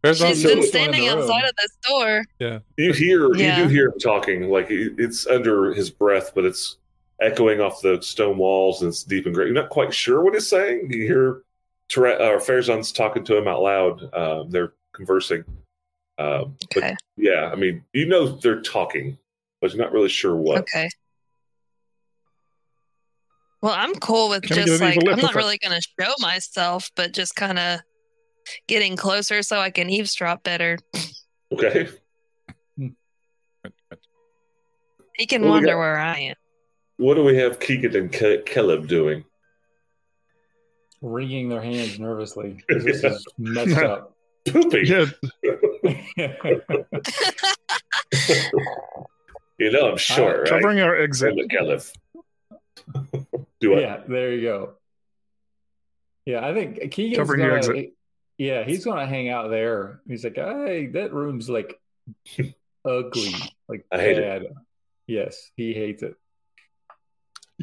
S2: There's
S1: She's
S2: also-
S1: been
S4: Someone's
S1: standing
S4: in the room.
S1: outside of this door.
S3: You hear,
S1: Yeah.
S3: you do hear him talking. Like it- it's under his breath, but it's echoing off the stone walls, and it's deep and great. You're not quite sure what he's saying. You hear Tere- uh, Farazan's talking to him out loud. Um, they're conversing. Um, but
S1: Okay.
S3: yeah, I mean, you know they're talking, but you're not really sure what.
S1: Okay. Well, I'm cool with
S5: Can we
S1: just
S5: go to the
S1: like
S5: evil
S1: I'm not
S5: lip?
S1: really going to show myself, but just kind of getting closer so I can eavesdrop better.
S3: Okay,
S1: He can
S3: Well, we
S1: wonder
S3: got-
S1: where I am.
S3: what do we have Keegan and Ke- Caleb doing?
S4: wringing their hands nervously. 'cause This is messed up.
S3: Pooping.
S5: Yeah,
S3: You
S5: Uh,
S3: know, I'm sure, right?
S5: covering our exit.
S3: Caleb, Caleb. do I?
S4: yeah, there you go. Yeah, I think Keegan's
S5: Covering the
S4: gonna,
S5: exit.
S4: Yeah, he's gonna hang out there. He's like, hey, that room's like ugly, like
S3: I hate it.
S4: bad. Yes, he hates it.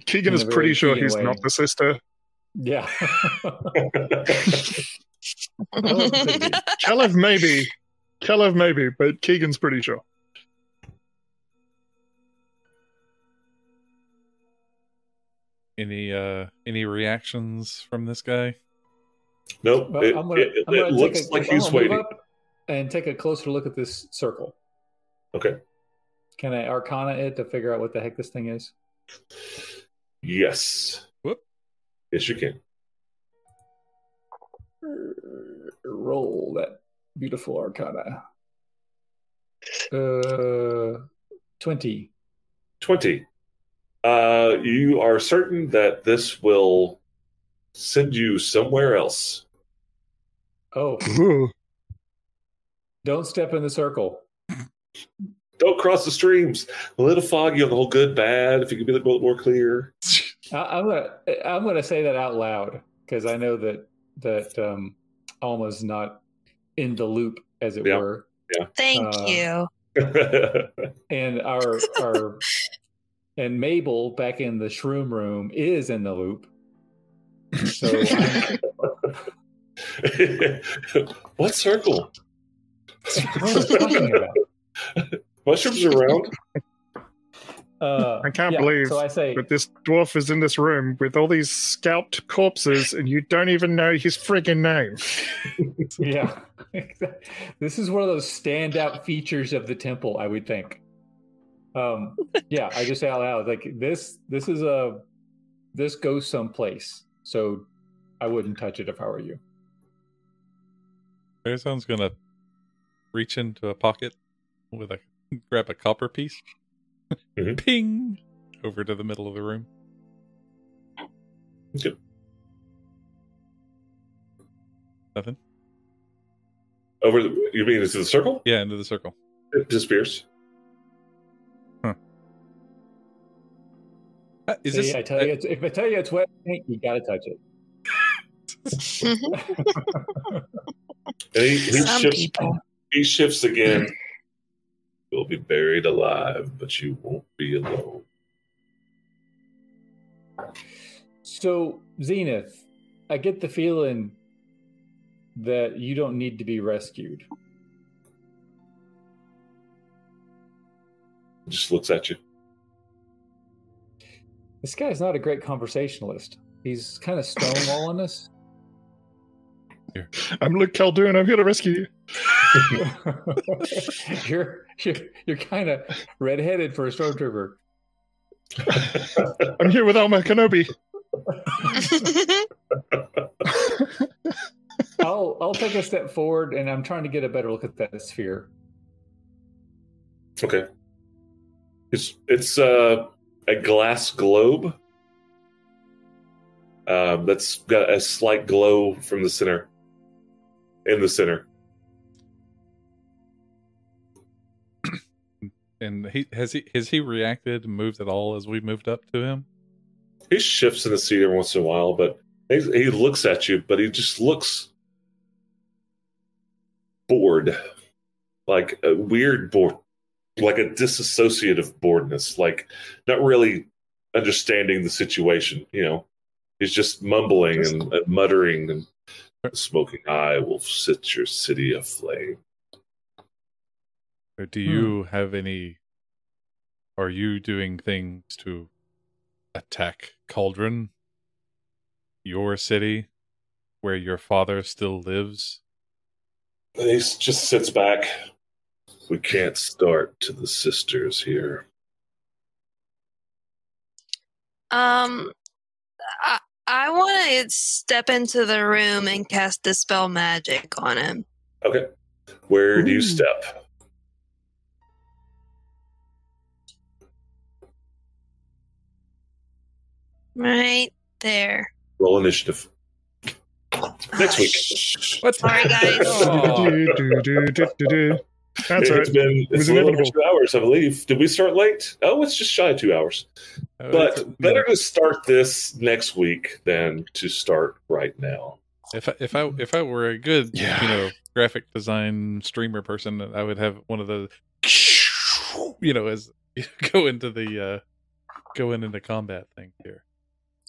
S5: Keegan
S4: In a
S5: is
S4: very
S5: pretty sure
S4: Keegan
S5: he's
S4: way.
S5: not the sister.
S4: Yeah. Oh,
S5: Caleb maybe. Caleb maybe, but Keegan's pretty sure.
S2: any uh any reactions from this guy?
S3: Nope.
S4: Well,
S3: it
S4: I'm gonna,
S3: it- it
S4: I'm gonna
S3: looks
S4: take a,
S3: like
S4: I'm
S3: he's
S4: gonna move
S3: waiting.
S4: up and take a closer look at this circle.
S3: Okay.
S4: Can I arcana it to figure out what the heck this thing is?
S3: Yes.
S2: Whoop.
S3: Yes, you can.
S4: Uh, Roll that beautiful arcana. Uh, twenty.
S3: 20. Uh, you are certain that this will send you somewhere else.
S4: Oh,
S5: Ooh.
S4: don't step in the circle.
S3: Don't cross the streams. A little foggy on the whole good, bad. If you could be a little more clear.
S4: I, I'm gonna I'm gonna say that out loud because I know that that um, Alma's not in the loop, as it
S3: Yeah.
S4: were.
S1: Thank
S4: Uh,
S1: you.
S4: and our our and Mabel back in the shroom room is in the loop. So I'm-
S3: what circle?
S4: what are we talking about?
S3: Mushrooms around.
S4: Uh,
S5: I can't believe
S4: So I say,
S5: But this dwarf is in this room with all these scalped corpses, and you don't even know his friggin' name.
S4: yeah, this is one of those standout features of the temple, I would think. Um, yeah, I just say out loud, like this. This is a this goes someplace. So I wouldn't touch it if I were you.
S2: Farazan's gonna reach into a pocket with a grab a copper piece,
S4: Mm-hmm.
S3: Mhm.
S2: ping over to the middle of the room.
S3: Okay.
S2: Nothing.
S3: Over. The, you mean it's in the circle?
S2: Yeah, into the circle.
S3: It disappears.
S2: Uh, Is
S4: See,
S2: this?
S4: I tell you, it's, if I tell you it's wet, you gotta touch it.
S3: And he, he
S1: Some
S3: shifts-
S1: people.
S3: he shifts again. You'll be buried alive, but you won't be alone.
S4: So, Zenith, I get the feeling that you don't need to be rescued.
S3: Just looks at you.
S4: This guy's not a great conversationalist. He's kind of stonewalling us.
S5: I'm Luke Caldoon. I'm here to rescue you.
S4: you're you're, you're kind of redheaded for a stormtrooper.
S5: I'm here with Alma Kenobi.
S4: I'll I'll take a step forward, and I'm trying to get a better look at that sphere.
S3: Okay. It's it's uh, a glass globe. Um, that's got a slight glow from the center. In the center,
S2: and he has he has he reacted and moved at all as we moved up to him?
S3: he shifts in his seat every once in a while, but he, he looks at you, but he just looks bored, like a weird bored, like a disassociative boredness, like not really understanding the situation. You know, he's just mumbling
S5: Just-
S3: and, and muttering and smoking. I will set your city aflame.
S2: Or do you have any? Are you doing things to attack Cauldron? Your city, where your father still lives?
S3: And he s- just sits back. We can't start to the sisters here.
S1: Um, I I want to step into the room and cast dispel magic on him.
S3: Okay. Where do you
S5: Ooh.
S3: step?
S1: Right there.
S3: Roll initiative. Next
S1: Ah,
S3: week.
S1: sh-
S2: What?
S1: Sorry, guys.
S4: Oh.
S5: Do-do-do-do-do-do-do. That's all
S3: it's
S5: right.
S3: been
S5: was
S3: it's a little over
S5: inevitable.
S3: two hours, I believe. Did we start late? Oh, it's just shy of two hours.
S2: Uh,
S3: But better to start this next week than to start right now.
S2: If I, if I if I were a good
S5: Yeah.
S2: you know graphic design streamer person, I would have one of those you know as go into the uh go into the combat thing here.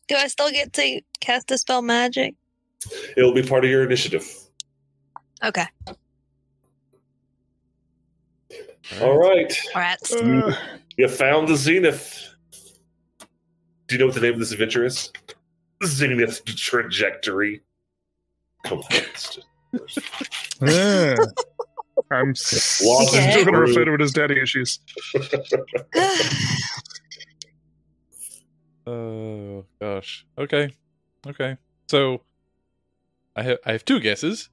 S1: Do I still get to cast dispel magic?
S3: It'll be part of your initiative.
S1: Okay.
S3: All right.
S1: All right.
S5: Uh,
S3: You found the zenith. Do you know what the name of this adventure is? Zenith trajectory. Come on. it's just-
S5: yeah. I'm s-
S3: Lost
S1: Okay.
S5: still going to
S3: through-
S5: refer to it as daddy issues.
S2: Oh gosh. Okay. Okay. So I have I have two guesses.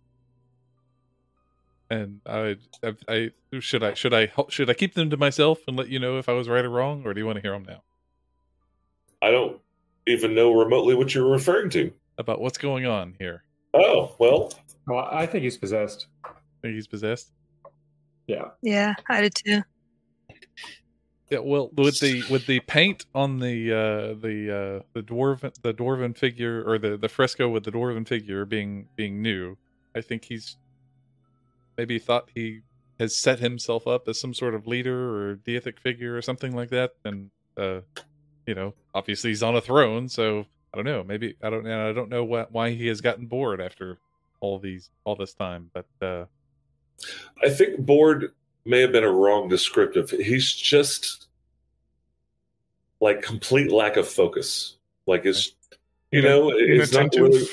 S2: And I, I, I should I should I hel- should I keep them to myself and let you know if I was right or wrong, or do you want to hear them now
S3: I don't even know remotely what you're referring to.
S2: about what's going on here?
S3: Oh, well,
S4: Well, I think he's possessed.
S2: Think he's possessed?
S4: Yeah.
S1: yeah, I did too.
S2: Yeah, well, with the with the paint on the uh, the uh, the dwarven the dwarven figure or the, the fresco with the dwarven figure being being new, I think he's maybe thought he has set himself up as some sort of leader or deific figure or something like that, and uh, you know, obviously he's on a throne, so I don't know. Maybe I don't and I don't know why why he has gotten bored after all these all this time, but uh,
S3: I think bored may have been a wrong descriptive. He's just like complete lack of focus. Like it's you know, it's not
S5: Inattentive.
S3: really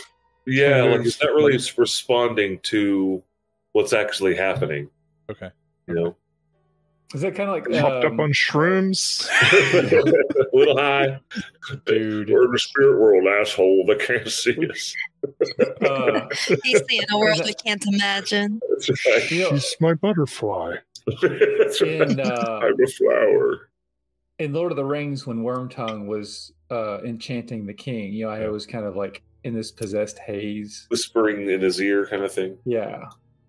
S3: yeah,
S5: Kind
S3: like
S5: of-
S3: it's not really responding to what's actually happening.
S2: okay,
S3: You know,
S4: Is that kind of like
S5: Hopped up
S4: um,
S5: on shrooms.
S3: little high.
S4: dude?
S3: We're in the spirit world, asshole. They can't see us.
S4: Uh,
S1: He's seeing a world we can't imagine.
S3: That's right.
S4: you know,
S5: She's my butterfly.
S3: That's right.
S4: in uh,
S3: I'm a flower.
S4: in Lord of the Rings, when Wormtongue was uh, enchanting the king, you know, I was kind of like in this possessed haze.
S3: Whispering in his ear, kind of thing.
S4: Yeah.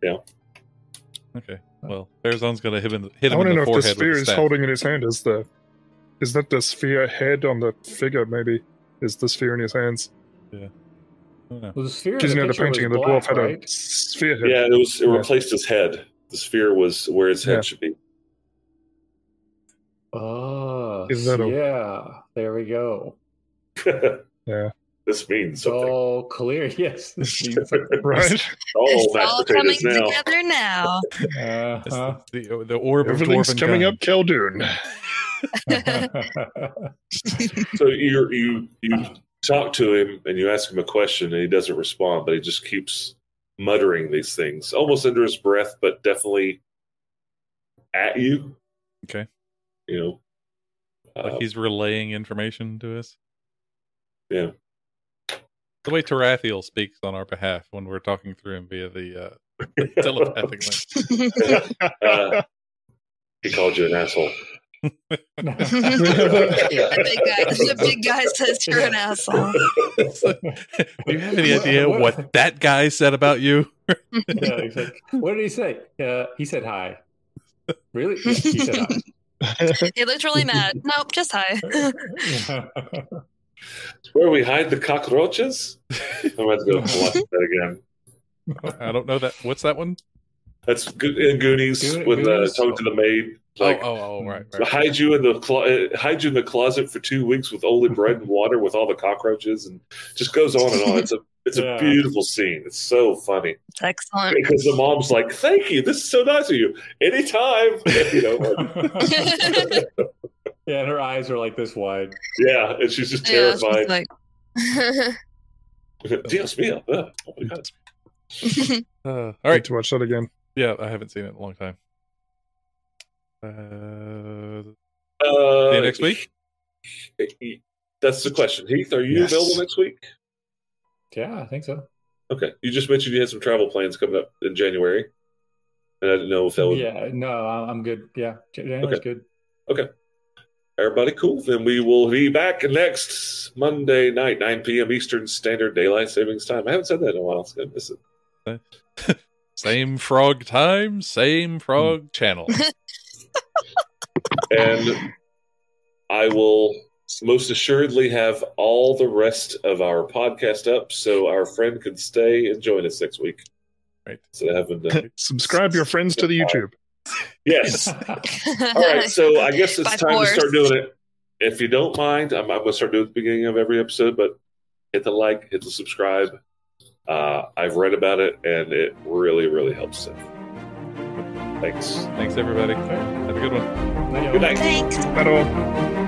S2: okay. Well, Arizon's gonna hit him hit
S5: I
S2: him
S5: want to
S2: in
S5: know
S2: the
S5: if the
S2: forehead.
S5: sphere
S2: with the
S5: is
S2: staff.
S5: holding in his hand. Is the is that the sphere head on the figure? Maybe is the sphere in his hands?
S2: I don't know.
S4: Well, the sphere.
S5: Because
S4: in
S5: you
S4: the
S5: know the
S4: picture was
S5: painting of the
S4: black,
S5: dwarf had
S4: right?
S5: a sphere head.
S3: Yeah, it was. It
S5: Yeah.
S3: replaced his head. The sphere was where his head
S5: Yeah.
S3: should be.
S4: Oh,
S5: Is that a-
S4: yeah. There we go.
S5: Yeah.
S3: this means
S4: It's
S3: something.
S4: all clear. Yes. This means something.
S5: Right.
S3: All
S1: it's all
S3: mashed
S1: coming
S3: potatoes now.
S1: together now.
S2: It's
S4: Uh-huh.
S2: the, the orb of
S5: Everything's
S2: dwarven
S5: coming
S2: gun.
S5: up Keldoon.
S3: So you you you talk to him and you ask him a question and he doesn't respond, but he just keeps muttering these things, almost under his breath, but definitely at you.
S2: Okay.
S3: You know,
S2: Like
S3: Uh,
S2: he's relaying information to us.
S3: Yeah.
S2: The way Tarathiel speaks on our behalf when we're talking through him via the uh, telepathic link.
S3: Uh, he called you an asshole.
S1: the big guy. The big guy says you're an asshole.
S2: It's like, Do you have any idea
S4: What-
S2: what, that guy said about you?
S4: Yeah, he's like, what did he say? Uh, he said hi. Really? Yeah, he said
S1: He looked really mad. Nope, just hi.
S4: hi.
S3: Where we hide the cockroaches? I'm about to go watch that again.
S2: I don't know that. What's that one?
S3: That's good in Goonies
S4: Goon-
S3: with uh,
S4: Goonies?
S3: Toad to the maid. Like,
S2: oh, oh, oh, right, right.
S3: hide you in the clo- uh, hide you in the closet for two weeks with only bread and water with all the cockroaches and just goes on and on. It's a it's
S4: Yeah.
S3: a beautiful scene. It's so funny
S1: It's excellent.
S3: because the mom's like, "Thank you. This is so nice of you. Anytime, you know." like,
S4: yeah, and her eyes are like this wide.
S3: yeah, and she's just
S1: Yeah, it's
S3: terrified.
S1: like
S3: Dios mío. Ugh. Oh my god.
S2: Uh, all
S5: All right,
S2: right.
S5: to watch that again.
S2: Yeah, I haven't seen it in a long time. Uh,
S3: Uh,
S2: see you next week.
S3: That's the question. Heath, are you
S5: Yes.
S3: available next week?
S4: Yeah, I think so.
S3: Okay. You just mentioned you had some travel plans coming up in January, and I didn't know if that would
S4: Yeah, no, I- I'm good. Yeah, Jan- January's
S3: Okay.
S4: good.
S3: Everybody cool. Then we will be back next Monday night, 9 p.m. Eastern Standard Daylight Savings Time. I haven't said that in a while. So I miss it.
S2: Same frog time, same frog channel.
S3: And I will most assuredly have all the rest of our podcast up so our friend can stay and join us next week.
S2: Right.
S3: So I haven't done.
S5: Subscribe your friends to the YouTube.
S3: Yes. All right, so I guess it's
S1: By
S3: time
S1: force.
S3: to start doing it. If you don't mind, I'm, I'm going to start doing it at the beginning of every episode, but hit the like, hit the subscribe. Uh, I've read about it, and it really, really helps it. Thanks.
S2: Thanks, everybody. Have a good one.
S4: Yeah,
S3: Good night.
S1: Thanks.
S5: Bye all.
S3: Bye.